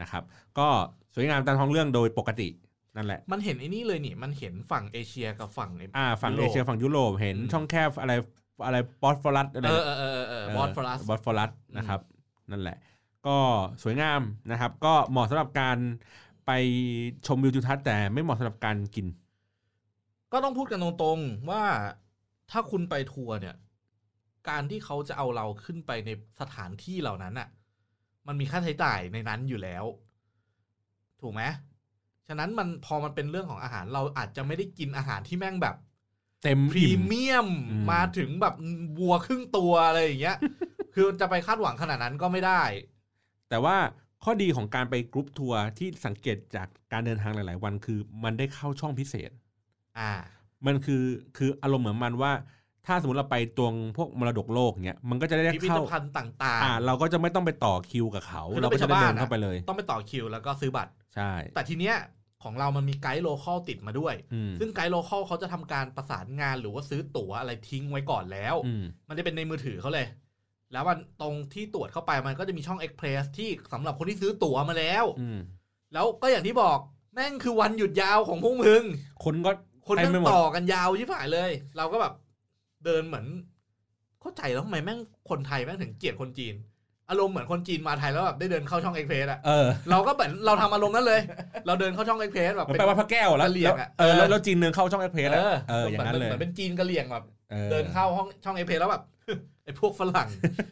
Speaker 1: นะครับ ก็สวยงามตามท้องเรื่องโดยปกตินั่นแหละ
Speaker 3: มันเห็นไอ้นี่เลยนี่มันเห็นฝั่งเอเชียกับฝั่งไ
Speaker 1: อ่าฝั่ง
Speaker 3: ยุโร
Speaker 1: เอ
Speaker 3: ป
Speaker 1: เชียฝั่งยุโรปเห็น
Speaker 3: อืม
Speaker 1: ช่องแคบอะไรอะไรบอสฟอรัสอะไร
Speaker 3: เออเออเออเออบอสฟอรัส
Speaker 1: บอสฟอรัสนะครับ นั่นแหละ ก็สวยงามนะครับ ก็เหมาะสำหรับการไปชมวิวทิวทัศน์แต่ไม่เหมาะสำหรับการกิน
Speaker 3: ก็ต้องพูดกันตรงๆว่าถ้าคุณไปทัวร์เนี่ย การที่เขาจะเอาเราขึ้นไปในสถานที่เหล่านั้นน่ะ มันมีค่าใช้จ่ายในนั้นอยู่แล้ว ถูกไหมฉะนั้นมันพอมันเป็นเรื่องของอาหารเราอาจจะไม่ได้กินอาหารที่แม่งแบบ
Speaker 1: เต็ม
Speaker 3: พรี
Speaker 1: อิ่ม
Speaker 3: เมียม
Speaker 1: อืม
Speaker 3: มาถึงแบบวัวครึ่งตัวอะไรอย่างเงี้ย คือจะไปคาดหวังขนาดนั้นก็ไม่ได้
Speaker 1: แต่ว่าข้อดีของการไปกรุ๊ปทัวร์ที่สังเกตจากการเดินทางหลาย ๆ วันคือมันได้เข้าช่องพิเศษ
Speaker 3: อ่า
Speaker 1: มันคือคืออารมณ์เหมือนมันว่า ถ้าสมมติเราไปตรงพวกมรดกโลกเนี้ยมันก็จะได้
Speaker 3: พิพิธ
Speaker 1: เข้า
Speaker 3: ภัณฑ์ต่าง
Speaker 1: อ่า เราก็จะไม่ต้องไปต่อคิวกับเขา
Speaker 3: คือ
Speaker 1: เราก็จะได้
Speaker 3: เราเป็นชา
Speaker 1: เดิ
Speaker 3: วบ้า
Speaker 1: น
Speaker 3: นอะ
Speaker 1: เข้าไปเลย
Speaker 3: ๆ ต้องไปต่อคิวแล้วก็ซื้อบัตร
Speaker 1: ใช่
Speaker 3: แต่ทีเนี้ยของเรามันมีไกด์โลคอลติดมาด้วย
Speaker 1: อืม
Speaker 3: ซึ่งไกด์โลคอลเขาจะทำการประสานงานหรือว่าซื้อตั๋วอะไรทิ้งไว้ก่อนแล้ว
Speaker 1: อืม
Speaker 3: มันจะเป็นในมือถือเขาเลย แล้วมันตรงที่ตรวจเข้าไปมันก็จะมีช่องเอ็กเพรสที่สำหรับคนที่ซื้อตั๋วมาแล้ว
Speaker 1: อืม
Speaker 3: แล้วก็อย่างที่บอกแม่งคือวันหยุดยาวของพวกมึง
Speaker 1: คนก็
Speaker 3: คน
Speaker 1: เต็
Speaker 3: แม่
Speaker 1: มไป
Speaker 3: ง
Speaker 1: หมด
Speaker 3: ต่อกันยาวที่ผ่ายเลย เราก็แบบเดินเหมือน เข้าใจแล้วทำไมแม่งคนไทยแม่งถึงเกลียดคนจีน อารมณ์เหมือนคนจีนมาไทยแล้วแบบได้เดินเข้าช่องเอ็กเพรสอะ
Speaker 1: เออ
Speaker 3: เราก็แบบเราทำอารมณ์นั้นเลย เราเดินเข้าช่องเอ็กเพรสแบบ
Speaker 1: มัน
Speaker 3: เป็น
Speaker 1: แปลว่าพระแก้วแล้ว
Speaker 3: กะเหรี่ยงอะ
Speaker 1: เออแล้ว
Speaker 3: เออ
Speaker 1: แล้วจีนเดินเข้าช่องเอ็กเพรส
Speaker 3: เอ
Speaker 1: อะ
Speaker 3: อ
Speaker 1: เออ อย่างนั้นเลย
Speaker 3: เหมือนเป็นจีนกะเหรี่ยงแบบ
Speaker 1: ออ
Speaker 3: เดินเข้าห้องช่องเอเพแล้วแบบ ไอ้พวกฝรั่ง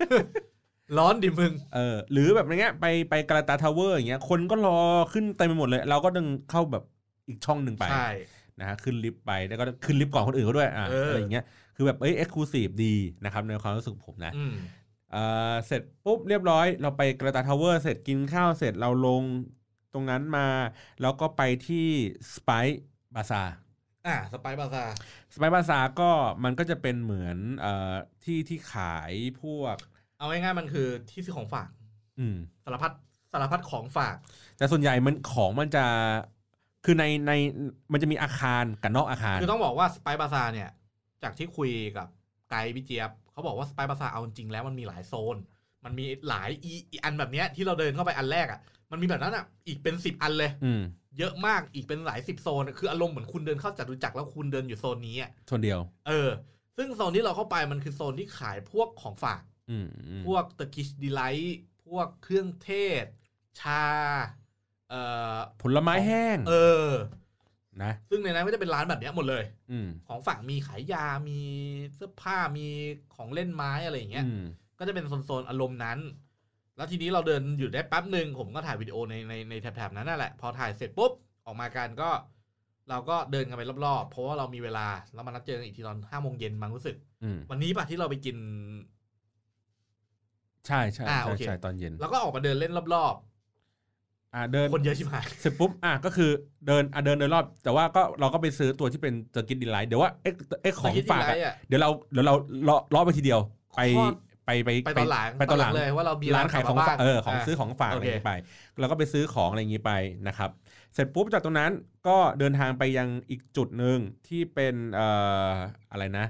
Speaker 3: ร้อนดิมึง
Speaker 1: เออ หรือแบบอย่างเงี้ยไปไปกาลาตาทาวเวอร์อย่างเงี้ยคนก็รอขึ้นเต็มไปหมดเลย เราก็เดินเข้าแบบอีกช่องหนึ่งไป
Speaker 3: ใช่
Speaker 1: นะฮะขึ้นลิฟต์ไปแล้วก็ขึ้นลิฟต์ก่อนคนอื่นเขาด้วยอ่ะ
Speaker 3: เอออ
Speaker 1: อะไรอย่างเงี้ยคือแบบเอ้ยเอ็กซ์คลูซีฟดีนะครับในความรู้สึกผมนะ
Speaker 3: อืม
Speaker 1: เอ่อเสร็จปุ๊บเรียบร้อย เราไปกระตาทาวเวอร์เสร็จกินข้าวเสร็จเราลงตรงนั้นมา แล้วก็ไปที่สไปบาซา
Speaker 3: อ่ะสไปซ์บาซาร์
Speaker 1: สไปบาซาก็มันก็จะเป็นเหมือนเอ่อที่ที่ขายพวก
Speaker 3: เอาง่ายๆมันคือที่ซื้อของฝาก
Speaker 1: อืม
Speaker 3: สารพัดสารพัดของฝาก
Speaker 1: แต่ส่วนใหญ่มันของมันจะคือในในมันจะมีอาคารกับนอกอาคาร
Speaker 3: คือต้องบอกว่าสไปซ์บาซาร์เนี่ย จากที่คุยกับไกด์พี่เจี๊ยบเขาบอกว่าสไปซ์บาซาร์เอาจริงๆแล้วมันมีหลายโซน มันมีหลายอีอีอันแบบเนี้ยที่เราเดินเข้าไปอันแรกอ่ะมันมีแบบนั้นอ่ะอีกเป็นสิบอันเลย
Speaker 1: อืม
Speaker 3: เยอะมากอีกเป็นหลายสิบโซนอะคืออารมณ์เหมือนคุณเดินเข้าจัตุจักรแล้วคุณเดินอยู่โซนนี้อ่ะ
Speaker 1: ส่วนเดียว
Speaker 3: เออ ซึ่งโซนที่เราเข้าไปมันคือโซนที่ขายพวกของฝาก
Speaker 1: อืมอืม
Speaker 3: พวกตะกิชดีไลท์ พวกเครื่องเทศ ชา เออ
Speaker 1: ผลไม้แห้ง
Speaker 3: เออ
Speaker 1: นะ
Speaker 3: ซึ่งในนั้นก็จะเป็นร้านแบบเนี้ยหมดเลย
Speaker 1: อืม
Speaker 3: ของฝากมีขายยา มีเสื้อผ้า มีของเล่นไม้อะไรอย่างเงี้ย
Speaker 1: อืม
Speaker 3: ก็จะเป็นโซนๆอารมณ์นั้น แล้วทีนี้เราเดินอยู่ได้แป๊บหนึ่งผมก็ถ่ายวิดีโอในในในแถบๆนั้นนั่นแหละ พอถ่ายเสร็จปุ๊บ ออกมากันก็ เราก็เดินกันไปรอบๆ เพราะว่าเรามีเวลา แล้วมานัดเจอกันอีกทีตอนห้าโมงเย็นมั้งรู้สึก
Speaker 1: อืม
Speaker 3: วันนี้ป่ะที่เราไปกิน
Speaker 1: ใช่ใช่
Speaker 3: อ่า
Speaker 1: ใช่
Speaker 3: โอเค
Speaker 1: ใช่ตอนเย็น
Speaker 3: แล้วก็ออกมาเดินเล่นรอบ
Speaker 1: อ่าเดิน
Speaker 3: ๆ คนเยอะชิบหาย
Speaker 1: เสร็จปุ๊บอ่ะก็คือเดินอ่ะเดินเดินรอบ แต่ว่าก็เราก็ไปซื้อตัวที่เป็นเจอร์กินดีไลท์เดี๋ยวว่าเอ๊ะเอ๊ะของฝาก
Speaker 3: Turkish
Speaker 1: อ่ะ
Speaker 3: Delight อะ
Speaker 1: เดี๋ยวเราเดี๋ยวเราเลาะเลาะไปทีเดียว ไป
Speaker 3: ข้อ
Speaker 1: ไปไป
Speaker 3: ไปตอนหลัง
Speaker 1: ไปตอนหลัง
Speaker 3: เลยว่าเรามี
Speaker 1: ร้านขายของ
Speaker 3: บ้
Speaker 1: ฝากเออของซื้อของฝาก
Speaker 3: โอ
Speaker 1: อะไรอ
Speaker 3: เค
Speaker 1: ย่างนี้ไป แล้วก็ไปซื้อของอะไรอย่างนี้ไปนะครับ เสร็จปุ๊บจากตรงนั้นก็เดินทางไปยังอีกจุดหนึ่งที่เป็นเอ่ออะไรนะ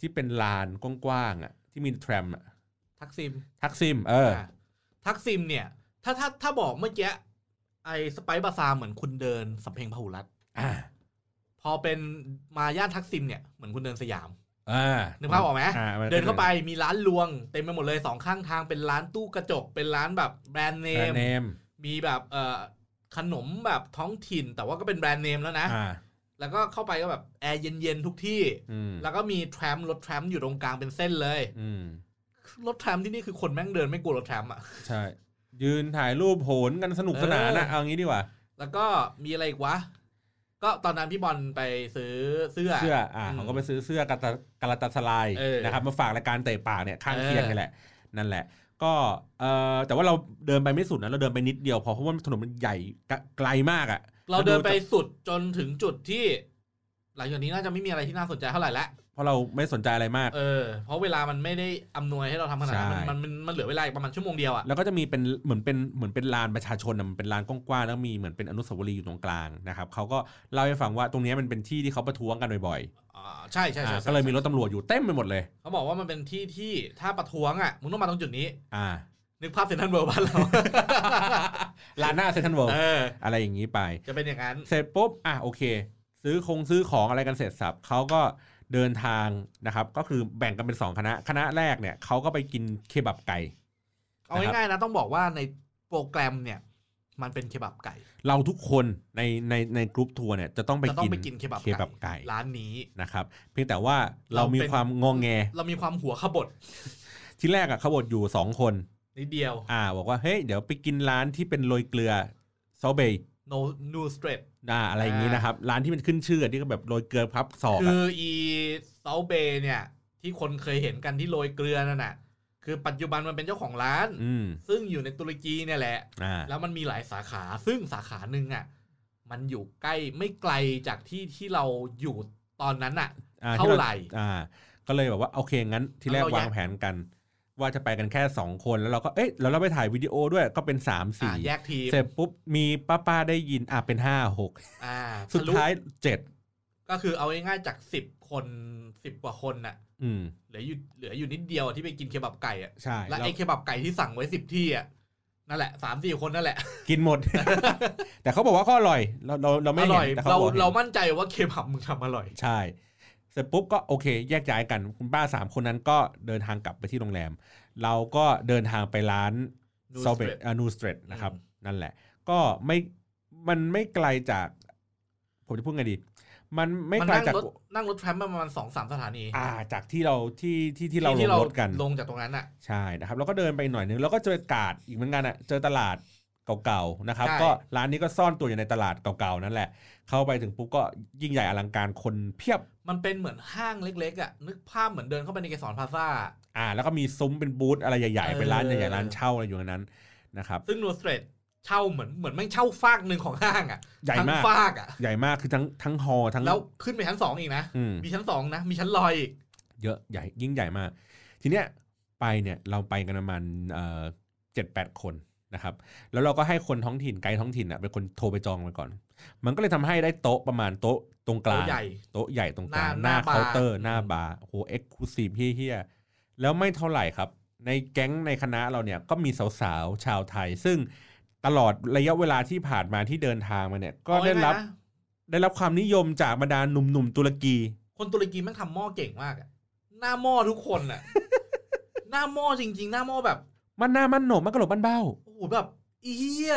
Speaker 1: ที่เป็นลานกว้างๆอ่ะที่มีแทรมอ่ะ
Speaker 3: ทักซิม
Speaker 1: ทักซิมเออ
Speaker 3: อ่ะทักซิมเนี่ย ถ้าถ้าถ้าบอกเมื่อกี้ไอ้สไปซ์บาซาร์เหมือนคุณเดินสำเพ็งพหุรัตน์
Speaker 1: อ่า
Speaker 3: พอเป็นมาย่านทักซิมเนี่ยเหมือนคุณเดินสยาม
Speaker 1: อ่า
Speaker 3: นึกภาพออกไหม
Speaker 1: มั
Speaker 3: เดินเข้าไปมีร้านลวงเต็มไปหมดเลยสองข้างทางเป็นร้านตู้กระจก เป็นร้านแบบแบรนด์เน
Speaker 1: แบรน
Speaker 3: ม
Speaker 1: ด์เนม
Speaker 3: มีแบบเอ่อขนมแบบท้องถิ่น แต่ว่าก็เป็นแบรนด์เนมแล้วนะ
Speaker 1: อ่า
Speaker 3: แล้วก็เข้าไปก็แบบแอร์เย็นๆทุกที่
Speaker 1: อืม
Speaker 3: แล้วก็มีแทรมรถแทรมอยู่ตรงกลางเป็นเส้นเลย
Speaker 1: อืม
Speaker 3: รถแทรมที่นี่คือคนแม่งเดินไม่กลัวรถแทรมอ่ะ
Speaker 1: ใช่ ยืนถ่ายรูปโหนกันสนุกสนานนะ
Speaker 3: เออ
Speaker 1: เอางี้ดีกว่า
Speaker 3: แล้วก็มีอะไรอีกวะ ก็ตอนนั้นพี่บอลไปซื้อเสื้อ
Speaker 1: เสื้ออ่า
Speaker 3: อืม
Speaker 1: เขาก็ไปซื้อเสื้อกาตากาลาตาสลาย
Speaker 3: เออ
Speaker 1: นะครับมาฝากรายการเตะปากเนี่ยข้างเคียง
Speaker 3: เออ
Speaker 1: นี่แหละ นั่นแหละ ก็เออแต่ว่าเราเดินไปไม่สุดนะเราเดินไปนิดเดียวพอเพราะว่าถนนมันใหญ่กะไกลมากอะ่ะ
Speaker 3: เราเดินไปสุดจนถึงจุดที่ หลังจากนี้น่าจะไม่มีอะไรที่น่าสนใจเท่าไหร่ละ
Speaker 1: เพราะเราไม่สนใจอะไรมาก
Speaker 3: เออ เพราะเวลามันไม่ได้อำนวยให้เราทำขนาดนั้น
Speaker 1: ใช่
Speaker 3: มันมันมันเหลือเวลาอีกประมาณชั่วโมงเดียวอ่ะ
Speaker 1: แล้วก็จะมีเป็นเหมือนเป็นเหมือนเป็นลานประชาชนนะมันเป็นลานกว้างๆแล้วมีเหมือนเป็นอนุสาวรีย์อยู่ตรงกลางนะครับเขาก็เล่าให้ฟังว่าตรงเนี้ยมันเป็นที่ที่เขาประท้วงกันบ่อย
Speaker 3: อ่า ใช่
Speaker 1: ๆ
Speaker 3: ใช่ใช่
Speaker 1: อ่า
Speaker 3: ใช่
Speaker 1: ก็เลยมีรถตำรวจอยู่เต็มไปหมดเลย
Speaker 3: เขาบอกว่ามันเป็นที่ที่ถ้าประท้วงอ่ะ มึงต้องมาตรงจุดนี้
Speaker 1: อ่า
Speaker 3: นึกภาพเซนทรัลเวิลด์บ้านเรา
Speaker 1: ลานหน้าเซ็นทรัลเวิล
Speaker 3: เอ
Speaker 1: ด์
Speaker 3: อ
Speaker 1: อะไรอย่างนี้ไป
Speaker 3: จะเป็นอย่างนั้น
Speaker 1: เสร็จปุ๊บ อ่ะโอเค ซื้อคงซื้อของอะไรกันเสร็จสับเขาก็เดินทางนะครับ ก็คือแบ่งกันเป็น 2 คณะ คณะแรกเนี่ยเขาก็ไปกินเคบับไก่
Speaker 3: เอาง่ายๆนะต้องบอกว่าในโปรแกรมเนี่ย มันเป็นเคบับไก่
Speaker 1: เราทุกคนในในในกรุ๊ปทัวร์เนี่ยจะต้องไป
Speaker 3: จะต้อ
Speaker 1: กิ
Speaker 3: ง
Speaker 1: น
Speaker 3: ไปกินเคบับ
Speaker 1: เคบับไก่
Speaker 3: ร้านนี้
Speaker 1: นะครับ เพียงแต่ว่าเรามี
Speaker 3: เราเป็น
Speaker 1: ความงองแง
Speaker 3: เรามีความหัวขบถ
Speaker 1: ที่แรกอะเขาบดอยู่ 2 คน
Speaker 3: นิดเดียว
Speaker 1: อ่า บอกว่า เฮ้ย เดี๋ยวไปกินร้านที่เป็นโรยเกลือซอเบย์
Speaker 3: no new straight
Speaker 1: อ่าอะไรอย่างนี้นะครับ ร้านที่มันขึ้นชื่ออะที่ก็แบบโรยเกลือพับศอก
Speaker 3: คื
Speaker 1: อะ
Speaker 3: ออีเซาเบย์เนี่ย ที่คนเคยเห็นกันที่โรยเกลือนั่นน่ะ คือปัจจุบันมันเป็นเจ้าของร้าน
Speaker 1: อืม
Speaker 3: ซึ่งอยู่ในตุรกีเนี่ยแหละ
Speaker 1: อ่า
Speaker 3: แล้วมันมีหลายสาขา ซึ่งสาขาหนึ่งอ่ะ มันอยู่ใกล้ไม่ไกลจากที่ที่เราอยู่ตอนนั้นอ่ะ
Speaker 1: อ่
Speaker 3: เท่า
Speaker 1: ที่
Speaker 3: ไหร่
Speaker 1: อ่าก็เลยแบบว่าโอเคงั้นที่แรก
Speaker 3: แล้วเรา
Speaker 1: วาง
Speaker 3: แยก
Speaker 1: แผนกัน ว่าจะไปกันแค่ 2 คนแล้วเราก็เอ๊ะแล้วเราไปถ่ายวิดีโอด้วยก็เป็น 3
Speaker 3: อ่ะแย
Speaker 1: 4
Speaker 3: กทีม
Speaker 1: เสร็จปุ๊บมีป้าป้าๆได้ยินอ่ะเป็น 5
Speaker 3: อ่า
Speaker 1: 6 สุด
Speaker 3: ทะลุ
Speaker 1: ท้าย
Speaker 3: ก็คือเอาง่ายๆจากสิบคนสิบกว่าคนน่ะ
Speaker 1: 7 อืม
Speaker 3: เหลืออยู่เหลืออยู่นิดเดียวที่ไปกินเคบับไก่อ่ะ
Speaker 1: ใช่
Speaker 3: และ
Speaker 1: แล้ว
Speaker 3: ไอ้เคบับไก่ที่สั่งไว้สิบที่อ่ะ นั่นแหละสามสี่คนนั่นแหละ
Speaker 1: กินหม ด แต่เขาบอกว่าก็อร่อย เราเราเราไม่
Speaker 3: อ
Speaker 1: เห็
Speaker 3: ร่อย
Speaker 1: นแต่เขา
Speaker 3: เรา
Speaker 1: บอกห็น
Speaker 3: เรามั่นใจว่าเคบับมึงทำอร่อย
Speaker 1: ใช่ เสร็จปุ๊บก็โอเค แยกย้ายกันคุณป้า 3 คนนั้นก็เดินทางกลับไปที่โรงแรม เราก็เดินทางไปร้าน
Speaker 3: New
Speaker 1: ซอเบ
Speaker 3: Street
Speaker 1: นูสเตรทนะครับ
Speaker 3: อืม
Speaker 1: นั่นแหละ ก็ไม่มันไม่ไกลจาก ผมจะพูดไงดี มันไม่
Speaker 3: มัน
Speaker 1: ไกล
Speaker 3: นั่ง
Speaker 1: จาก
Speaker 3: รถนั่งรถแทรมประมาณสองสามสถานี
Speaker 1: อ่าจากที่เราที่ที่ที่เราลงรถกัน
Speaker 3: ลงจากตรงนั้นอ่ะ
Speaker 1: ใช่นะครับ แล้วก็เดินไปหน่อยนึงแล้วก็เจอกาดอีกเหมือนกันอ่ะเจอตลาดเก่าๆนะครับ
Speaker 3: ใช่
Speaker 1: ก็ร้านนี้ก็ซ่อนตัวอยู่ในตลาดเก่าๆนั่นแหละ เข้าไปถึงปุ๊บก็ยิ่งใหญ่อลังการคนเพียบ
Speaker 3: มันเป็นเหมือนห้างเล็กๆอ่ะนึกภาพเหมือนเดินเข้าไปในเกสรพลาซ่า
Speaker 1: อ่า แล้วก็มีซุ้มเป็นบูธอะไรใหญ่ ๆ เป็นร้านให
Speaker 3: เอ
Speaker 1: ญ่
Speaker 3: อ
Speaker 1: ๆร้านเช่าอะไรอยู่ในนั้นนะครับ
Speaker 3: ซึ่งนูสเตรทเช่าเหมือนเหมือนแม่งเช่าฟากหนึ่งของห้างอ่ะ
Speaker 1: ใหญ่
Speaker 3: ทั้ง
Speaker 1: มาก
Speaker 3: ฟากอ่ะ
Speaker 1: ใหญ่มากคือทั้งทั้งฮอลล์ทั้ง
Speaker 3: แล้วขึ้นไปชั้นสองอีกนะ
Speaker 1: อืม
Speaker 3: มีชั้นสองนะ มีชั้นลอยอีก
Speaker 1: เยอะใหญ่ยิ่งใหญ่มาก ทีเนี้ยไปเนี่ยเราไปกันประมาณเจ็ดแปดคนนะครับ แล้วเราก็ให้คนท้องถิ่นไกด์ท้องถิ่นอ่ะเป็นคนโทรไปจองไปก่อน มันก็เลยทำให้ได้โต๊ะประมาณโต๊ะตรงกลาง
Speaker 3: โต๊ะใหญ่
Speaker 1: โต๊ะใหญ่ตรงกลาง
Speaker 3: ห
Speaker 1: ห
Speaker 3: น้า
Speaker 1: น้า
Speaker 3: หน้าบาร์
Speaker 1: เคาน์เตอร์หน้าบาร์โหเอ็กซ์คลูซีฟเฮี้ยๆแล้วไม่เท่าไหร่ครับ ในแก๊งในคณะเราเนี่ยก็มีสาวๆ ชาวไทย ซึ่งตลอดระยะเวลาที่ผ่านมาที่เดินทางมาเนี่ยก็
Speaker 3: เอา
Speaker 1: ได้รับ
Speaker 3: ง่ายๆนะ
Speaker 1: ได้รับความนิยมจากบรรดาหนุ่มๆตุรกี
Speaker 3: คนตุรกีแม่งทำหม้อเก่งมากอ่ะหน้าหม้อทุกคน อ่ะ หน้าหม้อจริง ๆ หน้าหม้อแบบ
Speaker 1: มันหน้ามันโหนกมันกระโหลกมันเบ้า
Speaker 3: โอ้โหแบบเอเหี้ย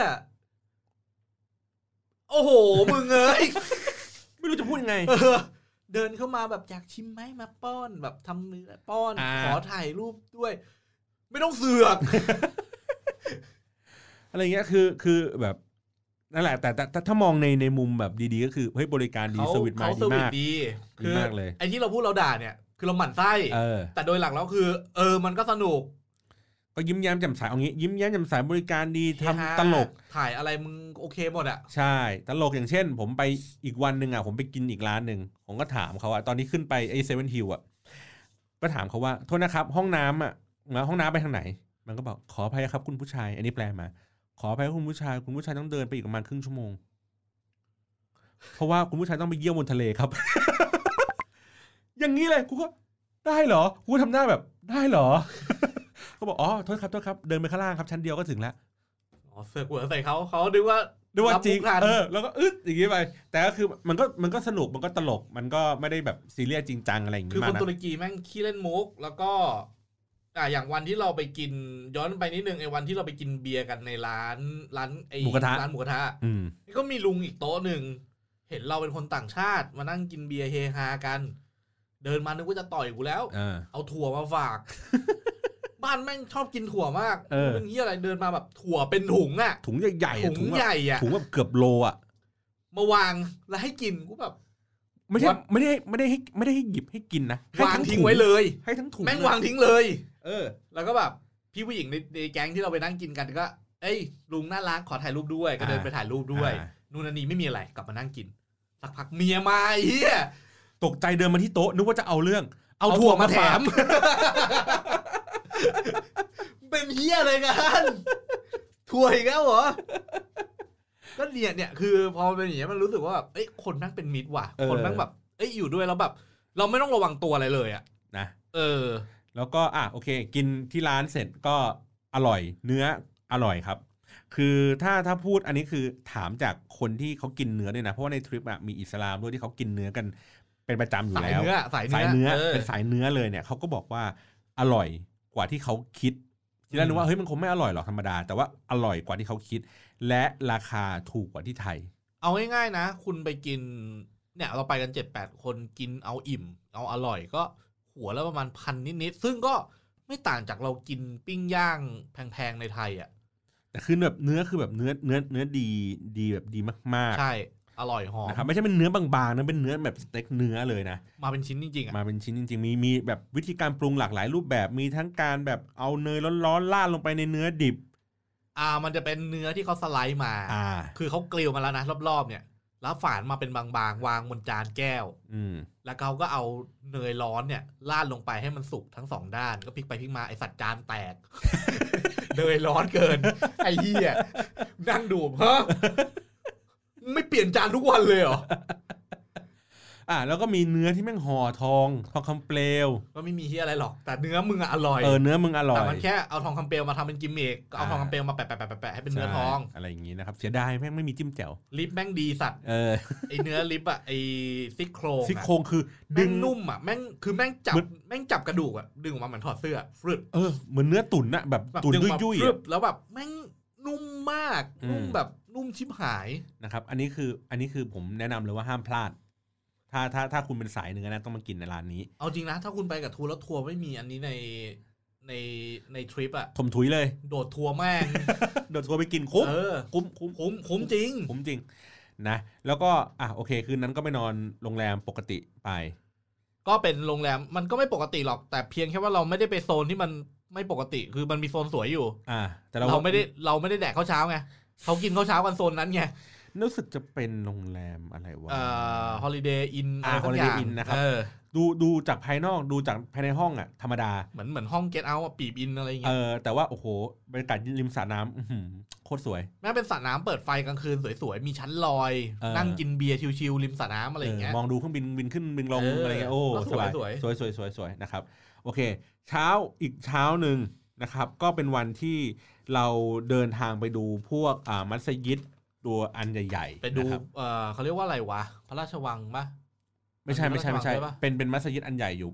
Speaker 3: โอ้โห มึงเอ้ย
Speaker 1: ไม่รู้จะพูดยังไง
Speaker 3: เออเดินเข้ามาแบบอยากชิมไหมมาป้อนแบบทำเนื้อป้อน
Speaker 1: อ่า
Speaker 3: ขอถ่ายรูปด้วย ไม่ต้องเสือก
Speaker 1: อะไรเงี้ยคือคือแบบนั่นแหละแต่แต่แต่ถ้ามองในในมุมแบบดีๆ ก็คือเฮ้ยบริการดี
Speaker 3: เขา
Speaker 1: สวิตมา
Speaker 3: เขา
Speaker 1: ดี
Speaker 3: สวิต
Speaker 1: มาก
Speaker 3: ดี
Speaker 1: ดีมากเลย
Speaker 3: ไอ้ที่เราพูดเราด่าเนี่ย คือเราหมั่นไส้
Speaker 1: เออ
Speaker 3: แต่โดยหลักแล้วคือ เออมันก็สนุก
Speaker 1: ก็ยิ้มแย้มแจ่มใสเอางี้ ยิ้มแย้มแจ่มใสบริการดีทำ
Speaker 3: เฮฮา
Speaker 1: ตลก
Speaker 3: ถ่ายอะไรมึงโอเคหมดอะ
Speaker 1: ใช่ ตลกอย่างเช่น ผมไปอีกวันหนึ่งอ่ะผมไปกินอีกร้านหนึ่งผมก็ถามเขาอ่ะตอนนี้ขึ้นไปไอเซเว่นฮิลอ่ะ ก็ถามเขาว่าโทษนะครับ ห้องน้ำอ่ะเหมือนห้องน้ำไปทางไหน มันก็บอกขออภัยครับคุณผู้ชาย อันนี้แปลมา ขออภัยครับคุณผู้ชาย คุณผู้ชายต้องเดินไปอีกประมาณครึ่งชั่วโมง เพราะว่าคุณผู้ชายต้องไปเยี่ยวบนทะเลครับ อย่างนี้เลยกูก็ได้เหรอกูก็ทำหน้าแบบได้เหรอ ก็บอกอ๋อโทษครับโทษครับเดินไปข้างล่างครับชั้นเดียวก็ถึงแล้ว
Speaker 3: อ๋อเสือกหัวใส่เขาเขาดึกว่า
Speaker 1: ด้วยว่าจริง
Speaker 3: รับมุกทัน
Speaker 1: เออแล้วก็อึดอย่างงี้ไป แต่ก็คือมันก็มันก็สนุกมันก็ตลกมันก็ไม่ได้แบบซีเรียสจริงจังอะไรอย่าง
Speaker 3: คือ
Speaker 1: งี้มา
Speaker 3: ค
Speaker 1: ก
Speaker 3: น
Speaker 1: นะ
Speaker 3: ตุรกีแม่งขี้เล่นมุก แล้วก็อ่าอย่างวันที่เราไปกินย้อนไปนิดนึงไอ้วันที่เราไปกินเบียร์กันในร้านร้านไอ้ร้านหมูกระทะ
Speaker 1: อืม
Speaker 3: นี่ก็มีลุงอีกโต๊ะหนึ่ง เห็นเราเป็นคนต่างชาติมานั่งกินเบียร์เฮฮากัน เดินมานึกว่าจะต่อยกูแล้ว
Speaker 1: เออ
Speaker 3: เอาถั่วมา ฝาก บ้านแม่งชอบกินถั่วมาก
Speaker 1: เออ
Speaker 3: นเฮียอะไรเดินมาแบบถั่วเป็นถุงอะ
Speaker 1: ถุงใหญ่ๆอะ
Speaker 3: ถุง
Speaker 1: แบบ
Speaker 3: ใหญ่อะ
Speaker 1: ถุงแบบเกือบโลอ่ะ
Speaker 3: มาวางแล้วให้กินกูแบบ
Speaker 1: ไม่ใช่
Speaker 3: What?
Speaker 1: ไม่ได้ไม่ได้ให้ไม่ได้ให้หยิบให้กินนะให้
Speaker 3: วาง
Speaker 1: ทั้
Speaker 3: ทิ้ง
Speaker 1: ถุ
Speaker 3: ไว้เลย
Speaker 1: ให้ทั้งถุง
Speaker 3: แม่
Speaker 1: เลยว
Speaker 3: งางทิ้งเลย
Speaker 1: เออ
Speaker 3: แล้วก็แบบ พี่ผู้หญิงในในแก๊งที่เราไปนั่งกินกันก็ เอ้ยลุงน่ารักขอถ่ายรูปด้วย ก็เดิน
Speaker 1: อ่า
Speaker 3: ไปถ่ายรูปด้วย
Speaker 1: อ่า
Speaker 3: นู่นนนนี่ไม่มีอะไรกลับมานั่งกินสักพักเมียมาไอ้เฮีย
Speaker 1: ตกใจเดินมาที่โต๊ะนึกว่าจะเอาเรื่อง
Speaker 3: เอา
Speaker 1: เอาถั่
Speaker 3: ถั่
Speaker 1: ว
Speaker 3: ว
Speaker 1: มา
Speaker 3: มา
Speaker 1: แถ
Speaker 3: แถ
Speaker 1: ม
Speaker 3: ม เป็นเฮียอะไรกัน ถั่วอีกแล้วเหรอ ก็เนี่ยเนี่ยคือพอเป็นอย่างเงี้ยมันรู้สึกว่าแบบเอ้ยคนนั่งเป็นมิตรว่ะ
Speaker 1: เออ
Speaker 3: คนนั่งแบบ เอ้ยอยู่ด้วยแล้วแบบ เราไม่ต้องระวังตัวอะไรเลยอ่ะ
Speaker 1: นะ
Speaker 3: เออ
Speaker 1: แล้วก็อ่ะโอเค กินที่ร้านเสร็จก็อร่อย เนื้ออร่อยครับ คือถ้าถ้าพูดอันนี้คือถามจากคนที่เขากินเนื้อด้วยนะเพราะว่าในทริปอ่ะมีอิสลามด้วยที่เขากินเนื้อกันเป็นประจำอยู่
Speaker 3: สาย
Speaker 1: แล้ว
Speaker 3: เนื้อสาย
Speaker 1: สายเนื้
Speaker 3: เนื้
Speaker 1: อ
Speaker 3: เออ
Speaker 1: เป็นสายเนื้อเลยเนี่ยเขาก็บอกว่าอร่อยกว่าที่เขาคิดทีแรกนึกว่าเฮ้ยมันคงไม่อร่อยหรอกธรรมดา แต่ว่าอร่อยกว่าที่เขาคิด และราคาถูกกว่าที่ไทย
Speaker 3: เอาง่ายๆนะ คุณไปกิน เนี่ย เราไปกันเจ็ดแปดคนกินเอาอิ่ม เอาอร่อยก็หัวละประมาณพันนิดๆซึ่งก็ไม่ต่างจากเรากินปิ้งย่างแพงๆในไทยอ่ะ
Speaker 1: แต่คือแบบเนื้อคือแบบเนื้อเนื้อเนื้อดีดีแบบดีมาก
Speaker 3: ใช่ อร่อยหอ
Speaker 1: ๆ
Speaker 3: ม
Speaker 1: นะครับไม่ใช่เป็นเนื้อบางๆนะเป็นเนื้อแบบสเต็กเนื้อเลยนะ
Speaker 3: มาเป็นชิ้นจริงๆอ่ะ
Speaker 1: มาเป็นชิ้นจริง ๆ มีมีแบบวิธีการปรุงหลากหลายรูปแบบมีทั้งการแบบเอาเนยร้อนๆราดลงไปในเนื้อดิบ
Speaker 3: อ่า มันจะเป็นเนื้อที่เขาสไลด์มา
Speaker 1: อ่า
Speaker 3: คือเขาเกลียวมาแล้วนะรอบๆเนี่ย แล้วฝานมาเป็นบางๆ วางบนจานแก้ว
Speaker 1: อืม
Speaker 3: แล้วเขาก็เอาเนยร้อนเนี่ยราดลงไปให้มันสุกทั้งสองด้าน ก็พลิกไปพลิกมาไอสัตว์จานแตก เนยร้อนเกิน ไอเหี้ยนั่งดูฮะไม่เปลี่ยนจานทุกวันเลยเหรอ
Speaker 1: อ่า แล้วก็มีเนื้อที่แม่งห่อทองทองคำเปลว
Speaker 3: ก็ไม่มีเหี้ยอะไรหรอก แต่เนื้อมึงอะอร่อย
Speaker 1: เออเนื้อมึงอร่อย
Speaker 3: แต่มันแค่เอาทองคำเปลวมาทำเป็นกิมเมกก็เอา
Speaker 1: อ่า
Speaker 3: ทองคำเปลวมาแปะแปะแปะแปะให้เป็นเนื้อ
Speaker 1: ใช่
Speaker 3: ทอง
Speaker 1: อะไรอย่างนี้นะครับ เสียดายแม่งไม่มีจิ้มแจ่ว
Speaker 3: ลิปแม่งดีสัตว์
Speaker 1: เออ
Speaker 3: ไอเนื้อลิปอะไอซี่โครงอะ
Speaker 1: ซี่โครงคือดึ
Speaker 3: แม่
Speaker 1: ง
Speaker 3: งนุ่มอะแม่งคือแม่งจับ
Speaker 1: มัน
Speaker 3: แม่งจับกระดูกอะดึงออกมาเหมือนถอดเสื้อฟรึด
Speaker 1: เออเหมือนเนื้อตุ๋นอะแบบ
Speaker 3: แบบ
Speaker 1: ตุ๋น
Speaker 3: ดึง
Speaker 1: ยุ่ย
Speaker 3: มา
Speaker 1: ยุ่ยๆ
Speaker 3: พรึ
Speaker 1: อะ
Speaker 3: บแล้วแบบแม่งนุ่มมาก
Speaker 1: อืม
Speaker 3: นุ่มแบบนุ่มชิบหาย
Speaker 1: นะครับอันนี้คืออันนี้คือผมแนะนำเลยว่าห้ามพลาด ถ้าถ้าถ้าคุณเป็นสายเนื้อนะต้องมากินในร้านนี้
Speaker 3: เอาจริงนะ ถ้าคุณไปกับทัวร์แล้วทัวร์ไม่มีอันนี้ในในในทริปอะ
Speaker 1: ถมถุยเลย
Speaker 3: โดดทัวร์แม่ง
Speaker 1: เดี๋ยวทัวร์ไปกิน คุ้ม
Speaker 3: เออ
Speaker 1: คุ้มคุ้ม
Speaker 3: คุ้มคุ้มจริง
Speaker 1: คุ้มจริงนะแล้วก็อ่ะโอเค คืนนั้นก็ไปนอนโรงแรมปกติไป
Speaker 3: ก็เป็นโรงแรมมันก็ไม่ปกติหรอก แต่เพียงแค่ว่าเราไม่ได้ไปโซนที่มันไม่ปกติ คือมันมีโซนสวยอยู่
Speaker 1: อ่า แต่เรา
Speaker 3: เราไม่ได้เราไม่ได้แดกข้าวเช้าไงเขากินข้าวเช้ากันโซนนั้นไง
Speaker 1: รู้สึกจะเป็นโรงแรมอะไรวะ
Speaker 3: เอ่อฮอลิเดย์อินอะไร
Speaker 1: อ่า
Speaker 3: สักอย่าง
Speaker 1: Holiday Inn นะครับ
Speaker 3: เออ
Speaker 1: ดูดูจากภายนอกดูจากภายในห้องอะธรรมดา
Speaker 3: เหมือนเหมือนห้องเกตเอาท์ปีบอินอะไรอย่างเงี้ย
Speaker 1: เออแต่ว่า โอ้โหบรรยากาศริมสระน้ำอื้อหือโคตรสวย
Speaker 3: แม่งเป็นสระน้ำเปิดไฟกลางคืนสวยๆ มีชั้นลอย
Speaker 1: เออ
Speaker 3: นั่งกินเบียร์ชิวๆริมสระน้ำอะไรอย่างเงี้ย
Speaker 1: มองดูเครื่องบินบินขึ้นบินลง
Speaker 3: เอออ
Speaker 1: อะไรเงี้ยโอ้
Speaker 3: ก็
Speaker 1: ส
Speaker 3: ส
Speaker 1: บา
Speaker 3: วย ย
Speaker 1: สวยสวยสวยสวยนะครับ โอเค เช้าอีกเช้าหนึ่งนะครับ ก็เป็นวันที่เราเดินทางไปดูพวกอ่ามัสยิดตัวอันใหญ่ๆ
Speaker 3: ไปดู
Speaker 1: นะครับ
Speaker 3: เออเขาเรียกว่าอะไรวะ พระราชวังปะ
Speaker 1: ไม่ใช่ไม่ใช่ไม่ใช่
Speaker 3: ไปปะ
Speaker 1: เป็นเป็นมัสยิดอันใหญ่อยู่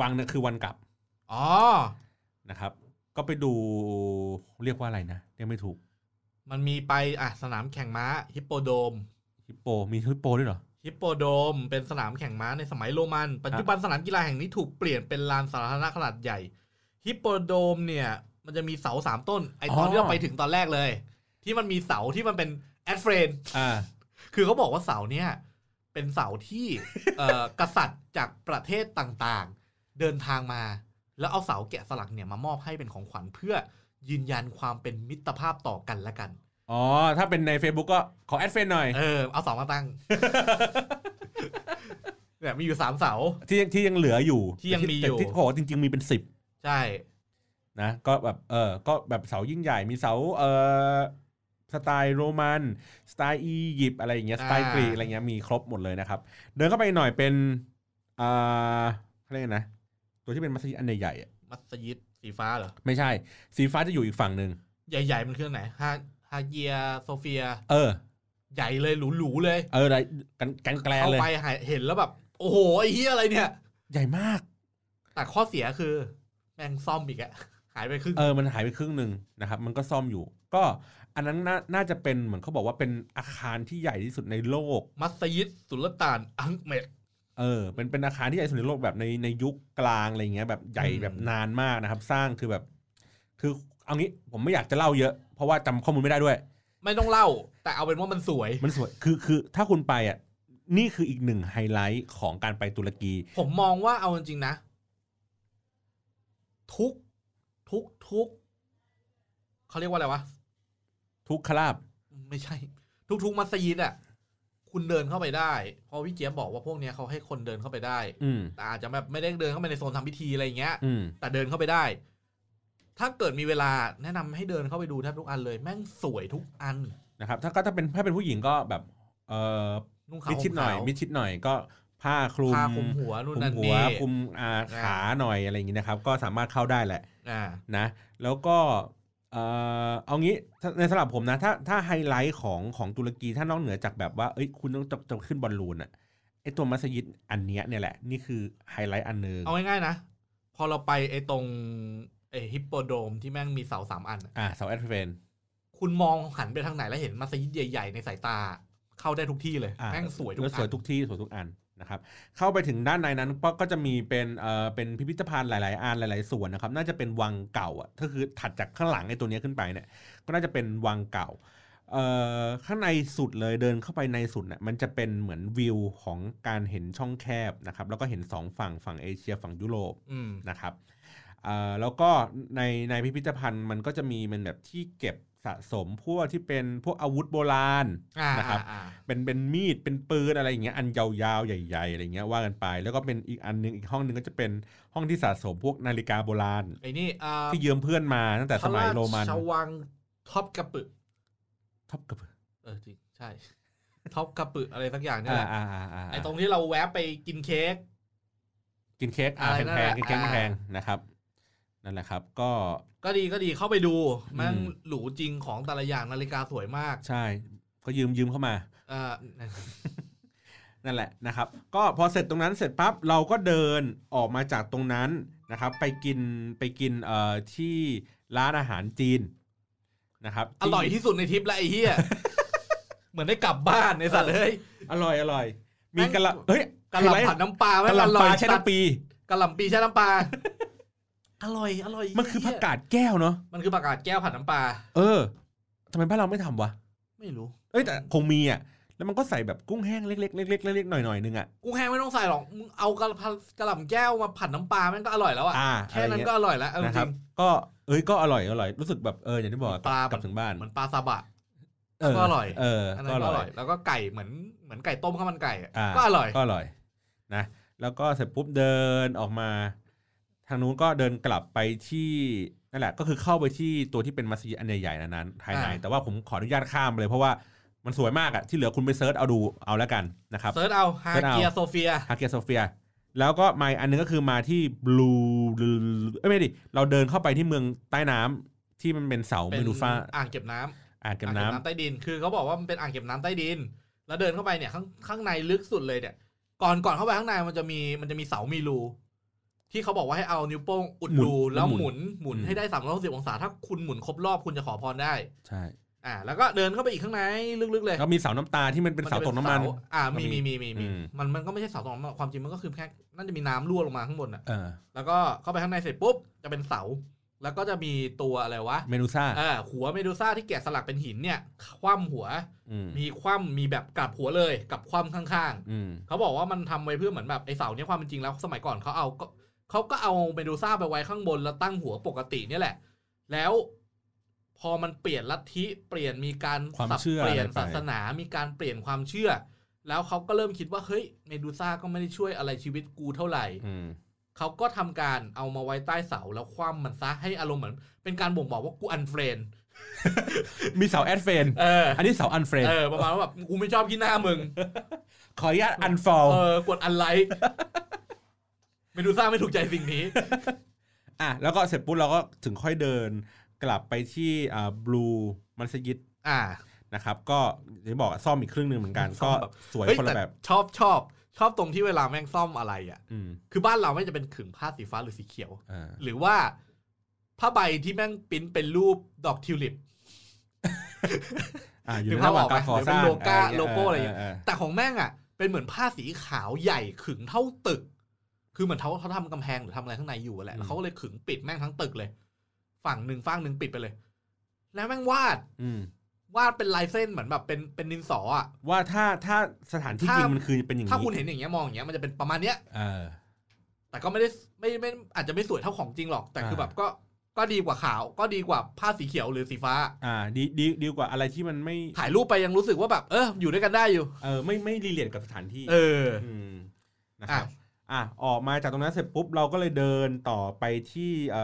Speaker 1: วังนั่นคือวันกลับ
Speaker 3: อ๋อ
Speaker 1: นะครับ ก็ไปดูเรียกว่าอะไรนะเรียกไม่ถูก
Speaker 3: มันมีไปอ่ะสนามแข่งม้าฮิปโปโดม
Speaker 1: ฮิปโปมีฮิปโปด้วยเหรอ
Speaker 3: ฮิปโปโดม เป็นสนามแข่งม้าในสมัยโรมัน ปัจจุบันสนามกีฬาแห่งนี้ถูกเปลี่ยนเป็นลานสาธารณะขนาดใหญ่ ฮิปโปโดมเนี่ย มันจะมีเสาสามต้น ไอตอน
Speaker 1: อ๋อ
Speaker 3: ที่เราไปถึงตอนแรกเลย ที่มันมีเสาที่มันเป็นแอดเฟรน
Speaker 1: อ่า
Speaker 3: คือเขาบอกว่าเสาเนี่ยเป็นเสาที่ เอ่อกษัตริย์จากประเทศต่างๆ เดินทางมา แล้วเอาเสาแกะสลักเนี่ยมามอบให้เป็นของขวัญเพื่อยืนยันความเป็นมิตรภาพต่อกันและกัน
Speaker 1: อ๋อ ถ้าเป็นใน Facebook ก็ขอแอดเฟนหน่อย
Speaker 3: เออเอาเสามาตั้ง เนี่ยมีอยู่สามเสา
Speaker 1: ที่ที่ยังเหลืออยู่
Speaker 3: ที่ยังมีอยู่
Speaker 1: แต่ที่เขาบอกว่าจริง ๆ มีเป็นสิบ
Speaker 3: ใช่
Speaker 1: นะก็แบบเออก็แบบเสายิ่งใหญ่มีเสาเออสไตล์โรมันสไตล์อียิปต์อะไรอย่างเงี้ยสไตล์กรีกอะไรเงี้ยมีครบหมดเลยนะครับ เดินเข้าไปหน่อยเป็นอ่าเขาเรียกไงนะ ตัวที่เป็นมัสยิดอันใหญ่ๆอะ
Speaker 3: มัสยิดสีฟ้าเหรอ
Speaker 1: ไม่ใช่ สีฟ้าจะอยู่อีกฝั่งหนึ่ง
Speaker 3: ใหญ่ ๆ มันคือไหนฮาฮาเกียโซเฟีย
Speaker 1: เออ
Speaker 3: ใหญ่เลยหรูๆเลย
Speaker 1: เอออะไรกันกันแกลน
Speaker 3: เข้า
Speaker 1: เลย
Speaker 3: ไปหาเห็นแล้วแบบ โอ้โหไอ้เหี้ยอะไรเนี่ย
Speaker 1: ใหญ่มาก
Speaker 3: แต่ข้อเสียคือ แม่งซ่อมอีกอะหายไปครึ่ง
Speaker 1: เออ มันหายไปครึ่งหนึ่งนะครับ มันก็ซ่อมอยู่ ก็อันนั้นน่าน่าจะเป็นเหมือนเขาบอกว่าเป็นอาคารที่ใหญ่ที่สุดในโลก
Speaker 3: มัสยิดสุลต่านอังเมด
Speaker 1: เออ เป็นเป็นอาคารที่ใหญ่ที่สุดในโลกแบบในในยุคกลางอะไรอย่างเงี้ยแบบใหญ่
Speaker 3: อืม
Speaker 1: แบบนานมากนะครับ สร้างคือแบบ คือเอางี้ผมไม่อยากจะเล่าเยอะ เพราะว่าจำข้อมูลไม่ได้ด้วย
Speaker 3: ไม่ต้องเล่า แต่เอาเป็นว่ามันสวย
Speaker 1: มันสวย คือคือถ้าคุณไปอ่ะนี่คืออีกหนึ่งไฮไลท์ของการไปตุรกี
Speaker 3: ผมมองว่าเอาจริงๆนะ ทุกทุกทุกเขาเรียกว่าอะไรวะ
Speaker 1: ทุกขลาบ
Speaker 3: ไม่ใช่ ทุกๆมัสยิดอ่ะ คุณเดินเข้าไปได้เพราะพี่เจี๊ยบบอกว่าพวกเนี้ยเขาให้คนเดินเข้าไปได้
Speaker 1: อืม
Speaker 3: แต่อาจจะแบบไม่ได้เดินเข้าไปในโซนทำพิธีอะไรอย่างเงี้ย
Speaker 1: อืม
Speaker 3: แต่เดินเข้าไปได้ ถ้าเกิดมีเวลาแนะนำให้เดินเข้าไปดูแทบทุกอันเลย แม่งสวยทุกอัน
Speaker 1: นะครับ ถ้าก็ถ้าเป็นถ้าเป็นผู้หญิงก็แบบเออ
Speaker 3: นุ่งขาว
Speaker 1: มิดชิดหน่อย
Speaker 3: ห่มขาว
Speaker 1: มิดชิดหน่อยก็ผ้าคลุม
Speaker 3: ผ้าคลุมหัว
Speaker 1: คุ
Speaker 3: นู่น
Speaker 1: ม
Speaker 3: นั่น
Speaker 1: หัว
Speaker 3: นี่
Speaker 1: คุมอาขาหน่อยอะไรอย่างนี้นะครับ ก็สามารถเข้าได้แหละ
Speaker 3: อ่า
Speaker 1: นะ แล้วก็เอ่อเอางี้ถ้าในสำหรับผมนะ ถ้าถ้าไฮไลท์ของของตุรกีถ้านอกเหนือจากแบบว่า เอ้ยคุณต้องจะจะขึ้นบอลลูนอะไอตัวมัสยิดอันเนี้ยเนี่ยแหละ นี่คือไฮไลท์อันหนึง
Speaker 3: เอาง่ายๆนะ พอเราไปไอ้ตรงไอ้ฮิปโปโดมที่แม่งมีเสาสามอันอะ
Speaker 1: อ่าเสาแอดเฟน
Speaker 3: คุณมองหันไปทางไหนแล้วเห็นมัสยิดใหญ่ๆในสายตา เข้าได้ทุกที่เลย
Speaker 1: อ่ะ
Speaker 3: แม่งสวยทุก
Speaker 1: แล้วสวย
Speaker 3: อัน
Speaker 1: ทุกที่สวยทุกอันนะครับเข้าไปถึงด้านในนั้นก็ก็จะมีเป็นเอ่อเป็นพิพิธภัณฑ์หลาย ๆอันหลาย ๆ ส่วนนะครับ น่าจะเป็นวังเก่าอ่ะก็คือถัดจากข้างหลังไอ้ตัวเนี้ยขึ้นไปเนี่ยก็น่าจะเป็นวังเก่าเอ่อข้างในสุดเลยเดินเข้าไปในสุดเนี่ยมันจะเป็นเหมือนวิวของการเห็นช่องแคบนะครับแล้วก็เห็นสองฝั่งฝั่งเอเชียฝั่งยุโรป
Speaker 3: อืม
Speaker 1: นะครับเอ่อแล้วก็ในในพิพิธภัณฑ์มันก็จะมีมันแบบที่เก็บสะสมพวกที่เป็นพวกอาวุธโบราณ
Speaker 3: อ่า
Speaker 1: นะครับ
Speaker 3: อ่า
Speaker 1: เป็นเป็นมีดเป็นปืนอะไรอย่างเงี้ยอันยาวๆใหญ่ ๆอะไรเงี้ยว่ากันไป แล้วก็เป็นอีกอันหนึงอีกห้องหนึงก็จะเป็นห้องที่สะสมพวกนาฬิกาโบราณ
Speaker 3: ไอ้นี่อ่า
Speaker 1: ที่ยืมเพื่อนมาตั้งแต่สมัยโรมัน
Speaker 3: พะาชวังท็อปกระปึก
Speaker 1: ท็อปกับ
Speaker 3: เออจริงใช่ ท็อปกระปึกอะไรสักอย่างเนี่ย
Speaker 1: อ่า
Speaker 3: แหละ
Speaker 1: อ่าอ่าอ่า
Speaker 3: ไอ้ตรงที่เราแวะไปกินเค้ก
Speaker 1: กินเค้กอ่า
Speaker 3: อะไรนั่น
Speaker 1: แพ
Speaker 3: แห
Speaker 1: ง
Speaker 3: ละ
Speaker 1: ๆกินเค้ก
Speaker 3: อ่า
Speaker 1: แพงๆนะครับนั่นแหละครับก็
Speaker 3: ก็ดีก็ดีเข้าไปดู แม่ง
Speaker 1: อืม
Speaker 3: หรูจริงของแต่ละอย่างนาฬิกาสวยมาก
Speaker 1: ใช่ก็ยืมยืมเข้ามา
Speaker 3: เอ่า
Speaker 1: นั่นแหละนะครับ ก็พอเสร็จตรงนั้นเสร็จปั๊บเราก็เดินออกมาจากตรงนั้นนะครับ ไปกินไปกินเอ่อที่ร้านอาหารจีนนะครับ
Speaker 3: อร่อยที่สุดในทริปและไอ้เหี้ ย เหมือนได้กลับบ้านในสัตว์เฮ้ย
Speaker 1: อร่อยอร่อย มี
Speaker 3: แม่ง
Speaker 1: กะละเฮ้ย
Speaker 3: กะหล่ำผัดน้ำปลา
Speaker 1: ไฮไลท์กะห
Speaker 3: แม่งอ
Speaker 1: ล่ำป
Speaker 3: ร่อ
Speaker 1: ลาย ใช้ทั้งปี
Speaker 3: กะหล่ำปีใช้ น้ำปลา อร่อยอร่อย
Speaker 1: มันคือผั
Speaker 3: เหี้
Speaker 1: ก
Speaker 3: ย
Speaker 1: กาดแก้วเนาะ
Speaker 3: มันคือผักกาดแก้วผัดน้ำปลา
Speaker 1: เออทำไมบ้านเราไม่ทำวะ
Speaker 3: ไม่รู้
Speaker 1: เอ้ยแต่คงมีอ่ะแล้วมันก็ใส่แบบกุ้งแห้งเล็กๆเล็กๆเล็กๆหน่อยๆนึงอ่ะ
Speaker 3: กุ้งแห้งไม่ต้องใส่หรอกมึงเอากะเพรากะหล่ำแก้วมาผัดน้ำปลาแม่งก็อร่อยแล้วอะ
Speaker 1: อ่า
Speaker 3: แค่นั้น
Speaker 1: อะไร
Speaker 3: ก็อร่อยแล้วเอา
Speaker 1: เงี้ย
Speaker 3: จ
Speaker 1: นะครับ
Speaker 3: ริง
Speaker 1: ก็เอ้ยก็อร่อยอร่อยรู้สึกแบบเอออย่างที่บอกอะ
Speaker 3: ปลา
Speaker 1: กลับถึงบ้าน
Speaker 3: เหมือนปลาซาบะ
Speaker 1: เอ
Speaker 3: ก็อร่อย
Speaker 1: เออ
Speaker 3: อันนั้
Speaker 1: ก็
Speaker 3: น
Speaker 1: อ
Speaker 3: ก็
Speaker 1: ร่
Speaker 3: อ
Speaker 1: อ
Speaker 3: ร่อย ย แล้วก็ไก่เหมือนเหมือนไก่ต้มข้าวมันไก่อะ
Speaker 1: อ่า
Speaker 3: ก็อร่อย
Speaker 1: ก็อร่อยนะแล้วก็เสร็จปุ๊บเดินออกมา ทางนู้นก็เดินกลับไปที่นั่นแหละ ก็คือเข้าไปที่ตัวที่เป็นมัสยิดอันใหญ่ๆนั้นๆภายใน
Speaker 3: อ่า
Speaker 1: แต่ว่าผมขออนุญาตข้ามไปเลยเพราะว่ามันสวยมากอะที่เหลือคุณไปเซิร์ชเอาดูเอาแล้วกันนะครับ
Speaker 3: เซิร์ชเอาฮา
Speaker 1: เซิร์ชเอา
Speaker 3: เกียโซเฟีย
Speaker 1: ฮาเกียโซเฟีย แล้วก็มาอีกอันหนึงก็คือมาที่บลูเอ้ยไม่ดิเราเดินเข้าไปที่เมืองใต้น้ำที่มันเป็นเสา
Speaker 3: เป็
Speaker 1: เม
Speaker 3: น
Speaker 1: ดูฟ้า
Speaker 3: อ่างเก็บน้ำ
Speaker 1: อ่างเก็บ
Speaker 3: อ่าง
Speaker 1: น้ำ
Speaker 3: เก็บน้ำใต้ดิน คือเขาบอกว่ามันเป็นอ่างเก็บน้ำใต้ดิน แล้วเดินเข้าไปเนี่ยข้างข้างในลึกสุดเลยเนี่ย ก่อนก่อนเข้าไปข้างในมันจะมีมันจะมีเสามีรู ที่เขาบอกว่าให้เอานิ้วโป้งอุดรูแล้วหมุนหมุนให้ได้สามร้อยสิบองศา ถ้าคุณหมุนครบรอบคุณจะขอพรได้
Speaker 1: ใช่
Speaker 3: อ่า แล้วก็เดินเข้าไปอีกข้างในลึกๆเลย
Speaker 1: แล้วมีเสาน้ำตาที่มันเป็นเสาตกน้ำมัน
Speaker 3: เสาอ่า มี
Speaker 1: ก็มี
Speaker 3: มีมีมีมี
Speaker 1: อืม
Speaker 3: มันมันก็ไม่ใช่เสาตกน้ำมันความจริงมันก็คือแค่น่าจะมีน้ำรั่วลงมาข้างบนอ่ะ
Speaker 1: เออ
Speaker 3: แล้วก็เข้าไปข้างในเสร็จปุ๊บจะเป็นเสา แล้วก็จะมีตัวอะไรวะ
Speaker 1: เมดูซ่า
Speaker 3: อ่าหัวเมดูซ่าที่แกะสลักเป็นหินเนี่ย คว่ำหัว
Speaker 1: อืม
Speaker 3: มีคว่ำมีแบบกลับหัวเลยกลับคว่ำข้าง
Speaker 1: อืม
Speaker 3: ๆ เขาบอกว่ามันทำไว้เพื่อเหมือนแบบไอเสาเนี้ยความเป็นจริงแล้วสมัยก่อนเขาเอาก็เขาก็เอาเมดูซ่าไปไว้ข้างบนแล้วตั้งหัวปกติเนี่ยแหละ แล้วพอมันเปลี่ยนลัทธิเปลี่ยนมีการ
Speaker 1: ความ
Speaker 3: สับ
Speaker 1: เชื่อ
Speaker 3: เปลี่ยน
Speaker 1: อะไรไป
Speaker 3: ศาสนามีการเปลี่ยนความเชื่อ แล้วเขาก็เริ่มคิดว่าเฮ้ยเมดูซ่าก็ไม่ได้ช่วยอะไรชีวิตกูเท่าไหร่
Speaker 1: อืม
Speaker 3: เขาก็ทำการเอามาไว้ใต้เสาแล้วคว่ำมันซะให้อารมณ์เหมือน เป็นการบ่งบอกว่ากูอันเฟรน
Speaker 1: มีเสาแอดเฟน
Speaker 3: เออ
Speaker 1: อันนี้เสาอันเฟน
Speaker 3: เออประมาณว่าแบบกูไม่ชอบที่หน้ามึง
Speaker 1: ขออนุญาตอันฟอล
Speaker 3: เออกดอันไลค์ เมดูซ่าไม่ถูกใจสิ่งนี้
Speaker 1: อ่ะแล้วก็เสร็จปุ๊บเราก็ถึงค่อยเดินกลับไปที่อ่าบลูมัสยิด
Speaker 3: อ่า
Speaker 1: นะครับ ก็อย่างที่บอกอะซ่อมอีกครึ่งหนึ่งเหมือนกัน
Speaker 3: ซ่
Speaker 1: ก็
Speaker 3: อมแบบ
Speaker 1: สวย
Speaker 3: เฮ้ย
Speaker 1: คนละแบบ
Speaker 3: ต่ชอบชอบชอบตรงที่เวลาแม่งซ่อมอะไรอ่ะ
Speaker 1: อืม
Speaker 3: คือบ้านเราไม่จะเป็นขึงผ้าสีฟ้าหรือสีเขียว
Speaker 1: อ่า
Speaker 3: หรือว่าผ้าใบที่แม่งปริ้นเป็นรูปดอกทิวลิป
Speaker 1: อ่าอยู่
Speaker 3: หรื
Speaker 1: ใน
Speaker 3: อ
Speaker 1: ระหว่าง
Speaker 3: ภาพออ
Speaker 1: กา
Speaker 3: ก
Speaker 1: ร
Speaker 3: ไหม
Speaker 1: ก่อสร้า
Speaker 3: หรือเป็น
Speaker 1: ง
Speaker 3: โลกา
Speaker 1: เ
Speaker 3: โลโก้อะไรอย่างเงี้ย
Speaker 1: เ
Speaker 3: แต่ของแม่งอ่ะ เป็นเหมือนผ้าสีขาวใหญ่ขึงเท่าตึก คือเหมือนเขาเขาทำกำแพงหรือทำอะไรข้างในอยู่อะแหละ
Speaker 1: อืม
Speaker 3: แล้วเขาก็เลยขึงปิดแม่งทั้งตึกเลย ฝั่งหนึ่งฝั่งหนึ่งปิดไปเลย แล้วแม่งวาด
Speaker 1: อืม
Speaker 3: วาดเป็นลายเส้นเหมือนแบบเป็นเป็นดินสออ่ะ
Speaker 1: ว่าถ้าถ้าสถานที่
Speaker 3: ถ้า
Speaker 1: จริงมันคือเป็นอย่างนี้
Speaker 3: ถ้าคุณเห็นอย่างเงี้ยมองอย่างเงี้ยมันจะเป็นประมาณเนี้ย
Speaker 1: เออ
Speaker 3: แต่ก็ไม่ได้ไม่ไม่อาจจะไม่สวยเท่าของจริงหรอก แต่คือแบบก็ก็ดีกว่าขาว ก็ดีกว่าผ้าสีเขียวหรือสีฟ้า
Speaker 1: อ่าดีดีดีกว่าอะไรที่มันไม่
Speaker 3: ถ่ายรูปไปยังรู้สึกว่าแบบ เอออยู่ด้วยกันได้อยู่
Speaker 1: เออไม่ไม่รีเลียนกับสถานที่
Speaker 3: เออ
Speaker 1: มนะครับอ่ะออกมาจากตรงนั้นเสร็จปุ๊บ เราก็เลยเดินต่อไปที่เ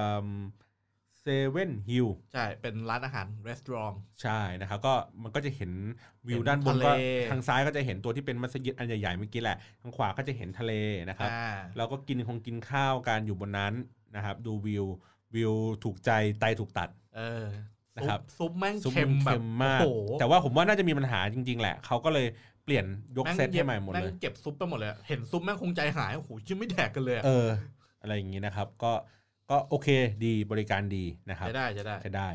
Speaker 1: ซเว่นฮิล
Speaker 3: ใช่ เป็นร้านอาหารร้านอาหาร
Speaker 1: ใช่นะครับ ก็มันก็จะเห็นวิว
Speaker 3: เห็น
Speaker 1: ด้านบนก็
Speaker 3: ทะเล
Speaker 1: ทางซ้ายก็จะเห็นตัวที่เป็นมัสยิดอันใหญ่ๆเมื่อกี้แหละ ทางขวาก็จะเห็นทะเลนะครับ
Speaker 3: อ่า
Speaker 1: เราก็กินคงกินข้าวกันอยู่บนนั้นนะครับ ดูวิววิวถูกใจไตถูกตัด
Speaker 3: เออ
Speaker 1: นะครับ
Speaker 3: ซุปซุปแม่ง
Speaker 1: ซุป
Speaker 3: เค็มแบบ
Speaker 1: เค็มมาก
Speaker 3: โอ้โห
Speaker 1: แต่ว่าผมว่าน่าจะมีปัญหาจริง ๆ แหละ เขาก็เลยเปลี่ยนยกเซตให้ใหม่หมด
Speaker 3: แม่
Speaker 1: เลย
Speaker 3: งเก็บซุปไปหมดเลย เห็นซุปแม่งคงใจหาย โอ้โหยังไม่แดกกันเลยอะ
Speaker 1: เออ อะไรอย่างนี้นะครับ ก็ก็โอเคดีบริการดีนะครับ
Speaker 3: จะได้จะได้
Speaker 1: ใช้ได้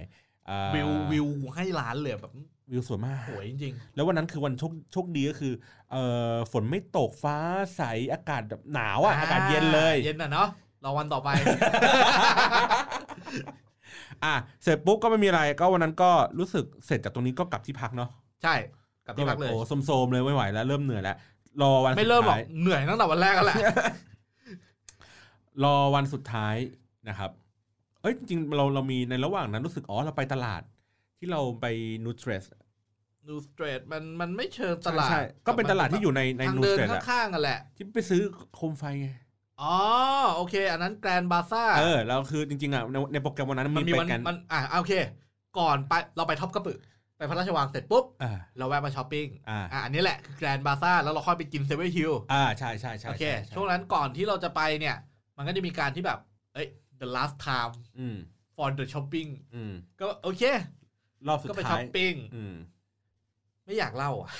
Speaker 1: อ่า
Speaker 3: วิววิวให้ร้านเลยแบบ
Speaker 1: วิวสวยมาก
Speaker 3: สวยจริง
Speaker 1: แล้ววันนั้นคือวันโชคโชคดีก็คือเอ่อฝนไม่ตกฟ้าใสอากาศแบบหนาวอ่ะอากาศเย็นเลย
Speaker 3: เย็นน่ะเนาะรอวันต่อไป
Speaker 1: อ่ะเสร็จปุ๊บก็ไม่มีอะไรก็วันนั้นก็รู้สึกเสร็จจากตรงนี้ก็กลับที่พักเนาะ
Speaker 3: ใช่กลับที่พักเลย
Speaker 1: โอ้โสมๆเลยไม่ไหวแล้วเริ่มเหนื่อยแล้วรอวัน
Speaker 3: ไม่เริ่มหรอก
Speaker 1: สุดท้าย
Speaker 3: เหนื่อยตั้งแต่วันแรกแล้วแหละ
Speaker 1: รอวันสุดท้ายนะครับเอ้ยจริงๆเราเรามีในระหว่างนั้นรู้สึกอ๋อเราไปตลาด ที่เราไปนูเทรส
Speaker 3: นูสเตรทมันมันไม่เชิงตลาด
Speaker 1: ใช่ใช่ก็เป็นตลาดที่อยู่ในใน
Speaker 3: ทาง
Speaker 1: นู
Speaker 3: เดิ
Speaker 1: ส
Speaker 3: น
Speaker 1: เตรทอะ
Speaker 3: ข้างๆกันแหละ
Speaker 1: ที่ไปซื้อโคมไฟไง
Speaker 3: อ๋อ โอเค อันนั้นแกรนบาซ่า
Speaker 1: เออแล้วคือจริงๆอ่ะในในโปรแกรมวันนั้น
Speaker 3: มั
Speaker 1: มัน น
Speaker 3: มี
Speaker 1: มีไป
Speaker 3: วัน
Speaker 1: กัน
Speaker 3: มันอ่ะโอเค ก่อนไปเราไปท็อปกระปึกไปพระราชวังเสร็จปุ๊บ
Speaker 1: อ่า
Speaker 3: เราแวะมาช้อปปิ้ง
Speaker 1: อ่า
Speaker 3: อ่ะอันนี้แหละคือแกรนบาซ่าแล้วเราค่อยไปกินเซเว่นฮิล
Speaker 1: อ่าใช่ใช่ใช่
Speaker 3: โอเค
Speaker 1: ใใ
Speaker 3: ช่วงนั้นก่อนที่เราจะไปเนี่ย มันก็จะมีการที่แบบ เอ้ย the last time
Speaker 1: อืม
Speaker 3: for the shopping
Speaker 1: อืม
Speaker 3: ก็โอเค
Speaker 1: รอบสุด
Speaker 3: ก็ไปช้
Speaker 1: ท้า
Speaker 3: อย ปปิ้ง
Speaker 1: อืม
Speaker 3: ไม่อยากเล่าอ่ะ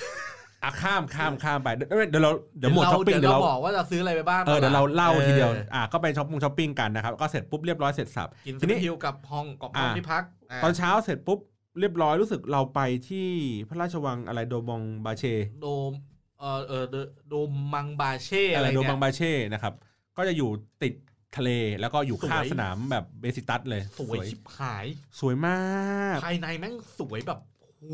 Speaker 1: อ่ะข้ามข้ามข้ามไปเดี๋ยวเดี๋ยวเราเดี๋ยวหมดช้อปปิ้ง
Speaker 3: เดี๋
Speaker 1: เดี๋ย
Speaker 3: ย
Speaker 1: ว วเรา
Speaker 3: เราบอกว่าจะซื้ออะไรไปบ้าง
Speaker 1: เออเดี๋ยวเราเล่าทีเดียว
Speaker 3: ออ
Speaker 1: อ่ะก็ไปช้อปปิ้งช้อปปิ้งกันนะครับ ก็เสร็จปุ๊บเรียบร้อยเสร็จสับ
Speaker 3: กิน
Speaker 1: ทีนี้
Speaker 3: ฟิวกับห้องกับห้อง
Speaker 1: อ่า
Speaker 3: ที่พักา
Speaker 1: ตอนเช้าเสร็จปุ๊บเรียบร้อยรู้สึกเราไปที่พระราชวังอะไรโดมองบาเช
Speaker 3: โดมเออเออเดอะโดมมังบาเช่อะไร
Speaker 1: โดม
Speaker 3: เนี่
Speaker 1: อง
Speaker 3: ย
Speaker 1: บาเชนะครับ ก็จะอยู่ติดทะเลแล้วก็อยู่ข้าง
Speaker 3: สวย
Speaker 1: สนามแบบเบสิตัสเลย
Speaker 3: สวยชิบหาย
Speaker 1: สวยมาก
Speaker 3: ภายในแม่งสวยแบบโห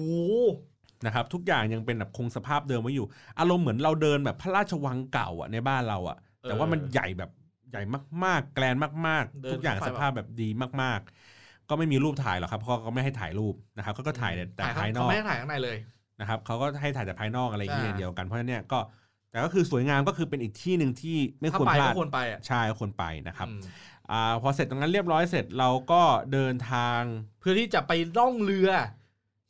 Speaker 1: นะครับ ทุกอย่างยังเป็นแบบคงสภาพเดิมไว้อยู่ อารมณ์เหมือนเราเดินแบบพระราชวังเก่าอ่ะในบ้านเราอ่ะ แต่ว่ามัน
Speaker 3: เออ
Speaker 1: ใหญ่แบบใหญ่มาก ๆ แกลนมาก
Speaker 3: เดิ
Speaker 1: ๆ
Speaker 3: น
Speaker 1: ทุกอย่าง
Speaker 3: เข้าไป
Speaker 1: สภาพแบบดีมาก ๆ ก็ไม่มีรูปถ่ายหรอกครับเพราะเขาไม่ให้ถ่ายรูปนะครับเขาก็ถ่ายแต่แต่
Speaker 3: ข้ง
Speaker 1: ภายน
Speaker 3: เข
Speaker 1: อก
Speaker 3: ไม่ให้ถ่ายข้างในเลย
Speaker 1: นะครับเขาก็ให้ถ่ายแต่ภายนอกอะไรอย่างเงี้ย
Speaker 3: ใช่
Speaker 1: อย่างเดียวกันเพราะฉะนั้นเนี่ยก็แต่ก็คือสวยงามก็คือเป็นอีกที่หนึ่งที่ไม่
Speaker 3: ถ้า
Speaker 1: ควร
Speaker 3: ไป
Speaker 1: พลา
Speaker 3: ก็
Speaker 1: ด
Speaker 3: ควรไปอ่ะ
Speaker 1: ใช่ควรไปนะครับ
Speaker 3: อืม
Speaker 1: อ่าพอเสร็จตรงนั้นเรียบร้อยเสร็จเราก็เดินทาง
Speaker 3: เพื่อที่จะไปล่องเรือ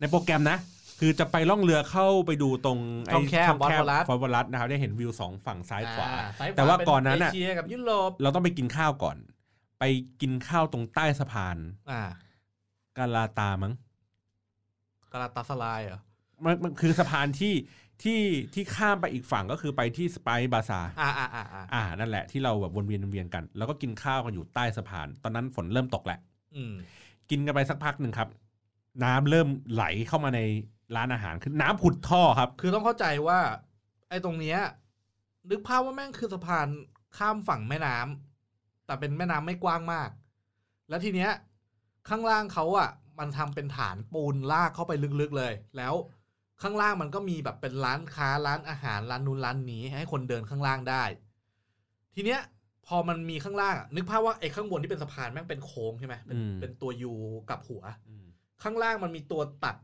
Speaker 1: ในโปรแกรมนะ คือจะไปล่องเรือเข้าไปดูตรง
Speaker 3: ช่องแคบ
Speaker 1: ช่องแคบ
Speaker 3: Bosphorus
Speaker 1: ฟอสฟอรัสนะครับได้เห็นวิวสองฝั่งซ้ายขวา
Speaker 3: อ่ซ้ยข
Speaker 1: แต่ว่าก่อนนั้น
Speaker 3: เป็
Speaker 1: น่ะ
Speaker 3: เอเชียกับยุโรป
Speaker 1: เราต้องไปกินข้าวก่อน ไปกินข้าวตรงใต้สะพาน
Speaker 3: อ่าก
Speaker 1: าลาตามั้ง
Speaker 3: กาลาตาสลายเหรอ
Speaker 1: มันมันคือสะพานที่ที่ที่ข้ามไปอีกฝั่งก็คือไปที่สไปบาซา
Speaker 3: อ่าอ่าอ่าอ่า
Speaker 1: อ่านั่นแหละที่เราแบบวนเวียนวนเวียนกัน แล้วก็กินข้าวกันอยู่ใต้สะพาน ตอนนั้นฝนเริ่มตกแหละ
Speaker 3: อืม
Speaker 1: กินกันไปสักพักหนึ่งครับ น้ำเริ่มไหลเข้ามาในร้านอาหารคือน้ำผุดท่อครับ
Speaker 3: คือต้องเข้าใจว่า ไอ้ตรงเนี้ยนึกภาพว่าแม่งคือสะพานข้ามฝั่งแม่น้ำแต่เป็นแม่น้ำไม่กว้างมาก แล้วทีเนี้ย ข้างล่างเขาอ่ะ มันทำเป็นฐานปูนลากเข้าไปลึกๆเลย แล้วข้างล่างมันก็มีแบบเป็นร้านค้าร้านอาหารร้านนู้นร้านนี้ ให้คนเดินข้างล่างได้ ทีเนี้ย พอมันมีข้างล่างอะนึกภาพว่าไอ้ข้างบนที่เป็นสะพานแม่งเป็นโค้งใช่ไหมเป็น
Speaker 1: อืม
Speaker 3: เป็นตัวยูกับหัว ข้างล่างมันมีตัวตัด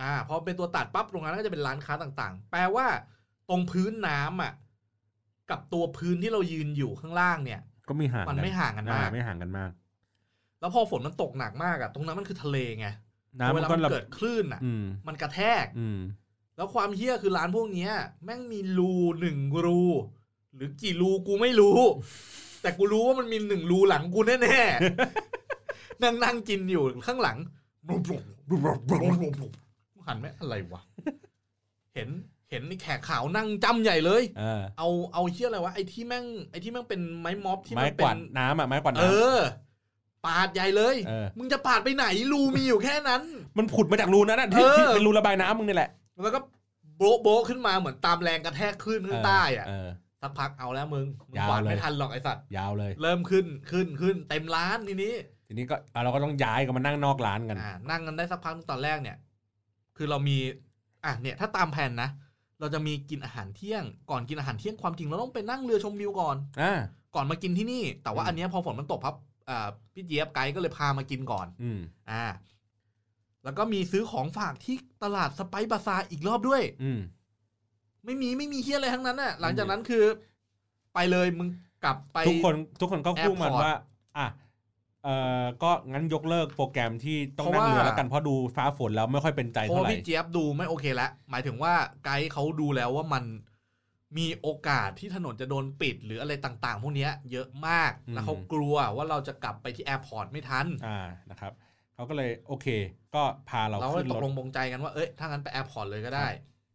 Speaker 3: อ่าพอเป็นตัวตัดปั๊บตรงนั้นก็จะเป็นร้านค้าต่างๆ แปลว่า ตรงพื้นน้ำอ่ะกับตัวพื้นที่เรายืนอยู่ข้างล่างเนี่ย
Speaker 1: ก็มีห่าง
Speaker 3: มันไม่ห่างกัน
Speaker 1: อ่
Speaker 3: มาก
Speaker 1: ไม่ห่างกันมาก
Speaker 3: แล้วพอฝนมันตกหนักมากอ่ะตรงนั้นมันคือทะเลไง
Speaker 1: น้ำ
Speaker 3: เว
Speaker 1: มัน
Speaker 3: ลา
Speaker 1: ก็
Speaker 3: มัน
Speaker 1: ระ
Speaker 3: เกิดคลื่นอ่ะ
Speaker 1: อืม
Speaker 3: มันกระแทก
Speaker 1: อืม
Speaker 3: แล้วความเฮี้ยคือร้านพวกเนี้ย แม่งมีรูหนึ่งรู หรือกี่รูกูไม่ รู้ แต่กูรู้ว่ามันมีหนึ่งรูหลังกูแน่ๆ นั่งนั่งกินอยู่ข้างหลังหันไหมอะไรวะ เห็นเห็นไอ้แขกขาวนั่งจำใหญ่เลย
Speaker 1: เออ
Speaker 3: เอาเอาเฮี้ยอะไรวะไอ้ที่แม่งไอ้ที่แม่งเป็นไม้ม็อบที่
Speaker 1: ไม้
Speaker 3: มัน
Speaker 1: ก
Speaker 3: เป็
Speaker 1: วาด
Speaker 3: น
Speaker 1: น้ำอ่ะไม้กวาด
Speaker 3: เอ
Speaker 1: น้ำ
Speaker 3: อ ปาดใหญ่เลย
Speaker 1: เออ
Speaker 3: มึงจะปาดไปไหนรูมีอยู่แค่นั้น
Speaker 1: มันผุดมาจากรูนั้นอ่ะที่
Speaker 3: เออ
Speaker 1: ที่เป็นรูระบายน้ำมึงนี่แหละ
Speaker 3: แล้วก็โบ๊ะโบ๊ะขึ้นมาเหมือนตามแรงกระแทกขึ้นข้างใต้อ่ะ
Speaker 1: เ
Speaker 3: สักพักเอาแล้วมึงมึง
Speaker 1: ยาว
Speaker 3: กวาด
Speaker 1: เลย
Speaker 3: ไม่ทันหรอกไอสัตว์
Speaker 1: ยาวเลย
Speaker 3: เริ่มขึ้นขึ้นขึ้นเต็มร้านทีนี้
Speaker 1: ทีนี้ก็อ่ะเราก็ต้องย้ายกันมานั่งนอกร้านกัน
Speaker 3: อ่านั่งกันได้สักพักตอนแรกเนี่ย คือเรามีอ่ะเนี่ยถ้าตามแผนนะ เราจะมีกินอาหารเที่ยง ก่อนกินอาหารเที่ยงความจริงเราต้องไปนั่งเรือชมวิวก่อน
Speaker 1: อ่า
Speaker 3: ก่อนมากินที่นี่ แต่ว่า
Speaker 1: อืม
Speaker 3: อันเนี้ยพอฝนมันตกพับอ่าพี่เจี๊ยบไกด์ก็เลยพามากินก่อน
Speaker 1: อืม
Speaker 3: อ่า แล้วก็มีซื้อของฝากที่ตลาดสไปซ์บาซาร์อีกรอบด้วย
Speaker 1: อืม
Speaker 3: ไม่มีไม่มีเฮี้ยอะไรทั้งนั้นน่ะ หลังจากนั้นคือ ไปเลยมึงกลับไป
Speaker 1: ทุกคนทุกคนก็คู่มัน
Speaker 3: Airport
Speaker 1: ว่า อ่ะเออก็งั้นยกเลิกโปรแกรมที่ต้อง
Speaker 3: เพ
Speaker 1: นั่
Speaker 3: ราะ
Speaker 1: ง
Speaker 3: ว่า
Speaker 1: เรือแล้วกันเพราะดูฟ้าฝนแล้วไม่ค่อยเป็นใจ
Speaker 3: เพ
Speaker 1: เท่า
Speaker 3: ราะ
Speaker 1: ไห
Speaker 3: ว่า
Speaker 1: ร่
Speaker 3: พี่เจี๊ยบดูไม่โอเคแล้ว หมายถึงว่าไกด์เขาดูแล้วว่ามันมีโอกาสที่ถนนจะโดนปิดหรืออะไรต่างๆ พวกเนี้ยเยอะมาก แล้วเขากลัวว่าเราจะกลับไปที่แอร์พอร์ตไม่ทัน
Speaker 1: อ่านะครับเขาก็เลยโอเค ก็พาเรา
Speaker 3: เราก็
Speaker 1: ขึ้
Speaker 3: เลย
Speaker 1: น
Speaker 3: ต
Speaker 1: ร
Speaker 3: ก
Speaker 1: ถ
Speaker 3: ลงปรงใจกันว่าเอ้ยถ้างั้นไปแอร์พอร์ตเลยก็ได้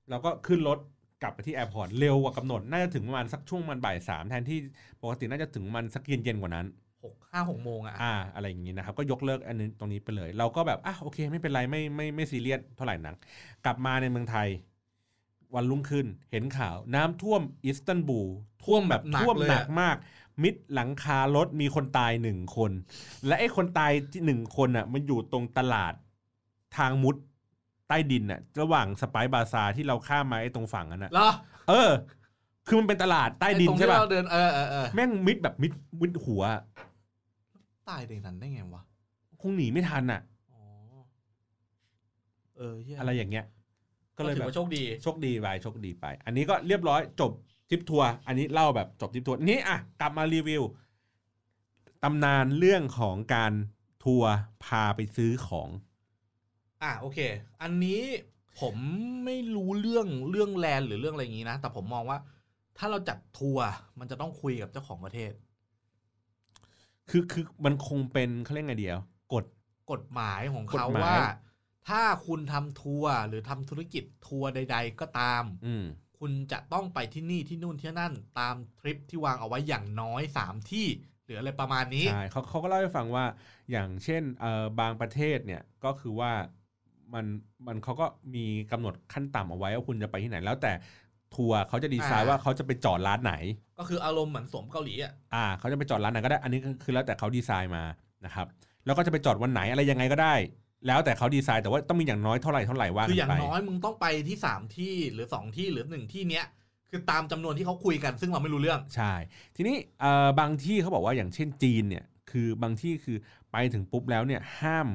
Speaker 1: เราก็ขึ้นรถกลับไปที่แอร์พอร์ตเร็วกว่ากำหนด น่าจะถึงประมาณสักช่วงประมันบ่ายสามแทนที่ปกติน่าจะถึงประมันสักเย็นเย็นๆกว่านั้น
Speaker 3: หกห้าหกโมงอ่ะ
Speaker 1: อ่าอะไรอย่างนี้นะครับก็ยกเลิกอันนี้ตรงนี้ไปเลย เราก็แบบอ่ะโอเค ไม่เป็นไรไม่ไม่ไม่ซีเรียสเท่าไหร่หนัง กลับมาในเมืองไทย วันรุ่งขึ้นเห็นข่าวน้ำท่วมอิสตันบูลท่วมแบบ
Speaker 3: หนัก
Speaker 1: ท่วม
Speaker 3: เลย
Speaker 1: หนัก
Speaker 3: อะ
Speaker 1: มาก มิดหลังคารถมีคนตายหนึ่งคน และไอ้คนตายที่หนึ่งคนอ่ะมันอยู่ตรงตลาดทางมุดใต้ดินน่ะระหว่างสไปซ์บาซาร์ที่เราข้ามมาไอ้ตรงฝั่งนั้นน่ะ
Speaker 3: เหรอ
Speaker 1: เออ คือมันเป็นตลาดใต้ดิน
Speaker 3: อ้ตรง
Speaker 1: ใช่
Speaker 3: ที่
Speaker 1: ป่ะ
Speaker 3: เราเดินเออเออเออ
Speaker 1: แม่งมิดแบบมิดมิดหัวอะ
Speaker 3: ตายในนั้นได้ไงวะ
Speaker 1: คงหนีไม่ทันอ่ะ
Speaker 3: อ๋อเออเหี้ย
Speaker 1: อะไรอย่างเงี้ย ก็เลย
Speaker 3: ถื
Speaker 1: แบ
Speaker 3: อบว่าโชคดี
Speaker 1: โชคดีไปโชคดีไป อันนี้ก็เรียบร้อยจบทริปทัวร์ อันนี้เล่าแบบจบทริปทัวร์ นี้อ่ะกลับมารีวิวตำนานเรื่องของการทัวร์พาไปซื้อของ
Speaker 3: อ่ะโอเค อันนี้ผมไม่รู้เรื่องเรื่องแลนด์หรือเรื่องอะไรอย่างนี้นะ แต่ผมมองว่า ถ้าเราจัดทัวร์มันจะต้องคุยกับเจ้าของประเทศ
Speaker 1: คือคือมันคงเป็นเขาเรียกไงเดียว กฎ
Speaker 3: กฎหมายของเขา
Speaker 1: กฎหมาย
Speaker 3: ว่า ถ้าคุณทำทัวร์หรือทำธุรกิจทัวร์ใด ๆ ก็ตาม
Speaker 1: อืม
Speaker 3: คุณจะต้องไปที่นี่ที่นู่นที่นั่น ตามทริปที่วางเอาไว้อย่างน้อยสามที่หรืออะไรประมาณนี้
Speaker 1: ใช่เขาเขาก็เล่าให้ฟังว่าอย่างเช่นเอ่อบางประเทศเนี่ยก็คือว่ามันมันเขาก็มีกำหนดขั้นต่ำเอาไว้ว่าคุณจะไปที่ไหน แล้วแต่ทัวร์เขาจะดีไซน์
Speaker 3: อ่า
Speaker 1: ว่าเขาจะไปจอดร้านไหน
Speaker 3: ก็คืออารมณ์เหมือนสวมเกาหลีอ่ะ
Speaker 1: อ่าเขาจะไปจอดร้านไหนก็ได้ อันนี้ก็คือแล้วแต่เขาดีไซน์มานะครับ แล้วก็จะไปจอดวันไหนอะไรยังไงก็ได้ แล้วแต่เขาดีไซน์แต่ว่าต้องมีอย่างน้อยเท่าไหร่เท่าไหร่ว่า
Speaker 3: คื
Speaker 1: กั
Speaker 3: ออน ย่าง
Speaker 1: ไป
Speaker 3: น้อยมึงต้องไปที่สามที่หรือสองที่หรือหนึ่งที่เนี้ย คือตามจำนวนที่เขาคุยกันซึ่งเราไม่รู้เรื่อง
Speaker 1: ใช่ ทีนี้เอ่อบางที่เขาบอกว่าอย่างเช่นจีนเนี่ย คือบางที่คือไปถึงปุ๊บแล้วเนี่ยห้าม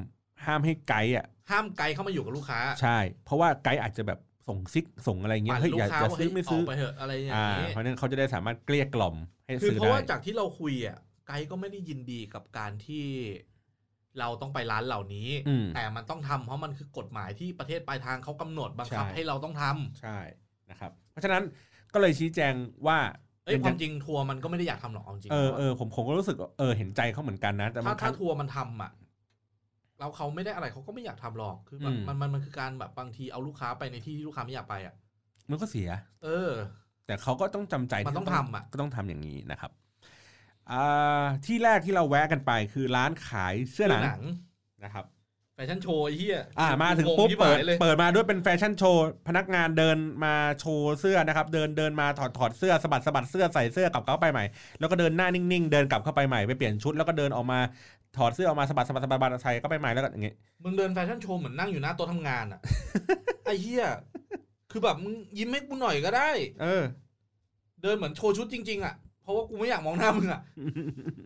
Speaker 1: ห้ามให้ไกด์อ่ะ
Speaker 3: ห้ามไกด์เข้ามาอยู่กับลูกค้า
Speaker 1: ใช่ เพราะว่าไกด์อาจจะแบบส่งซิกส่งอะไรเงี้ย
Speaker 3: ปั่น
Speaker 1: เฮ้ย
Speaker 3: ลู
Speaker 1: อก ย่า
Speaker 3: ค้า
Speaker 1: อย่า
Speaker 3: ว่า
Speaker 1: ซื้อย
Speaker 3: เฮ้
Speaker 1: ไม่
Speaker 3: อ
Speaker 1: ซื้
Speaker 3: อ
Speaker 1: อก
Speaker 3: ไปเถอะอะไรอย่าง
Speaker 1: อ่า
Speaker 3: นี้
Speaker 1: เพราะฉะนั้นเขาจะได้สามารถเกลี้ยกล่อมให้
Speaker 3: คือ
Speaker 1: ซื้อ
Speaker 3: เพ
Speaker 1: ได้
Speaker 3: ราะว่าจากที่เราคุยอ่ะไกด์ก็ไม่ได้ยินดีกับการที่ เราต้องไปร้านเหล่านี้
Speaker 1: อืม
Speaker 3: แต่มันต้องทำเพราะมันคือกฎหมายที่ประเทศปลายทางเขากำหนดบังคับ
Speaker 1: ใช่
Speaker 3: ให้เราต้องทำ
Speaker 1: ใช่นะครับ เพราะฉะนั้นก็เลยชี้แจงว่า
Speaker 3: เอ้ยความจริงทัวร์มันก็ไม่ได้อยากทำหรอกเอาจริง
Speaker 1: เออเออผมผมก็รู้สึกว่าเออเห็นใจเขาเหมือนกันนะแต่
Speaker 3: ถ้า
Speaker 1: มัน
Speaker 3: ถ้าทัวร์มันทำอ่ะเราเขาไม่ได้อะไรเขาก็ไม่อยากทำหรอกคือแบบ
Speaker 1: อืม
Speaker 3: มันมันมันคือการแบบบางทีเอาลูกค้าไปในที่ที่ลูกค้าไม่อยากไปอ่ะ
Speaker 1: มันก็เสีย
Speaker 3: เออ
Speaker 1: แต่เขาก็ต้องจำใจ
Speaker 3: มัน
Speaker 1: ที่
Speaker 3: ต้องทำอะ
Speaker 1: ก็ต้องทำอย่างนี้นะครับอ่าที่แรกที่เราแวะกันไปคือร้านขายเสื้อหนัง
Speaker 3: หนัง
Speaker 1: นะครับ
Speaker 3: แฟชั่นโชว์ไอ้เหี้ย
Speaker 1: อ่ามาถึงปุ๊บเปิด
Speaker 3: งงที่หายเลย
Speaker 1: เปิดมาด้วยเป็นแฟชั่นโชว์พนักงานเดินมาโชว์เสื้อนะครับ เดินเดินมาถอดถอดเสื้อสะบัดสะบัดเสื้อใส่เสื้อกลับเข้าไปใหม่แล้วก็เดินหน้านิ่งๆ เดินกลับเข้าไปใหม่ไปเปลี่ยนชุดแล้วก็เดินออกมาถอดเสื้อออกมาสะบัดสะบัดสะบัดสะบัดใส่เข้าไปใหม่แล้วก็อย่างเงี้ย
Speaker 3: มึงเดินแฟชั่นโชว์เหมือนนั่งอยู่หน้าโต๊ะทำงาน อ่ะ ไอ้เหี้ยคือแบบมึงยิ้มให้กูหน่อยก็ได้
Speaker 1: เออ
Speaker 3: เดินเหมือนโชว์ชุดจริง ๆ อ่ะ เพราะว่ากูไม่อยากมองหน้ามึงอ่ะ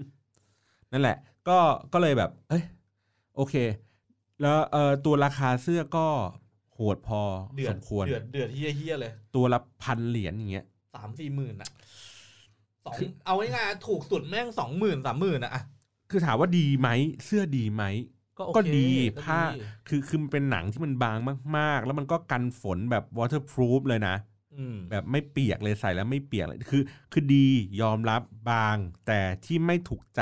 Speaker 1: นั่นแหละ ก็ ก็เลยแบบ เอ้ย โอเค แล้วเอ่อตัวราคาเสื้อก็โห โหดพอ
Speaker 3: เดือ
Speaker 1: ส
Speaker 3: ด
Speaker 1: มควร
Speaker 3: เดือดเดือดเฮี้ยเฮี้ยๆเลย
Speaker 1: ตัวละพันเหรียญอย่างเงี้ย
Speaker 3: สามสี่หมื่นอะสอง
Speaker 1: คือ
Speaker 3: เอาง่ายๆถูกสุดแม่งสองหมื่นสามหมื่นอะอะ
Speaker 1: คือถามว่าดีไหมเสื้อดีไหม
Speaker 3: ก็โอเค
Speaker 1: ก็ดี
Speaker 3: ก็
Speaker 1: ผ้า คือคือมันเป็นหนังที่มันบางมาก ๆ แล้วมันก็กันฝนแบบ waterproof เลยนะ
Speaker 3: อืม
Speaker 1: แบบไม่เปียกเลยใส่แล้วไม่เปียกเลยคือ คือดียอมรับบาง แต่ที่ไม่ถูกใจ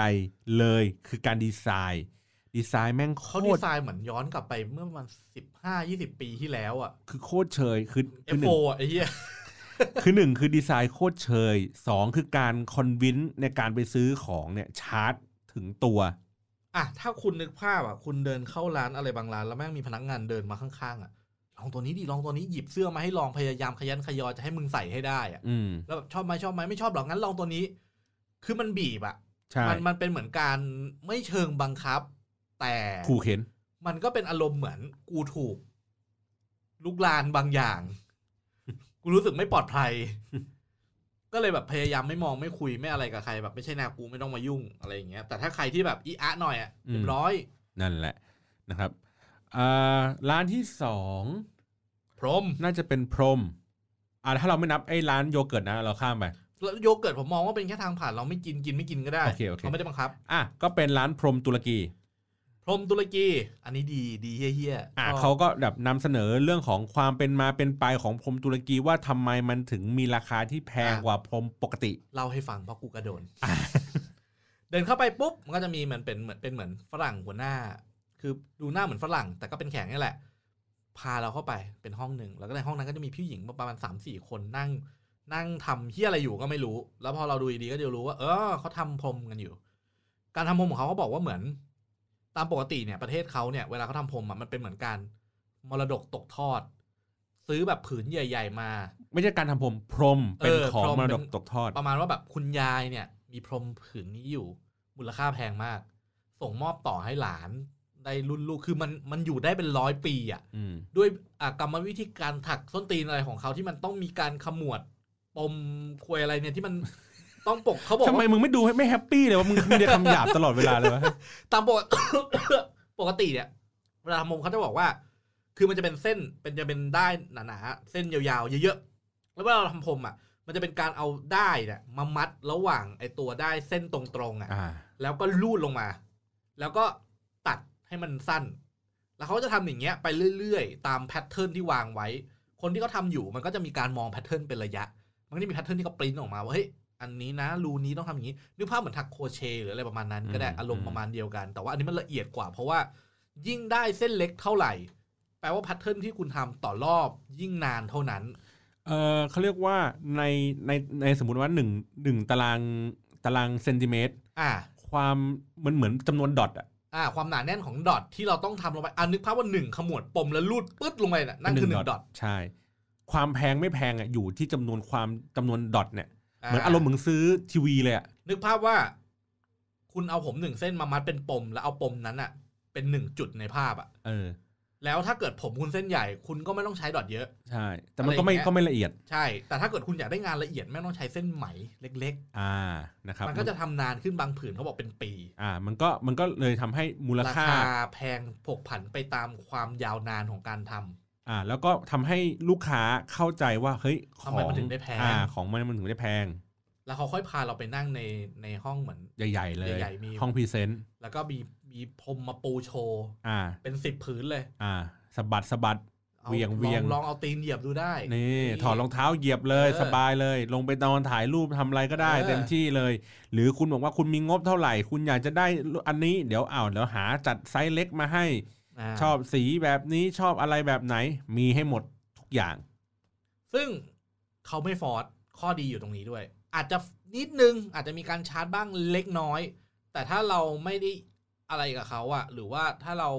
Speaker 1: เลยคือการดีไซน์ ดีไซน์แม่งโค
Speaker 3: เขาดี
Speaker 1: ตร
Speaker 3: ไซน์เหมือนย้อนกลับไปเมื่อประมาณสิบห้ายี่สิบปีที่แล้วอะ
Speaker 1: คือโคตรเชยคือ
Speaker 3: เอ
Speaker 1: คือ
Speaker 3: ฟ
Speaker 1: ห
Speaker 3: โฟ
Speaker 1: นึ่ง
Speaker 3: อะไอ้เฮี้ย
Speaker 1: คือหนึ่งคือดีไซน์โคตรเชยสองคือการคอนวินในการไปซื้อของเนี่ยชาร์จถึงตัว
Speaker 3: อ่ะถ้าคุณนึกภาพอ่ะคุณเดินเข้าร้านอะไรบางร้านแล้วแม่งมีพนักงานเดินมาข้างๆอ่ะลองตัวนี้ดิลองตัวนี้หยิบเสื้อมาให้ลองพยายามขยันขยอจะให้มึงใส่ให้ได้อ่ะ
Speaker 1: อืม
Speaker 3: แล้วแบบชอบไหมชอบไหมไม่ชอบหรอกงั้นลองตัวนี้ คือมันบีบอ่ะ
Speaker 1: ใช่
Speaker 3: มันมันเป็นเหมือนการไม่เชิงบังคับ แต่
Speaker 1: ขู่เข็น
Speaker 3: มันก็เป็นอารมณ์เหมือนกูถูกลุกลานบางอย่าง กูรู้สึกไม่ปลอดภัย ก็เลยแบบพยายามไม่มองไม่คุยไม่อะไรกับใครแบบไม่ใช่แนวกูไม่ต้องมายุ่งอะไรอย่างเงี้ยแต่ถ้าใครที่แบบอีอะหน่อยอ่ะเรียบร้อย
Speaker 1: นั่นแหละนะครับอ่าร้านที่สอง
Speaker 3: พรหม
Speaker 1: น่าจะเป็นพรหมอ่าถ้าเราไม่นับไอ้ร้านโยเกิร์ตนะ เราข้ามไป
Speaker 3: แล้วโยเกิร์ตผมมองว่าเป็นแค่ทางผ่านเราไม่กินกินไม่กินก็ได้
Speaker 1: โอเคโอเค
Speaker 3: เขาไม่ได้บังคับ
Speaker 1: อ่ะก็เป็นร้านพรหมตุรกี
Speaker 3: พรหมตุรกี อันนี้ดีดีเฮี้ยๆ
Speaker 1: อ่ะ
Speaker 3: ชบ
Speaker 1: เขาก็แบบนำเสนอเรื่องของความเป็นมาเป็นไปของพรหมตุรกีว่าทำไมมันถึงมีราคาที่แพงกว่าพรหมปกติ
Speaker 3: เล่าให้ฟังเพราะกูกระโดน เดินเข้าไปปุ๊บมันก็จะมีเหมันเป็นเหมือนเป็นเหมือนฝรั่งหัวหน้า คือดูหน้าเหมือนฝรั่ง แต่ก็เป็นแขกนี่แหละ พาเราเข้าไปเป็นห้องหนึ่งแล้วก็ในห้องนั้นก็จะมีผู้หญิงประมาณสามสี่คนนั่ง นั่งทำเฮี้ยอะไรอยู่ก็ไม่รู้ แล้วพอเราดูดีๆก็จะรู้ว่าเออเขาทำพรมกันอยู่ การทำพรมของเขาเขาบอกว่าเหมือน ตามปกติเนี่ยประเทศเขาเนี่ยเวลาเขาทำพรมอ่ะมันเป็นเหมือนการมรดกตกทอด ซื้อแบบผืนใหญ่ ๆ มา
Speaker 1: ไม่ใช่การทำพรหมพรหมเป็น
Speaker 3: เออ
Speaker 1: ของ
Speaker 3: พรหม
Speaker 1: มรดก
Speaker 3: เป็น
Speaker 1: ตกทอด
Speaker 3: ประมาณว่าแบบคุณยายเนี่ย มีพรมผืนนี้อยู่มูลค่าแพงมาก ส่งมอบต่อให้หลานได้รุ่นลูกคือมันมันอยู่ได้เป็นร้อยปีอ่ะ
Speaker 1: อืม
Speaker 3: ด้วยอ่ะกรรมวิธีการถักส้นตีนอะไรของเขาที่มันต้องมีการขมวดปมควยอะไรเนี่ยที่มัน ต้องปกเขาบอก
Speaker 1: ทำไม
Speaker 3: ว่า
Speaker 1: มึงไม่ดูให้ไม่แฮปปี้เลยวะมึง มีแต่คำหยาบตลอดเวลาเลยวะ
Speaker 3: ตามปก ปกติเนี่ยเวลาทำมุมเขาจะบอกว่า คือมันจะเป็นเส้นเป็นจะเป็นได้ายหนาๆเส้นยาวๆเยอะๆแล้วเวลาเราทำผมอ่ะ มันจะเป็นการเอาได้ายเนี่ยมามัดระหว่างไอตัวได้ายเส้นตรงๆอ่ะ
Speaker 1: อ่า
Speaker 3: แล้วก็ลูดลงมา แล้วก็ตัดให้มันสั้น แล้วเขาจะทำอย่างเงี้ยไปเรื่อยๆ ตามแพทเทิร์นที่วางไว้ คนที่เขาทำอยู่มันก็จะมีการมองแพทเทิร์นเป็นระยะ มันก็จะมีแพทเทิร์นที่เขาปริ้นออกมาว่าเฮ้ย อันนี้นะรูนี้ต้องทำอย่างนี้ นึกภาพเหมือนถักโครเชต์หรืออะไรประมาณนั้น ก็ได้
Speaker 1: อืม
Speaker 3: อารมณ์ประมาณเดียวกัน แต่ว่าอันนี้มันละเอียดกว่า เพราะว่ายิ่งได้เส้นเล็กเท่าไหร่ แปลว่าแพทเทิร์นที่คุณทำต่อรอบยิ่งนานเท่านั้น
Speaker 1: เออเขาเรียกว่าในในในสมมติว่าหนึ่งหนึ่งตารางตารางเซนติเมตร
Speaker 3: อ่า
Speaker 1: ความมันเหมือนจำนวนดอทอะ
Speaker 3: อ่าความหนาแน่นของดอทที่เราต้องทำลงไปอ่านึกภาพว่าหนึ่งขมวดปมแล้วลูดปึ๊ดลงไปน่ะนั่นคือหนึ่งดอท
Speaker 1: ใช่ ความแพงไม่แพงอะอยู่ที่จำนวนความจำนวนดอทเนี่ยเหมือน
Speaker 3: อ่า
Speaker 1: อารมณ์เหมือนซื้อทีวีเลยอะ
Speaker 3: นึกภาพว่า คุณเอาผมหนึ่งเส้นมามัดเป็นปม แล้วเอาปมนั้นอะเป็นหนึ่งจุดในภาพอะ
Speaker 1: เออ
Speaker 3: แล้วถ้าเกิดผมคุณเส้นใหญ่ คุณก็ไม่ต้องใช้ดอทเยอะ
Speaker 1: ใช่ แต่มันก็ไม่
Speaker 3: อะไรอย่างเงี้ย
Speaker 1: ก็ไม่ละเอียด
Speaker 3: ใช่ แต่ถ้าเกิดคุณอยากได้งานละเอียดไม่ต้องใช้เส้นไหมเล็ก
Speaker 1: อ่านะครับ
Speaker 3: ๆ มันก็จะทำนานขึ้นบางผืนเขาบอกเป็นปี
Speaker 1: อ่า มันก็มันก็เลยทำให้มูล
Speaker 3: รา
Speaker 1: ค่า
Speaker 3: คาแพงผกผันไปตามความยาวนานของการทำ
Speaker 1: อ่า แล้วก็ทำให้ลูกค้าเข้าใจว่าเฮ้ยขอ
Speaker 3: ทำ
Speaker 1: ง
Speaker 3: ไมมันถึงได้แพง
Speaker 1: อ่า ของมันมันถึงได้แพง
Speaker 3: แล้วเขาค่อยพาเราไปนั่งในในห้องเหมือน
Speaker 1: ใหญ่ ๆ เลย
Speaker 3: ใหญ่ๆมี
Speaker 1: ห้องพรีเซนต์
Speaker 3: แล้วก็มีมีพรมมาปูโชว์
Speaker 1: อ่า
Speaker 3: เป็นสิบผืนเลย
Speaker 1: อ่าสะบัดสะบัด
Speaker 3: อา
Speaker 1: เวียงเวียง
Speaker 3: ลอลองเอาตีนเหยียบดูได้
Speaker 1: นี่ถอดรองเท้าเหยียบเลย
Speaker 3: เออ
Speaker 1: สบายเลย ลงไปนอนถ่ายรูปทำอะไรก็ได้
Speaker 3: เออ
Speaker 1: เต็มที่เลย หรือคุณบอกว่าคุณมีงบเท่าไหร่ คุณอยากจะได้อันนี้เดี๋ยวอ้าวเดี๋ยวหาจัดไซส์เล็กมาให้
Speaker 3: า
Speaker 1: ชอบสีแบบนี้ชอบอะไรแบบไหน มีให้หมดทุกอย่าง
Speaker 3: ซึ่งเขาไม่ฟอร์สข้อดีอยู่ตรงนี้ด้วย อาจจะนิดนึงอาจจะมีการชาร์จบ้างเล็กน้อย แต่ถ้าเราไม่ได้อะไรกับเขาอะหรือว่าถ้าเรา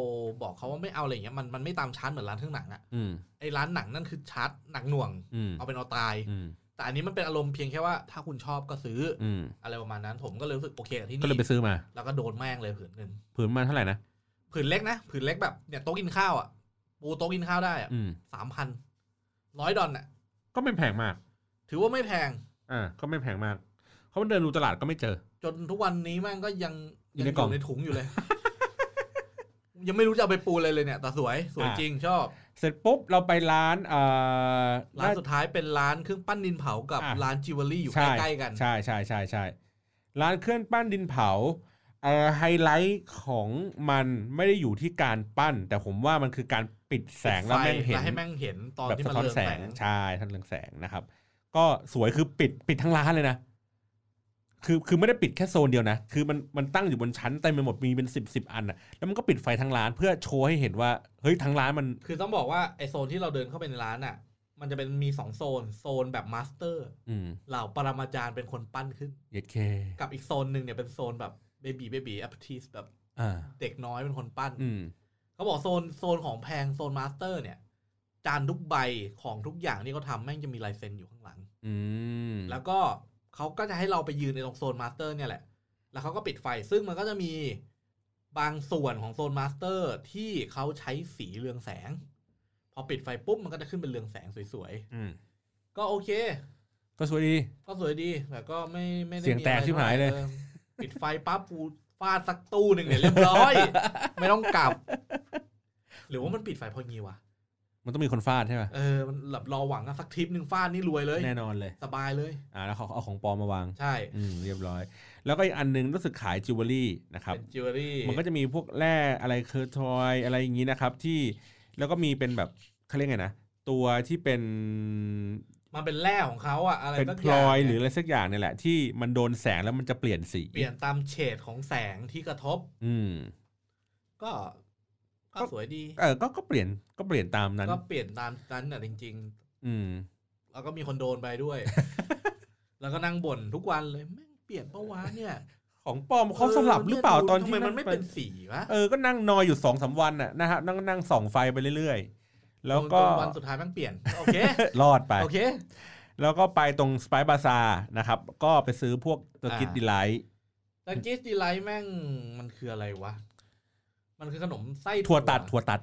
Speaker 3: บอกเขาว่าไม่เอาอะไรอย่างเงี้ยมันมันไม่ตามชาร์จเหมือนร้านเครื่องหนังอะ
Speaker 1: อืม
Speaker 3: ไอร้านหนังนั่นคือชาร์จหนักหน่วง
Speaker 1: อืม
Speaker 3: เอาเป็นเอาตาย
Speaker 1: อืม
Speaker 3: แต่อันนี้มันเป็นอารมณ์เพียงแค่ว่าถ้าคุณชอบก็ซื้ออ
Speaker 1: อืม
Speaker 3: อะไรประมาณนั้น ผมก็เลยรู้สึกโอเคกับที่
Speaker 1: ก็เลย
Speaker 3: นี่
Speaker 1: ไปซื้อมา
Speaker 3: แล้วก็โดนแม่งเลยผืนหนึ่ง
Speaker 1: ผืนมาเท่าไหร่นะ
Speaker 3: ผืนเล็กนะผืนเล็กแบบเนี่ยโต๊ะกินข้าวอะปูโต๊ะกินข้าวได้อะ
Speaker 1: อืม
Speaker 3: สามพันร้อยดอลลาร์น่ะ
Speaker 1: ก็ไม่แพงมาก
Speaker 3: ถือว่าไม่แพง
Speaker 1: อ่าก็ไม่แพงมากเขาเดินดูตลาดก็ไม่เจอ
Speaker 3: จนทุกวันนี้แม่งก็ยัง
Speaker 1: อยู่ในกล่อง
Speaker 3: ในถุงอยู่เลย ยังไม่รู้จะเอาไปปูอะไรเลยเนี่ยแต่สวยสวย
Speaker 1: อ่ะ
Speaker 3: จริงชอบ
Speaker 1: เสร็จปุ๊บเราไปร้านเอ่อ
Speaker 3: ร้านสุดท้ายเป็นร้านเครื่องปั้นดินเผากับ
Speaker 1: อ่ะ
Speaker 3: ร้านจิวเวลรี่อยู่
Speaker 1: ช่
Speaker 3: ใกล้ๆกัน
Speaker 1: ใช่ใช่ใช่ใช่ร้านเครื่องปั้นดินเผาเอ่อไฮไลท์ของมันไม่ได้อยู่ที่การปั้น แต่ผมว่ามันคือการปิดแสงแล้วแม่งเห็น
Speaker 3: ให้แม่งเห็นตอน
Speaker 1: แบบ
Speaker 3: ที่
Speaker 1: สะ
Speaker 3: มัน
Speaker 1: ท้อน
Speaker 3: เรือง
Speaker 1: แส
Speaker 3: แส
Speaker 1: ง
Speaker 3: ง
Speaker 1: ใช่ท่านเรืองแสงนะครับ ก็สวยคือปิดปิดทั้งร้านเลยนะ คือคือไม่ได้ปิดแค่โซนเดียวนะ คือมันมันตั้งอยู่บนชั้นเต็มไปหมดมีเป็นสิบสิบอันอ่ะแล้วมันก็ปิดไฟทั้งร้านเพื่อโชว์ให้เห็นว่าเฮ้ยทั้งร้านมัน
Speaker 3: คือต้องบอกว่าไอโซนที่เราเดินเข้าไปในร้านอ่ะ มันจะเป็นมีสองโซน โซนแบบมาสเตอร์
Speaker 1: อืม
Speaker 3: เหล่าปรมาจารย์เป็นคนปั้นขึ้น
Speaker 1: เย็ดเค
Speaker 3: กับอีกโซนหนึ่งเนี่ยเป็นโซนแบบเบบีเบบีแอปทีสแบบ
Speaker 1: อ่า
Speaker 3: เด็กน้อยเป็นคนปั้น
Speaker 1: อืม
Speaker 3: เขาบอกโซนโซนของแพงโซนมาสเตอร์เนี่ย จานทุกใบของทุกอย่างที่เขาทำแม่งจะมีลายเซ็นอยู่ข้างหลัง
Speaker 1: อืม
Speaker 3: แล้วก็เขาก็จะให้เราไปยืนในตรงโซนมาสเตอร์เนี่ยแหละ แล้วเขาก็ปิดไฟ ซึ่งมันก็จะมีบางส่วนของโซนมาสเตอร์ที่เขาใช้สีเรืองแสง พอปิดไฟปุ๊บมันก็จะขึ้นเป็นเรืองแสงสวย
Speaker 1: อืม
Speaker 3: ๆ ก็โอเค
Speaker 1: ก็สวยดี
Speaker 3: ก็สวยดี แต่ก็ไม่ไม่ได้
Speaker 1: เสียงแตก
Speaker 3: มีอะไร
Speaker 1: ชิบหายเลย
Speaker 3: ออปิดไฟปั๊บกูฟาดสักตู้หนึ่งเนี่ยเรียบร้อย ไม่ต้องกลับ หรือว่ามันปิดไฟเพราะงี้วะ
Speaker 1: มันต้องมีคนฟาดใช่ไหม
Speaker 3: เออ มันหลับรอหวังอะสักทริปหนึ่งฟาดนี่รวยเลย
Speaker 1: แน่นอนเลย
Speaker 3: สบายเลย
Speaker 1: อ่าแล้วเขาเอาของปลอมมาวาง
Speaker 3: ใช่
Speaker 1: อืมเรียบร้อย แล้วก็อีกอันหนึงรู้สึกขายจิวเวลรี่นะครับ
Speaker 3: เป็นจิวเวลรี่
Speaker 1: มันก็จะมีพวกแร่อะไรเคอร์ทอยอะไรอย่างนี้นะครับ ที่แล้วก็มีเป็นแบบเขาเรียกไงนะ ตัวที่เป็น
Speaker 3: มันเป็นแร่ของเขาอะอะไร
Speaker 1: เป็น
Speaker 3: สัก
Speaker 1: พ
Speaker 3: อ
Speaker 1: ล
Speaker 3: ย่าง
Speaker 1: อย
Speaker 3: นี่
Speaker 1: หรืออะไรสักอย่างเนี่ยแหละ ที่มันโดนแสงแล้วมันจะเปลี่ยนสี
Speaker 3: เปลี่ยนตามเฉดของแสงที่กระทบ
Speaker 1: อืม
Speaker 3: ก็ก็
Speaker 1: ก็
Speaker 3: สวยดี
Speaker 1: เออก็ก็เปลี่ยนก็เปลี่ยนตามนั้น
Speaker 3: ก็เปลี่ยนตามนั้นน่ะจริง
Speaker 1: อืม
Speaker 3: ๆ แล้วก็มีคนโดนไปด้วย แล้วก็นั่งบ่นทุกวันเลยแม่งเปลี่ยนปะวะเนี่ย
Speaker 1: ของปลอมเขาสลับหรือเปล่าตอนที่
Speaker 3: ทำไมมันไม่เป็นสีวะ
Speaker 1: เออก็นั่งนอยอยู่สองสามวันน่ะนะฮะนั่งนั่งส่องไฟไปเรื่อยๆ แล้วก็
Speaker 3: จนวันสุดท้ายแมันเปลี่ยน โอ เค
Speaker 1: รอดไป
Speaker 3: โอเค
Speaker 1: แล้วก็ไปตรงสไปบาซานะครับ ก็ไปซื้อพวกตัวกิด
Speaker 3: อ่า
Speaker 1: ดีไลท์
Speaker 3: แต่จิสดีไลท์แม่งมันคืออะไรวะ มันคือขนมไส้
Speaker 1: ถั่วตัดถั่วตัด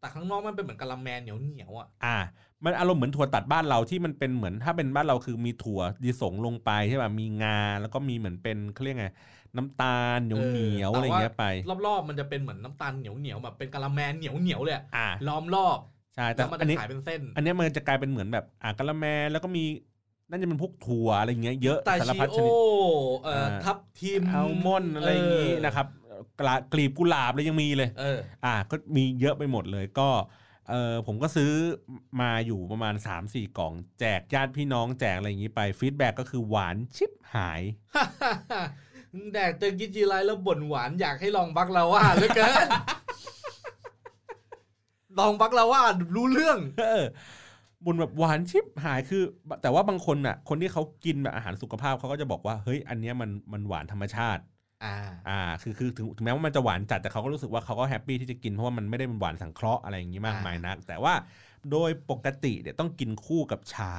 Speaker 3: แต่ข้างนอกมันเป็นเหมือนกะละแมเหนียวเหนียวๆอ่ะ
Speaker 1: อ่า มันอารมณ์เหมือนถั่วตัดบ้านเราที่มันเป็นเหมือนถ้าเป็นบ้านเราคือมีถั่วดีสงลงไปใช่ป่ะมีงา แล้วก็มีเหมือนเป็นเขาเรียกไงน้ำตาลเหนียวเหนียว
Speaker 3: เออแต่ว่า
Speaker 1: อะไรอย่างเงี้ยไป
Speaker 3: รอบๆมันจะเป็นเหมือนน้ำตาลเหนียวเหนียวๆแบบเป็นกะละแมเหนียวเหนียวๆเลยอะ
Speaker 1: อ่า
Speaker 3: ล้อมรอบ
Speaker 1: ใช่แต่
Speaker 3: แล้วมัน
Speaker 1: อั
Speaker 3: จะ
Speaker 1: นนี้
Speaker 3: ขายเป็นเส้น
Speaker 1: อันเนี้ยมันจะกลายเป็นเหมือนแบบอ่ากะละแมแล้วก็มีน่าจะเป็นพวกถั่วอะไรอย่างเงี้ยเยอะ
Speaker 3: ตา
Speaker 1: สาร
Speaker 3: ชิ
Speaker 1: พัดช
Speaker 3: โอ
Speaker 1: นิด
Speaker 3: เอ่อ
Speaker 1: อ่า
Speaker 3: ทับทิม
Speaker 1: อัลมอนด์อะไรอย่างงี้นะครับกระกลีบกุหลาบเลยยังมีเลย
Speaker 3: เออ
Speaker 1: อ่ะก็มีเยอะไปหมดเลยก็เออผมก็ซื้อมาอยู่ประมาณ 3-4 กล่อง แจกญาติพี่น้องแจกอะไรอย่างนี้ไปฟีดแบ็กก็คือหวานชิบหาย
Speaker 3: แดกเจอกิจีไลท์แล้วบ่นหวานอยากให้ลองบักลาว่าเหลือเกิ น ลองบักลาว่ารู้เรื่อง
Speaker 1: เออบุญแบบหวานชิบหายคือ แต่ว่าบางคนน่ะ คนที่เขากินแบบอาหารสุขภาพเขาก็จะบอกว่า เฮ้ย อันเนี้ยมันมันหวานธรรมชาติ
Speaker 3: อ่า
Speaker 1: อ่าคือคือถึงถึงแม้ว่ามันจะหวานจัดแต่เขาก็รู้สึกว่าเขาก็แฮปปี้ที่จะกินเพราะว่ามันไม่ได้เป็นหวานสังเคราะห์อะไรอย่างนี้มากมายนัก แต่ว่าโดยปกติเนี่ยต้องกินคู่กับชา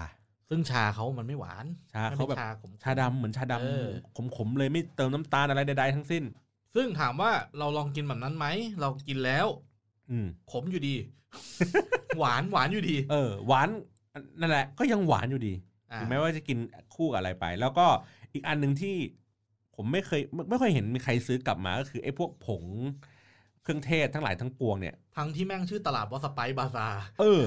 Speaker 3: ซึ่งชาเขามันไม่หวาน
Speaker 1: ชา
Speaker 3: มัน
Speaker 1: เขา
Speaker 3: ป็น
Speaker 1: แบบ
Speaker 3: ขม
Speaker 1: ชาดำเหมือนชาดำ
Speaker 3: เออ
Speaker 1: ขมๆเลยไม่เติมน้ำตาลอะไรใดๆทั้งสิ้น
Speaker 3: ซึ่งถามว่าเราลองกินแบบนั้นไหม เรากินแล้ว
Speaker 1: อืม
Speaker 3: ขมอยู่ดี หวานหวานอยู่ดี
Speaker 1: เออ หวานนั่นแหละ ก็ยังหวานอยู่ดี
Speaker 3: อ่า
Speaker 1: ถึงแม้ว่าจะกินคู่กับอะไรไป แล้วก็อีกอันหนึ่งที่ผมไม่เคยไม่ไม่ค่อยเห็นมีใครซื้อกลับมาก็คือไอ้พวกผงเครื่องเทศทั้งหลายทั้งปวงเนี่ย
Speaker 3: ทั้งที่แม่งชื่อตลาดว่าสไปซ์บาซาร์
Speaker 1: เออ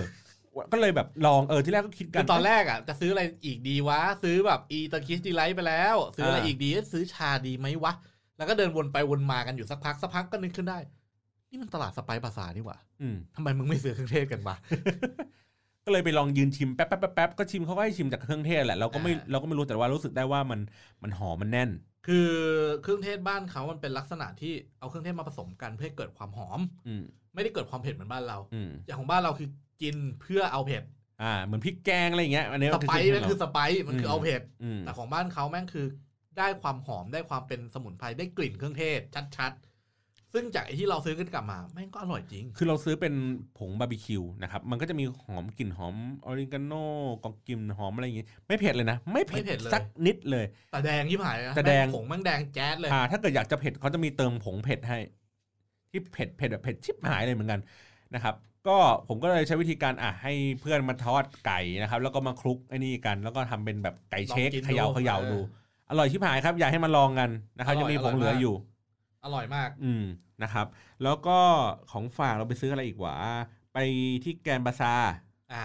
Speaker 1: ก็เลยแบบลองเออที่แรกก็คิดกั
Speaker 3: คื
Speaker 1: น
Speaker 3: อตอนแรกอ่ะจะซื้ออะไรอีกดีวะ ซื้อแบบอีตาคิสดีไลท์ไปแล้ว ซื้ออะไร
Speaker 1: อ่า
Speaker 3: อีกดีเอ๊ะซื้อชาดีไหมวะ แล้วก็เดินวนไปวนมากันอยู่สักพักสักพักก็นึกขึ้นได้ นี่มันตลาดสไปซ์บาซาร์นี่หว่า
Speaker 1: อืม
Speaker 3: ทำไมมึงไม่ซื้อเครื่องเทศกันวะ
Speaker 1: ก็เลยไปลองยืนชิมแป๊บแป๊บแป๊บแป๊บก็ชิมเขาก็ให้ชิมจากเครื่องเทศแหละเราก็ไม่
Speaker 3: อ่า
Speaker 1: เราก็ไม่รู้แต่ว่ารู้สึกได้ว่ามันมันหอมมันแน่น
Speaker 3: คือเครื่องเทศบ้านเขามันเป็นลักษณะที่เอาเครื่องเทศมาผสมกันเพื่อให้เกิดความหอม
Speaker 1: อืม
Speaker 3: ไม่ได้เกิดความเผ็ดเหมือนบ้านเรา
Speaker 1: อืม
Speaker 3: อย่างของบ้านเราคือกินเพื่อเอาเผ็ด
Speaker 1: อ่าเหมือนพริกแกงอะไรอย่างเงี้ยอันนี้
Speaker 3: ส
Speaker 1: ก็คือ
Speaker 3: ไปซ์
Speaker 1: เครื่อ
Speaker 3: นั่
Speaker 1: งเท
Speaker 3: น
Speaker 1: ศ
Speaker 3: คือสไปซ์มันคือเอาเผ็ด
Speaker 1: อืม
Speaker 3: แต่ของบ้านเขาแม่งคือได้ความหอมได้ความเป็นสมุนไพรได้กลิ่นเครื่องเทศ ชัดๆ ซึ่งจากไอ้ที่เราซื้อกันกลับมา แม่งก็อร่อยจริง
Speaker 1: คือเราซื้อเป็นผงบาร์บีคิวนะครับมันก็จะมีหอมกลิ่นหอมออริกาโนกอกกลิ่นหอมอะไรอย่างงี้ไม่เผ็ดเลยนะ ไม่เผ็ด
Speaker 3: ไม่เผ็ดเลย
Speaker 1: สักนิดเลย
Speaker 3: แต่แดงที่ผ่านเลยนะ
Speaker 1: แต่แดง
Speaker 3: ม่ผงแม่งแดงแจ๊ดเลย
Speaker 1: อ่าถ้าเกิดอยากจะเผ็ดเขาจะมีเติมผงเผ็ดให้ ที่เผ็ดเผ็ดแบบเผ็ดชิบหายเลยเหมือนกันนะครับ ก็ผมก็เลยใช้วิธีการอ่ะให้เพื่อนมาทอดไก่นะครับ แล้วก็มาคลุกไอ้นี่กัน แล้วก็ทำเป็นแบบไก่เชค
Speaker 3: ลองกิน
Speaker 1: เขย่า
Speaker 3: ดู
Speaker 1: เขย่า
Speaker 3: เออ
Speaker 1: ดู อร่อยชิบหายครับ อยากให้มาลองกันนะครับ
Speaker 3: อร่
Speaker 1: ยั
Speaker 3: อง ย
Speaker 1: มีผง
Speaker 3: อ
Speaker 1: เห
Speaker 3: ร่อยมาก
Speaker 1: ลืออยู่
Speaker 3: อร่อยมาก
Speaker 1: อืม นะครับ แล้วก็ของฝากเราไปซื้ออะไรอีกวะไปที่แกรนด์บาซาร์
Speaker 3: อ่า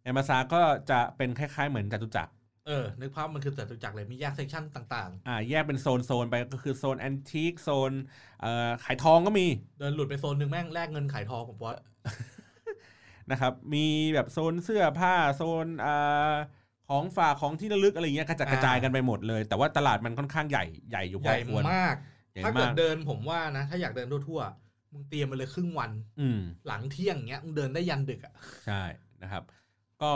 Speaker 1: แกรนด์บาซาร์ก็จะเป็นคล้ายๆเหมือนจตุจักร
Speaker 3: เออ นึกภาพมันคือจตุจักรเลยมีแยกเซกชันต่าง
Speaker 1: อ่าแยกเป็นโซนโซนๆไปก็คือโซนแอนทิกโซนเอ่อขายทองก็มี
Speaker 3: ๆ เดินหลุดไปโซนหนึ่งแม่งแลกเงินขายทองของป๊อต
Speaker 1: นะครับมีแบบโซนเสื้อผ้าโซนอ่าของฝากของที่ระลึกอะไรเงี้ยกระจัดกระจายกันไปหมดเลย แต่ว่าตลาดมันค่อนข้างใหญ่ใหญ่อยู่พ
Speaker 3: ให
Speaker 1: อ
Speaker 3: ญ่
Speaker 1: ควร
Speaker 3: มาก
Speaker 1: ใหญ่
Speaker 3: ถ้าเกิ
Speaker 1: มา
Speaker 3: ด
Speaker 1: ก
Speaker 3: เดินผมว่านะ ถ้าอยากเดินทั่วๆมึงเตรียมไปเลยครึ่งวัน
Speaker 1: อืม
Speaker 3: หลังเที่ยงเงี้ยมึงเดินได้ยันดึกอ่ะ
Speaker 1: ใช่นะครับ ก็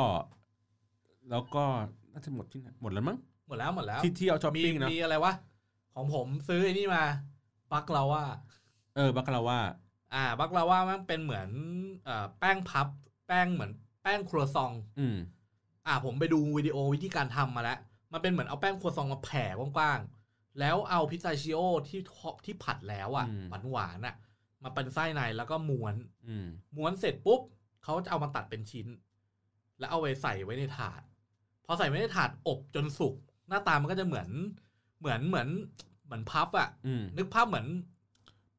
Speaker 1: แล้วก็น่าจะหมดที่ไหนหมดแล้วมั้ง
Speaker 3: หมดแล้วหมดแล้ว
Speaker 1: ที่ที่เอาช้อป
Speaker 3: มี
Speaker 1: ปิ้งเนอะ
Speaker 3: มีอะไรวะ ของผมซื้อไอ้นี่มา บักลาว่า
Speaker 1: เออบัคลาว่า
Speaker 3: อ่า บักลาว่ามันเป็นเหมือนเอ่อแป้งพับ แป้งเหมือนแป้งครัวซอง
Speaker 1: อืม
Speaker 3: อ่าผมไปดูวิดีโอวิธีการทำมาแล้ว มันเป็นเหมือนเอาแป้งครัวซองมาแผ่กว้างๆ แล้วเอาพิซซาชิโอที่ทอปที่ผัดแล้วอ่ะ
Speaker 1: อืม
Speaker 3: หวานหวานๆอ่ะ มาเป็นไส้ในแล้วก็ม้วน
Speaker 1: อืม
Speaker 3: ม้วนเสร็จปุ๊บเขาจะเอามาตัดเป็นชิ้น แล้วเอาไปใส่ไว้ในถาด พอใส่ไว้ในถาดอบจนสุก หน้าตามันก็จะเหมือนเหมือนเหมือนเหมือนพับอ่ะ
Speaker 1: อืม
Speaker 3: นึกภาพเหมือน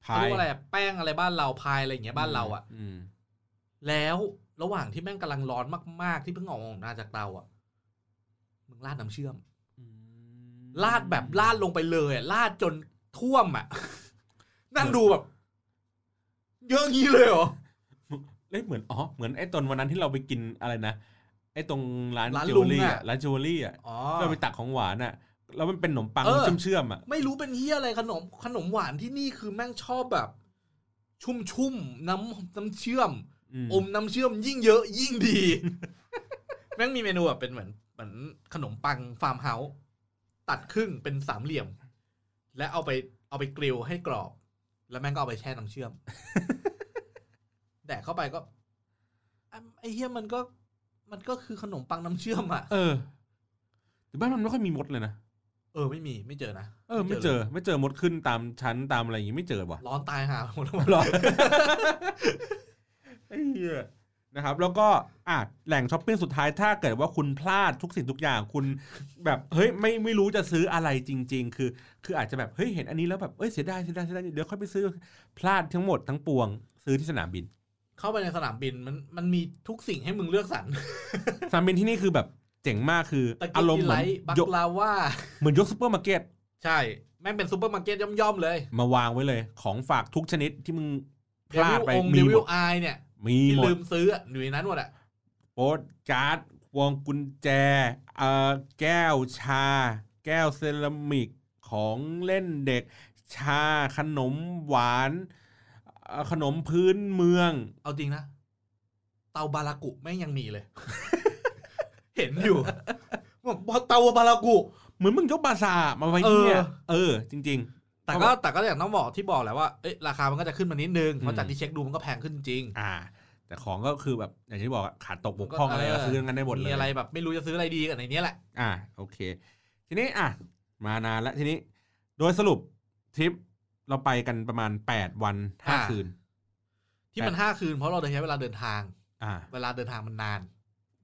Speaker 3: เขาเรียกว่าอะไรอะแป้งอะไรบ้านเราพายอะไรอย่างเงี้ยบ้านเราอ่ะ
Speaker 1: อืม
Speaker 3: แล้วระหว่างที่แม่งกำลังร้อนมาก ๆ ที่เพิ่งออกมาจากเตาอ่ะ มึงราดน้ำเชื่อม
Speaker 1: อืม
Speaker 3: ราดแบบราดลงไปเลยอะราดจนท่วมอ่ะ นั่งดูแบบ เยอะงี้เลยเหรอ
Speaker 1: เอ้ยเหมือนอ๋อเหมือนไอ้ตอนวันนั้นที่เราไปกินอะไรนะไอ้ตรงร้าน
Speaker 3: ร้าน
Speaker 1: จิว
Speaker 3: ลุ
Speaker 1: เวล
Speaker 3: ง
Speaker 1: รี่
Speaker 3: อะ
Speaker 1: อะร้านจิวเวลรี่อะ
Speaker 3: อ๋อ
Speaker 1: ที่เราไปตักของหวานอะแล้วมันเป็นขนมปัง
Speaker 3: เออ
Speaker 1: เชื่อมๆอะ
Speaker 3: ไม่รู้เป็นเฮียอะไรขนม ขนมหวานที่นี่คือแม่งชอบแบบ ชุ่มๆ น้ำน้ำเชื่อม อมน้ำเชื่อมยิ่งเยอะยิ่งดี แม่งมีเมนูแบบเป็นเหมือนเหมือนขนมปังฟาร์มเฮาส์ตัดครึ่งเป็นสามเหลี่ยม และเอาไปเอาไปกริลให้กรอบ แล้วแม่งก็เอาไปแช่น้ำเชื่อม แดกเข้าไปก็อ่ะไอ้เหี้ยมันก็ มันก็คือขนมปังน้ำเชื่อมอ่ะ
Speaker 1: เออแต่บ้านมันไม่ค่อยมีมดเลยนะ
Speaker 3: เออไม่มีไม่เจอนะ
Speaker 1: เออไม่เจอ ไม่เจอมดขึ้นตามชั้นตามอะไรอย่างงี้ไม่เจอว่ะ
Speaker 3: ร้อนตายหาหมดแล้ว
Speaker 1: หรอ ไอ้เหี้ยนะครับ แล้วก็อ่ะแหล่งช้อปปิ้งสุดท้ายถ้าเกิดว่าคุณพลาดทุกสิ่งทุกอย่างคุณ แบบเฮ้ยไม่ไม่รู้จะซื้ออะไรจริง ๆ คือ คืออาจจะแบบเฮ้ยเห็นอันนี้แล้วแบบเอ้ยเสียดายเสียดายเสียดายเดี๋ยวค่อยไปซื้อพลาดทั้งหมดทั้งปวง ซื้อที่สนามบิน
Speaker 3: เข้าไปในสนามบินมันมันมีทุกสิ่งให้มึงเลือกสรร
Speaker 1: สนามบินที่นี่คือแบบเจ๋งมากคือ
Speaker 3: ตะ
Speaker 1: อา
Speaker 3: กี้
Speaker 1: รมณ์
Speaker 3: ที่
Speaker 1: เห
Speaker 3: ไล
Speaker 1: มือน
Speaker 3: ท์บั
Speaker 1: ย
Speaker 3: ก
Speaker 1: ก
Speaker 3: ลาว่า
Speaker 1: เหมือนยกซูเปอร์มาร์เก็ต
Speaker 3: ใช่ แม่งเป็นซูเปอร์มาร์เก็ตย่อมๆเลย
Speaker 1: มาวางไว้เลย ของฝากทุกชนิดที่มึงพ
Speaker 3: เด
Speaker 1: ลา
Speaker 3: วิ
Speaker 1: ด
Speaker 3: ล
Speaker 1: ไป
Speaker 3: องค์
Speaker 1: มี
Speaker 3: เด
Speaker 1: ห
Speaker 3: วิ
Speaker 1: ม
Speaker 3: ล
Speaker 1: ด
Speaker 3: ไอเนี่ย
Speaker 1: มี
Speaker 3: ที่
Speaker 1: หมด
Speaker 3: ลืมซื้ออะอยู่ในนั้นหมดอะ
Speaker 1: โป๊ตการ์ดพวงกุญแจเอ่อแก้วชา แก้วเซรามิกของเล่นเด็ก ชาขนมหวานเอ่อขนมพื้นเมือง
Speaker 3: เอาจริงนะ เตาบารากุแม่งยังมีเลย เห็นอยู่บอกว่าเตาบารากุ
Speaker 1: เหมือนมึงยกบาซาร์มาไว้ที่เนี่ย
Speaker 3: เออ
Speaker 1: เออ จริง
Speaker 3: แต่ก็แต่ก็อย่างต้องบอกที่บอกแหละว่าเอ้ยราคามันก็จะขึ้นมานิดนึงเพราะจากที่เช็คดูมันก็แพงขึ้นจริง
Speaker 1: ๆ อ่า แต่ของก็คือแบบอย่างที่บอกอะขาดตกบกพร่องอะไรก็ซื้อกันได้หมดเล
Speaker 3: มี
Speaker 1: ย
Speaker 3: อะไรแบบไม่รู้จะซื้ออะไรดีกันในเนี้ยแหละ
Speaker 1: อ่าโอเค ทีนี้อ่ะมานานแล้วทีนี้ โดยสรุปทริปเราไปกันประมาณ 8 วันห้า
Speaker 3: อ่า
Speaker 1: คืน
Speaker 3: ที่มันห้าคืนเพราะเราใช้เวลาเดินทาง
Speaker 1: อ่า
Speaker 3: เวลาเดินทางมันนาน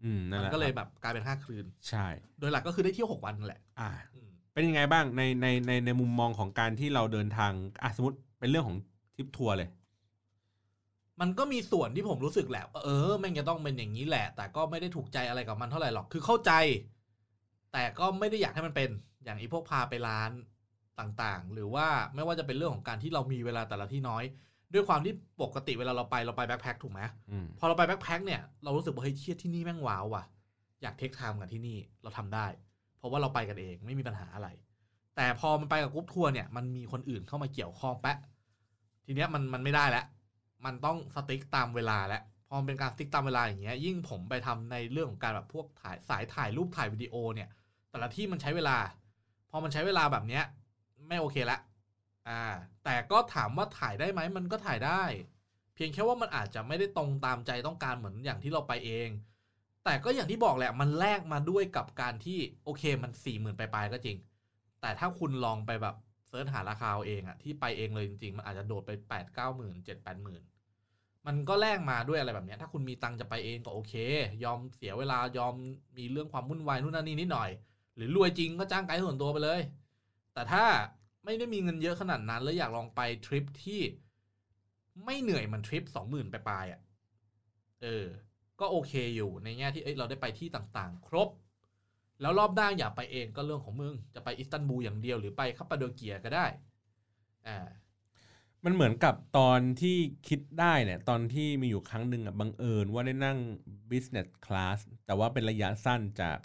Speaker 1: อืมนั่นแห
Speaker 3: มั
Speaker 1: ละ
Speaker 3: นก็เลย
Speaker 1: ครับ
Speaker 3: แบบกลายเป็นห้าคืน
Speaker 1: ใช่
Speaker 3: โดยหลักก็คือได้เที่ยวหกวันนั่นแหละ
Speaker 1: อ่า
Speaker 3: อืม
Speaker 1: เป็นยังไงบ้างในในในในมุมมองของการที่เราเดินทางอ่ะสมมติเป็นเรื่องของทริปทัวร์เลย
Speaker 3: มันก็มีส่วนที่ผมรู้สึกแหละว่าเออแม่งจะต้องเป็นอย่างนี้แหละ แต่ก็ไม่ได้ถูกใจอะไรกับมันเท่าไหร่หรอกคือเข้าใจ แต่ก็ไม่ได้อยากให้มันเป็น อย่างไอีพวกพาไปร้านต่างๆ หรือว่าไม่ว่าจะเป็นเรื่องของการที่เรามีเวลาแต่ละที่น้อย ด้วยความที่ปกติเวลาเราไปเราไปแบ็คแพ็คถูกไหม
Speaker 1: อืม
Speaker 3: พอเราไปแบ็คแพ็คเนี่ยเรารู้สึกว่าเฮ้ยเชี่ยที่นี่แม่งว้าวว่ะอยากเทคไทม์กับที่นี่เราทำได้ เพราะว่าเราไปกันเองไม่มีปัญหาอะไร แต่พอมันไปกับกรุ๊ปทัวร์เนี่ยมันมีคนอื่นเข้ามาเกี่ยวข้องแปะทีเนี้ยมันมันไม่ได้แล้ว มันต้องสติ๊กตามเวลาแล้วพอมันเป็นการสติ๊กตามเวลาอย่างเงี้ยยิ่งผมไปทำในเรื่องของการแบบพวกถ่ายสายถ่ายรูปถ่ายวิดีโอเนี่ย แต่ละที่มันใช้เวลา พอมันใช้เวลาแบบเนี้ย ไม่โอเคละอ่า แต่ก็ถามว่าถ่ายได้ไหมมันก็ถ่ายได้ เพียงแค่ว่ามันอาจจะไม่ได้ตรงตามใจต้องการเหมือนอย่างที่เราไปเอง แต่ก็อย่างที่บอกแหละ มันแลกมาด้วยกับการที่โอเคมันสี่หมื่นปลายๆก็จริง แต่ถ้าคุณลองไปแบบเซิร์ชหาราคาเอาเองอะที่ไปเองเลยจริงๆ มันอาจจะโดดไปแปดเก้าหมื่นเจ็ดแปดหมื่นมันก็แลกมาด้วยอะไรแบบเนี้ยถ้าคุณมีตังค์จะไปเองก็โอเค ยอมเสียเวลายอมมีเรื่องความวุ่นวายนู่นนั่นนี่นิดหน่อย หรือรวยจริงก็จ้างไกด์ส่วนตัวไปเลย แต่ถ้าไม่ได้มีเงินเยอะขนาดนั้น แล้วอยากลองไปทริปที่ ไม่เหนื่อยเหมันทริปสองหมื่นไปลายๆอ่ะเออ ก็โอเคอยู่ในแง่ที่เอ้ยเราได้ไปที่ต่างๆ ครบ แล้วรอบหน้าอยากไปเองก็เรื่องของมึง จะไปอิสตันบูลอย่างเดียวหรือไปคาปปาโดเกียก็ได้อ่า
Speaker 1: มันเหมือนกับตอนที่คิดได้เนี่ย ตอนที่มีอยู่ครั้งหนึ่งอ่ะบังเอิญว่าได้นั่ง business class แต่ว่าเป็นระยะสั้นจาก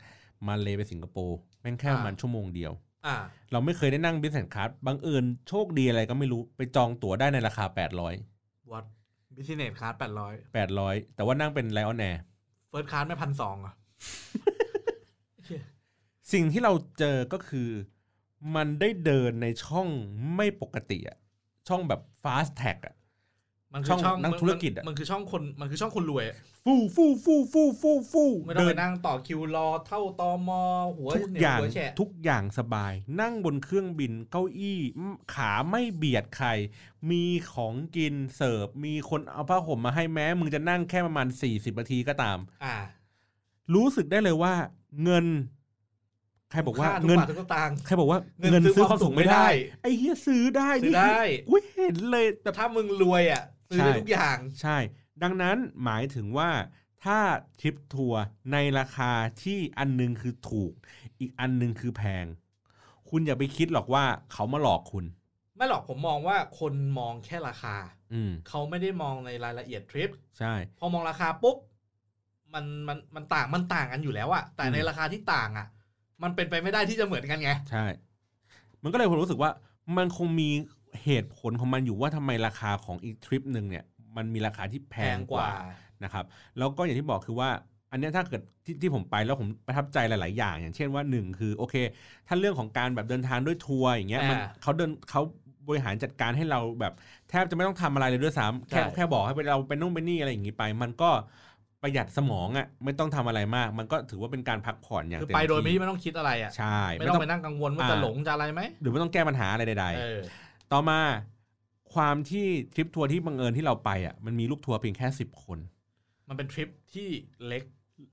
Speaker 1: มาเลไปสิงคโปร์แม่งแค่
Speaker 3: อ่า
Speaker 1: ประมาณชั่วโมงเดียว
Speaker 3: อ่า
Speaker 1: เราไม่เคยได้นั่ง business class บังเอิญโชคดีอะไรก็ไม่รู้ไปจองตั๋วได้ในราคา 800
Speaker 5: วัดบิสเนสคลาสแปดร้อย
Speaker 1: 800 แต่ว่านั่งเป็นไลออนแอร์
Speaker 5: เฟิร์สคลาสไม่พันสอง อ่ะ
Speaker 1: สิ่งที่เราเจอก็คือ มันได้เดินในช่องไม่ปกติอ่ะช่องแบบ fast tag อ่ะ
Speaker 3: มันคื
Speaker 1: ช่อ
Speaker 3: อง ช่อง
Speaker 1: นักธุรกิจอะ
Speaker 3: มันมันคือช่องคนมันคือช่องคนรวยอะ
Speaker 1: ฟู่ฟู่ฟู่ฟู่ฟู่ฟู่
Speaker 3: ไม่ต้องไป
Speaker 1: เดิน
Speaker 3: นั่งต่อคิวรอเท่าตอมอหัว
Speaker 1: ทุก
Speaker 3: เหนีว
Speaker 1: อย่าง
Speaker 3: หัวแฉะ
Speaker 1: ทุกอย่างสบาย นั่งบนเครื่องบินเก้าอี้อืมขาไม่เบียดใคร มีของกินเสิร์ฟ มีคนเอาผ้าห่มมาให้แม้ มึงจะนั่งแค่ประมาณ 40นาทีก็ตาม
Speaker 3: อ่า
Speaker 1: รู้สึกได้เลยว่า เงิน ใครบอกว่าเงิน
Speaker 3: ทุกบาททุกสตางค์
Speaker 1: ใครบอกว่า
Speaker 3: เงิ
Speaker 1: เงิน
Speaker 3: นซื้
Speaker 1: ซื้อ
Speaker 3: อค
Speaker 1: คาว
Speaker 3: วาม มสุ
Speaker 1: สุข
Speaker 3: ขไม่
Speaker 1: ไม่
Speaker 3: ได้
Speaker 1: ได้ไอ้เฮียซื้อได้
Speaker 3: ซื้อ
Speaker 1: นี่
Speaker 3: ได้
Speaker 1: อุ้ยเห็นเลยแต่
Speaker 3: แต่ถ้ามึงรวยอ่ะ
Speaker 1: ใช่
Speaker 3: ซื้อได้ทุกอย่าง
Speaker 1: ใช่ ดังนั้นหมายถึงว่าถ้าทริปทัวร์ในราคาที่อันหนึงคือถูก อีกอันหนึงคือแพง คุณอย่าไปคิดหรอกว่าเขามาหลอกคุณ
Speaker 3: ไม่หรอกผมมองว่าคนมองแค่ราคา
Speaker 1: อืม
Speaker 3: เขาไม่ได้มองในรายละเอียดทริป
Speaker 1: ใช่
Speaker 3: พอมองราคาปุ๊บมันมันมันต่างมันต่างกันอยู่แล้วอะแต่ในราคาที่ต่างอะมันเป็นไปไม่ได้ที่จะเหมือนกันไง
Speaker 1: ใช่ มันก็เลยผมรู้สึกว่า มันคงมีเหตุผลของมันอยู่ว่าทำไมราคาของอีกทริปหนึ่งเนี่ย มันมีราคาที่แพ
Speaker 3: แพ
Speaker 1: ง
Speaker 3: ง
Speaker 1: ก
Speaker 3: ก
Speaker 1: ว่า
Speaker 3: ว่า
Speaker 1: นะครับแล้วก็อย่างที่บอกคือว่า อันเนี้ยถ้าเกิดที่ที่ผมไปแล้วผมประทับใจหลาย ๆ อย่าง อย่างเช่นว่าหนึ่งคือโอเค ถ้าเรื่องของการแบบเดินทางด้วยทัวร์อย่างเงี้ยมัน
Speaker 3: อ่า
Speaker 1: เขาเดินเขาบริหารจัดการให้เราแบบ แทบจะไม่ต้องทำอะไรเลยด้วยซ้ำแค่
Speaker 3: ใช่
Speaker 1: แค่บอกให้เราไปนู่นไปนี่อะไรอย่างงี้ไป มันก็ประหยัดสมองอะ่ะไม่ต้องทำอะไรมาก มันก็ถือว่าเป็นการพักผ่อนอย่าง
Speaker 3: คือ
Speaker 1: เต็มที่
Speaker 3: ไปโดยไม่ไม่ต้องคิดอะไรอะ
Speaker 1: ใช่
Speaker 3: ไม่ต้องไปนั่งกังวลว่าจะหลงจะอะไรไหม
Speaker 1: หรือไม่ต้องแก้ปัญหาอะไรใด
Speaker 3: เออ
Speaker 1: ๆ ต่อมาความที่ทริปทัวร์ที่บังเอิญที่เราไปอ่ะมันมีลูกทัวร์เพียงแค่สิบคน
Speaker 3: มันเป็นทริปที่เล็ก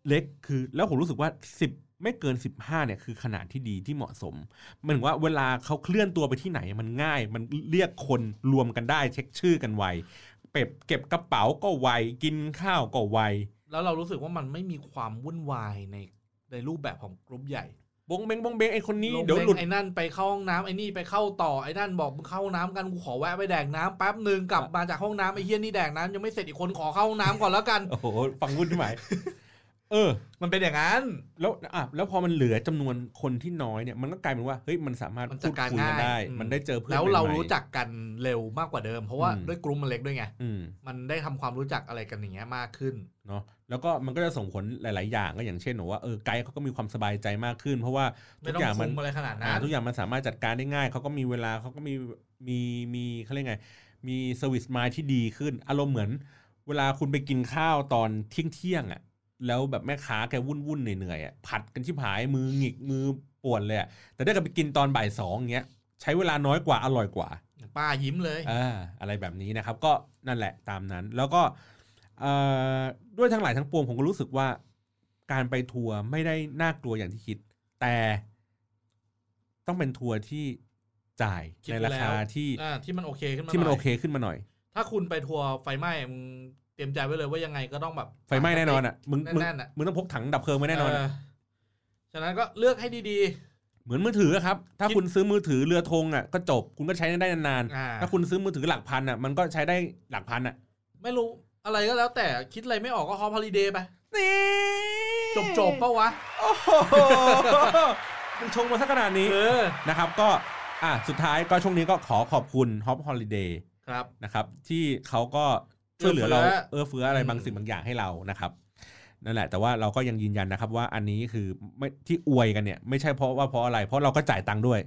Speaker 1: เล็กคือแล้วผมรู้สึกว่า 10 ไม่เกิน 15เนี่ยคือขนาดที่ดีที่เหมาะสมหมายถึงว่าเวลาเขาเคลื่อนตัวไปที่ไหนมันง่าย มันเรียกคนรวมกันได้ เช็คชื่อกันไวเก็บเก็บกระเป๋าก็ไวกินข้าวก็ไว
Speaker 3: แล้วเรารู้สึกว่ามันไม่มีความวุ่นวายในในรูปแบบของกรุ๊ปใหญ่
Speaker 1: บงเบงบงเบงไอคนนี้
Speaker 3: ลง
Speaker 1: เดี๋ยว
Speaker 3: แม่ง
Speaker 1: หลุด
Speaker 3: ไอ้นั่นไปเข้าห้องน้ำไอ้นี่ไปเข้าต่อไอ้นั่นบอกมึงเข้าห้องน้ำกันกูขอแวะไปแดกน้ำแป๊บหนึ่งกลับมาจากห้องน้ำไอ้เฮี้ยนี่แดกน้ำยังไม่เสร็จอีกคนขอเข้าห้องน้ำก่อนแล้ว กัน
Speaker 1: โอ้โห ฟังวุ่นที่ไหมาย เออ
Speaker 3: มันเป็นอย่างนั้น
Speaker 1: แล้วอ่ะแล้วพอมันเหลือจำนวนคนที่น้อยเนี่ยมันก็กลายเป็นว่าเฮ้ยมันสามารถ
Speaker 3: มันจั
Speaker 1: พู
Speaker 3: ด
Speaker 1: ด
Speaker 3: การ
Speaker 1: คุยกัน
Speaker 3: ง่าย
Speaker 1: ได้
Speaker 3: อืม
Speaker 1: มันได้เจอเพื่อน
Speaker 3: แล้วเรา
Speaker 1: ใหม่ๆ
Speaker 3: รู้จักกันเร็วมากกว่าเดิม เพราะว่า
Speaker 1: อืม
Speaker 3: ด้วยกลุ่มมันเล็กด้วยไง
Speaker 1: อืม
Speaker 3: มันได้ทำความรู้จักอะไรกันอย่างเงี้ยมากขึ้น
Speaker 1: เนาะแล้วก็มันก็จะส่งผลหลาย ๆ อย่างก็อย่างเช่นหนูว่าเออไกด์เขาก็มีความสบายใจมากขึ้น เพราะว่า
Speaker 3: ไม่
Speaker 1: ทุก
Speaker 3: ต้อง
Speaker 1: อย่าง
Speaker 3: คุ
Speaker 1: มัน
Speaker 3: มอะไรขนาดนั้
Speaker 1: อ่าน ทุกอย่างมันสามารถจัดการได้ง่ายเขาก็มีเวลาเขาก็มีมีมีเขาเรียกไง มีเซอร์วิสมาที่ดีขึ้น อารมณ์เหมือน เวลาคุณไปกินข้าวตอนเที่ยงเที่ยงๆอ่ะแล้วแบบแม่ค้าแกวุ่นวุ่นๆเหนื่อยๆอ่ะผัดกันชิบหายมือหงิกมือปวดเลยอ่ะแต่ถ้าเกิดไปกินตอนบ่ายสองอย่างเงี้ยใช้เวลาน้อยกว่าอร่อยกว่า
Speaker 3: ป้ายิ้มเลย
Speaker 1: อ่าอะไรแบบนี้นะครับก็นั่นแหละตามนั้น แล้วก็เอ่อด้วยทั้งหลายทั้งปวงผมก็รู้สึกว่า การไปทัวร์ไม่ได้น่ากลัวอย่างที่คิด แต่ต้องเป็นทัวร์ที่จ่าย
Speaker 3: คิด
Speaker 1: ในราคา
Speaker 3: แล้ว
Speaker 1: ที่
Speaker 3: อ่าที่มันโอเคขึ้นมา
Speaker 1: ที่มัน
Speaker 3: ห
Speaker 1: โอย เคขึ้นมาหน่อย
Speaker 3: ถ้าคุณไปทัวร์ไฟไหม้มึงเตรียมใจไว้เลยว่ายังไงก็ต้องแบบ
Speaker 1: ไฟไหม้แน่นอนอ่ะมึงมึง
Speaker 3: แน่นๆอ่ะ
Speaker 1: มึงต้องพกถังดับเพลิงไว้แน่นอน
Speaker 3: เ
Speaker 1: อะ
Speaker 3: ฉะนั้นก็เลือกให้ดี
Speaker 1: เหมือนมือถืออะครับ ถ้าคุณซื้อมือถือเรือธงอ่ะก็จบคุณก็ใช้ได้นาน
Speaker 3: ๆอ่า
Speaker 1: ๆถ้าคุณซื้อมือถือหลักพันอ่ะมันก็ใช้ได้หลักพันอ่ะ
Speaker 3: ไม่รู้อะไรก็แล้วแต่คิดอะไรไม่ออกก็ฮอ p ฮอลิเดย์ไป
Speaker 1: นี่
Speaker 3: จบจบๆปะวะ
Speaker 1: โอ้โห มึงชงมาสักขนาดนี้
Speaker 3: เออ
Speaker 1: นะครับก็อ่ะสุดท้ายก็ช่วงนี้ก็ขอขอบคุณ Hop Holiday
Speaker 3: ครับ
Speaker 1: นะครับที่เขาก็ช่วยเหลือเรา
Speaker 3: เอื้อ
Speaker 1: เอื้อ
Speaker 3: เฟื้อ
Speaker 1: เฟื้ออะไรบาง
Speaker 3: อืม
Speaker 1: สิ่งบางอย่างให้เรานะครับนั่นแหละแต่ว่าเราก็ยังยืนยันนะครับว่าอันนี้คือไม่ที่อวยกันเนี่ยไม่ใช่เพราะว่าเพราะอะไร เพราะเราก็จ่ายตังค์ด้วย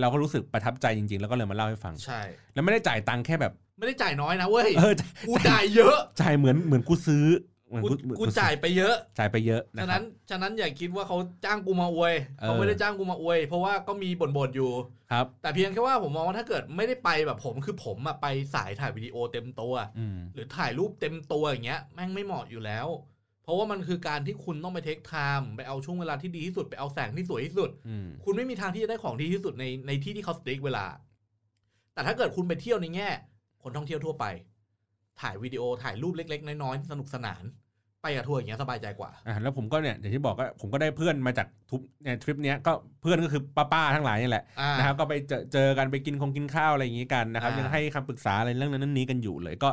Speaker 1: เราก็รู้สึกประทับใจจริง ๆ แล้วก็เลยมาเล่าให้ฟัง
Speaker 3: ใช่
Speaker 1: แล้วไม่ได้จ่ายตังค์แค่แบบ
Speaker 3: ไม่ได้จ่ายน้อยนะเว้ย
Speaker 1: เออ
Speaker 3: กูจ่ายเยอะ
Speaker 1: จ่ายเหมือนเหมือนกูซื้อเหมือน
Speaker 3: กู
Speaker 1: เหมือน
Speaker 3: กู
Speaker 1: ซื้อ
Speaker 3: จ่ายไปเยอะ
Speaker 1: จ่ายไปเยอะนะค
Speaker 3: ฉะ
Speaker 1: รั
Speaker 3: นั้
Speaker 1: บ
Speaker 3: น ฉะนั้นอย่าคิดว่าเขาจ้างกูมาอวย
Speaker 1: เออ
Speaker 3: เขาไม่ได้จ้างกูมาอวย เพราะว่าก็มีบ่นๆอยู่
Speaker 1: ครับ
Speaker 3: แต่เพียงแค่ว่าผมมองว่าถ้าเกิดไม่ได้ไปแบบผม คือผมอะไปสายถ่ายวิดีโอเต็มตัว
Speaker 1: อืม
Speaker 3: หรือถ่ายรูปเต็มตัวอย่างเงี้ย แม่งไม่เหมาะอยู่แล้ว เพราะว่ามันคือการที่คุณต้องไปเทคไทม์ไปเอาช่วงเวลาที่ดีที่สุด ไปเอาแสงที่สวยที่สุด
Speaker 1: อืม
Speaker 3: คุณไม่มีทางที่จะได้ของดีที่สุดในในที่ที่เขาสติ๊กเวลา แต่ถ้าเกิดคุณไปเที่ยวในแง่ คนท่องเที่ยวทั่วไป ถ่ายวิดีโอถ่ายรูปเล็ก ๆ น้อยๆสนุกสนาน ไปกับทัวร์อย่างเงี้ยสบายใจกว่า
Speaker 1: อ่ะแล้วผมก็เนี่ยอย่างที่บอกก็ผมก็ได้เพื่อนมาจากทุบเนี่ยทริปเนี้ยก็เพื่อนก็คือป้าๆทั้งหลายนี่แหละ
Speaker 3: อ่า
Speaker 1: นะครับก็ไปเจอเจอกันไปกินคงกินข้าวอะไรอย่างงี้กันนะครับ
Speaker 3: อ่ายั
Speaker 1: ยังให้คำปรึกษาอะไรเรื่องนั้นเรื่องนี้กันอยู่เลยก็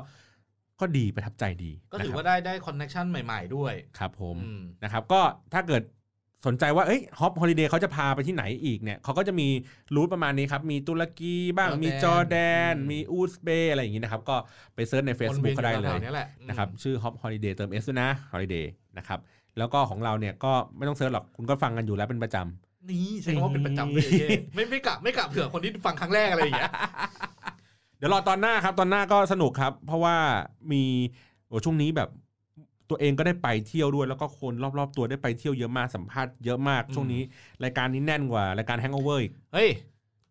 Speaker 1: ก็ดีประทับใจดี
Speaker 3: ก็ถือ
Speaker 1: นะครับ
Speaker 3: ว่าได้ได้คอนเนคชั่นใหม่ ๆ ด้วย
Speaker 1: ครับผม
Speaker 3: อืม
Speaker 1: นะครับก็ถ้าเกิดสนใจว่าเอ้ยฮอปฮอลิเดย์เขาจะพาไปที่ไหนอีกเนี่ยเขาก็จะมีรูทประมาณนี้ครับ มีตุรกีบ้างมีจ
Speaker 3: จ
Speaker 1: อ
Speaker 3: อร์
Speaker 1: ร์แด
Speaker 3: แด
Speaker 1: น
Speaker 3: น
Speaker 1: มีอูซเบย์อะไรอย่างงี้นะครับ ก็ไปเซิร์ชใน
Speaker 3: ว
Speaker 1: Facebook
Speaker 3: น
Speaker 1: ก็
Speaker 3: วี
Speaker 1: ได้
Speaker 3: นอ
Speaker 1: เล
Speaker 3: แถวย นี้แหละอืม
Speaker 1: นะครับชื่อ Hop Holiday เติม S ด้วยนะ Holiday นะครับแล้วก็ของเราเนี่ยก็ไม่ต้องเซิร์ชหรอกคุณก็ฟังกันอยู่แล้วเป็นประจำ
Speaker 3: นี่ใช้คำว่าเป็นประจำเลยเย้ไม่ไม่กะไม่กะเผื่อคนที่ฟังครั้งแรกอะไรอย่างเงี้ย
Speaker 1: เดี๋ยวรอตอนหน้าครับ ตอนหน้าก็สนุกครับ เพราะว่ามีโอ้ช่วงนี้แบบตัวเองก็ได้ไปเที่ยวด้วย แล้วก็คนรอบๆ ตัวได้ไปเที่ยวเยอะมากสัมภาษณ์เยอะมาก
Speaker 3: อืม
Speaker 1: ช่วงนี้รายการนี้แน่นกว่ารายการ Hangover อีก
Speaker 3: เฮ้ย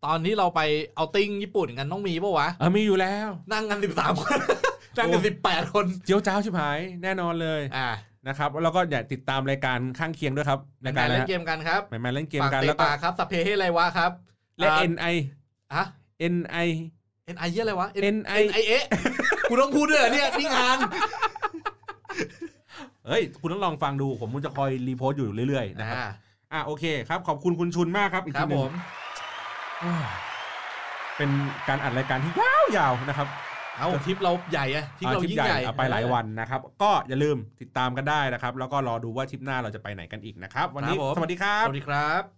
Speaker 3: ตอนที่เราไปเอาติ้งญี่ปุ่นกันต้องมีปะวะ
Speaker 1: เออมีอยู่แล้ว
Speaker 3: นั่งกันสิบสามคน นั่งกันสิบแปดคน
Speaker 1: เจียวจ้าวชิบหายแน่นอนเลย
Speaker 3: อ่า
Speaker 1: นะครับแล้วก็อย่าติดตามรายการข้างเคียงด้วยครับรายการ
Speaker 3: การ
Speaker 1: อะไร
Speaker 3: เล่น
Speaker 1: ฮะ
Speaker 3: เกมกันครับ
Speaker 1: แม่ๆเล่นเกม
Speaker 3: ฝาก
Speaker 1: กัน
Speaker 3: เตะ
Speaker 1: แล้วก็
Speaker 3: ปากครับสัพเพให้ไรวะครับ
Speaker 1: และ NI
Speaker 3: อ่ะ
Speaker 1: NI
Speaker 3: NI เหี้ยอะไรวะ
Speaker 1: NI
Speaker 3: ไอ เอ๊ะกูต้องพูดด้วยเหรอเนี่ยนี่งาน
Speaker 1: เฮ้ย คุณต้องลองฟังดู ผมจะคอยรีโพสต์อยู่เรื่อยๆ นะครับ
Speaker 3: อ่า
Speaker 1: อ่ะโอเคครับ ขอบคุณคุณชุนมากครับ อีก
Speaker 3: ค
Speaker 1: ที
Speaker 3: รับ
Speaker 1: หนึ
Speaker 3: ผ
Speaker 1: ง
Speaker 3: ม
Speaker 1: อ้าวเป็นการอัดรายการที่ยาวยาวๆนะครับ
Speaker 3: เอาทริปเราใหญ่อะทริปเรา
Speaker 1: อ่ะทริป
Speaker 3: ยิ่งใหญ่
Speaker 1: อ่ะไปหลายวันนะครับ ก็อย่าลืมติดตามกันได้นะครับ แล้วก็รอดูว่าทริปหน้าเราจะไปไหนกันอีกนะครับ วันนี้ สวัสดีครั
Speaker 3: ส
Speaker 1: บ
Speaker 3: วัสดีครับ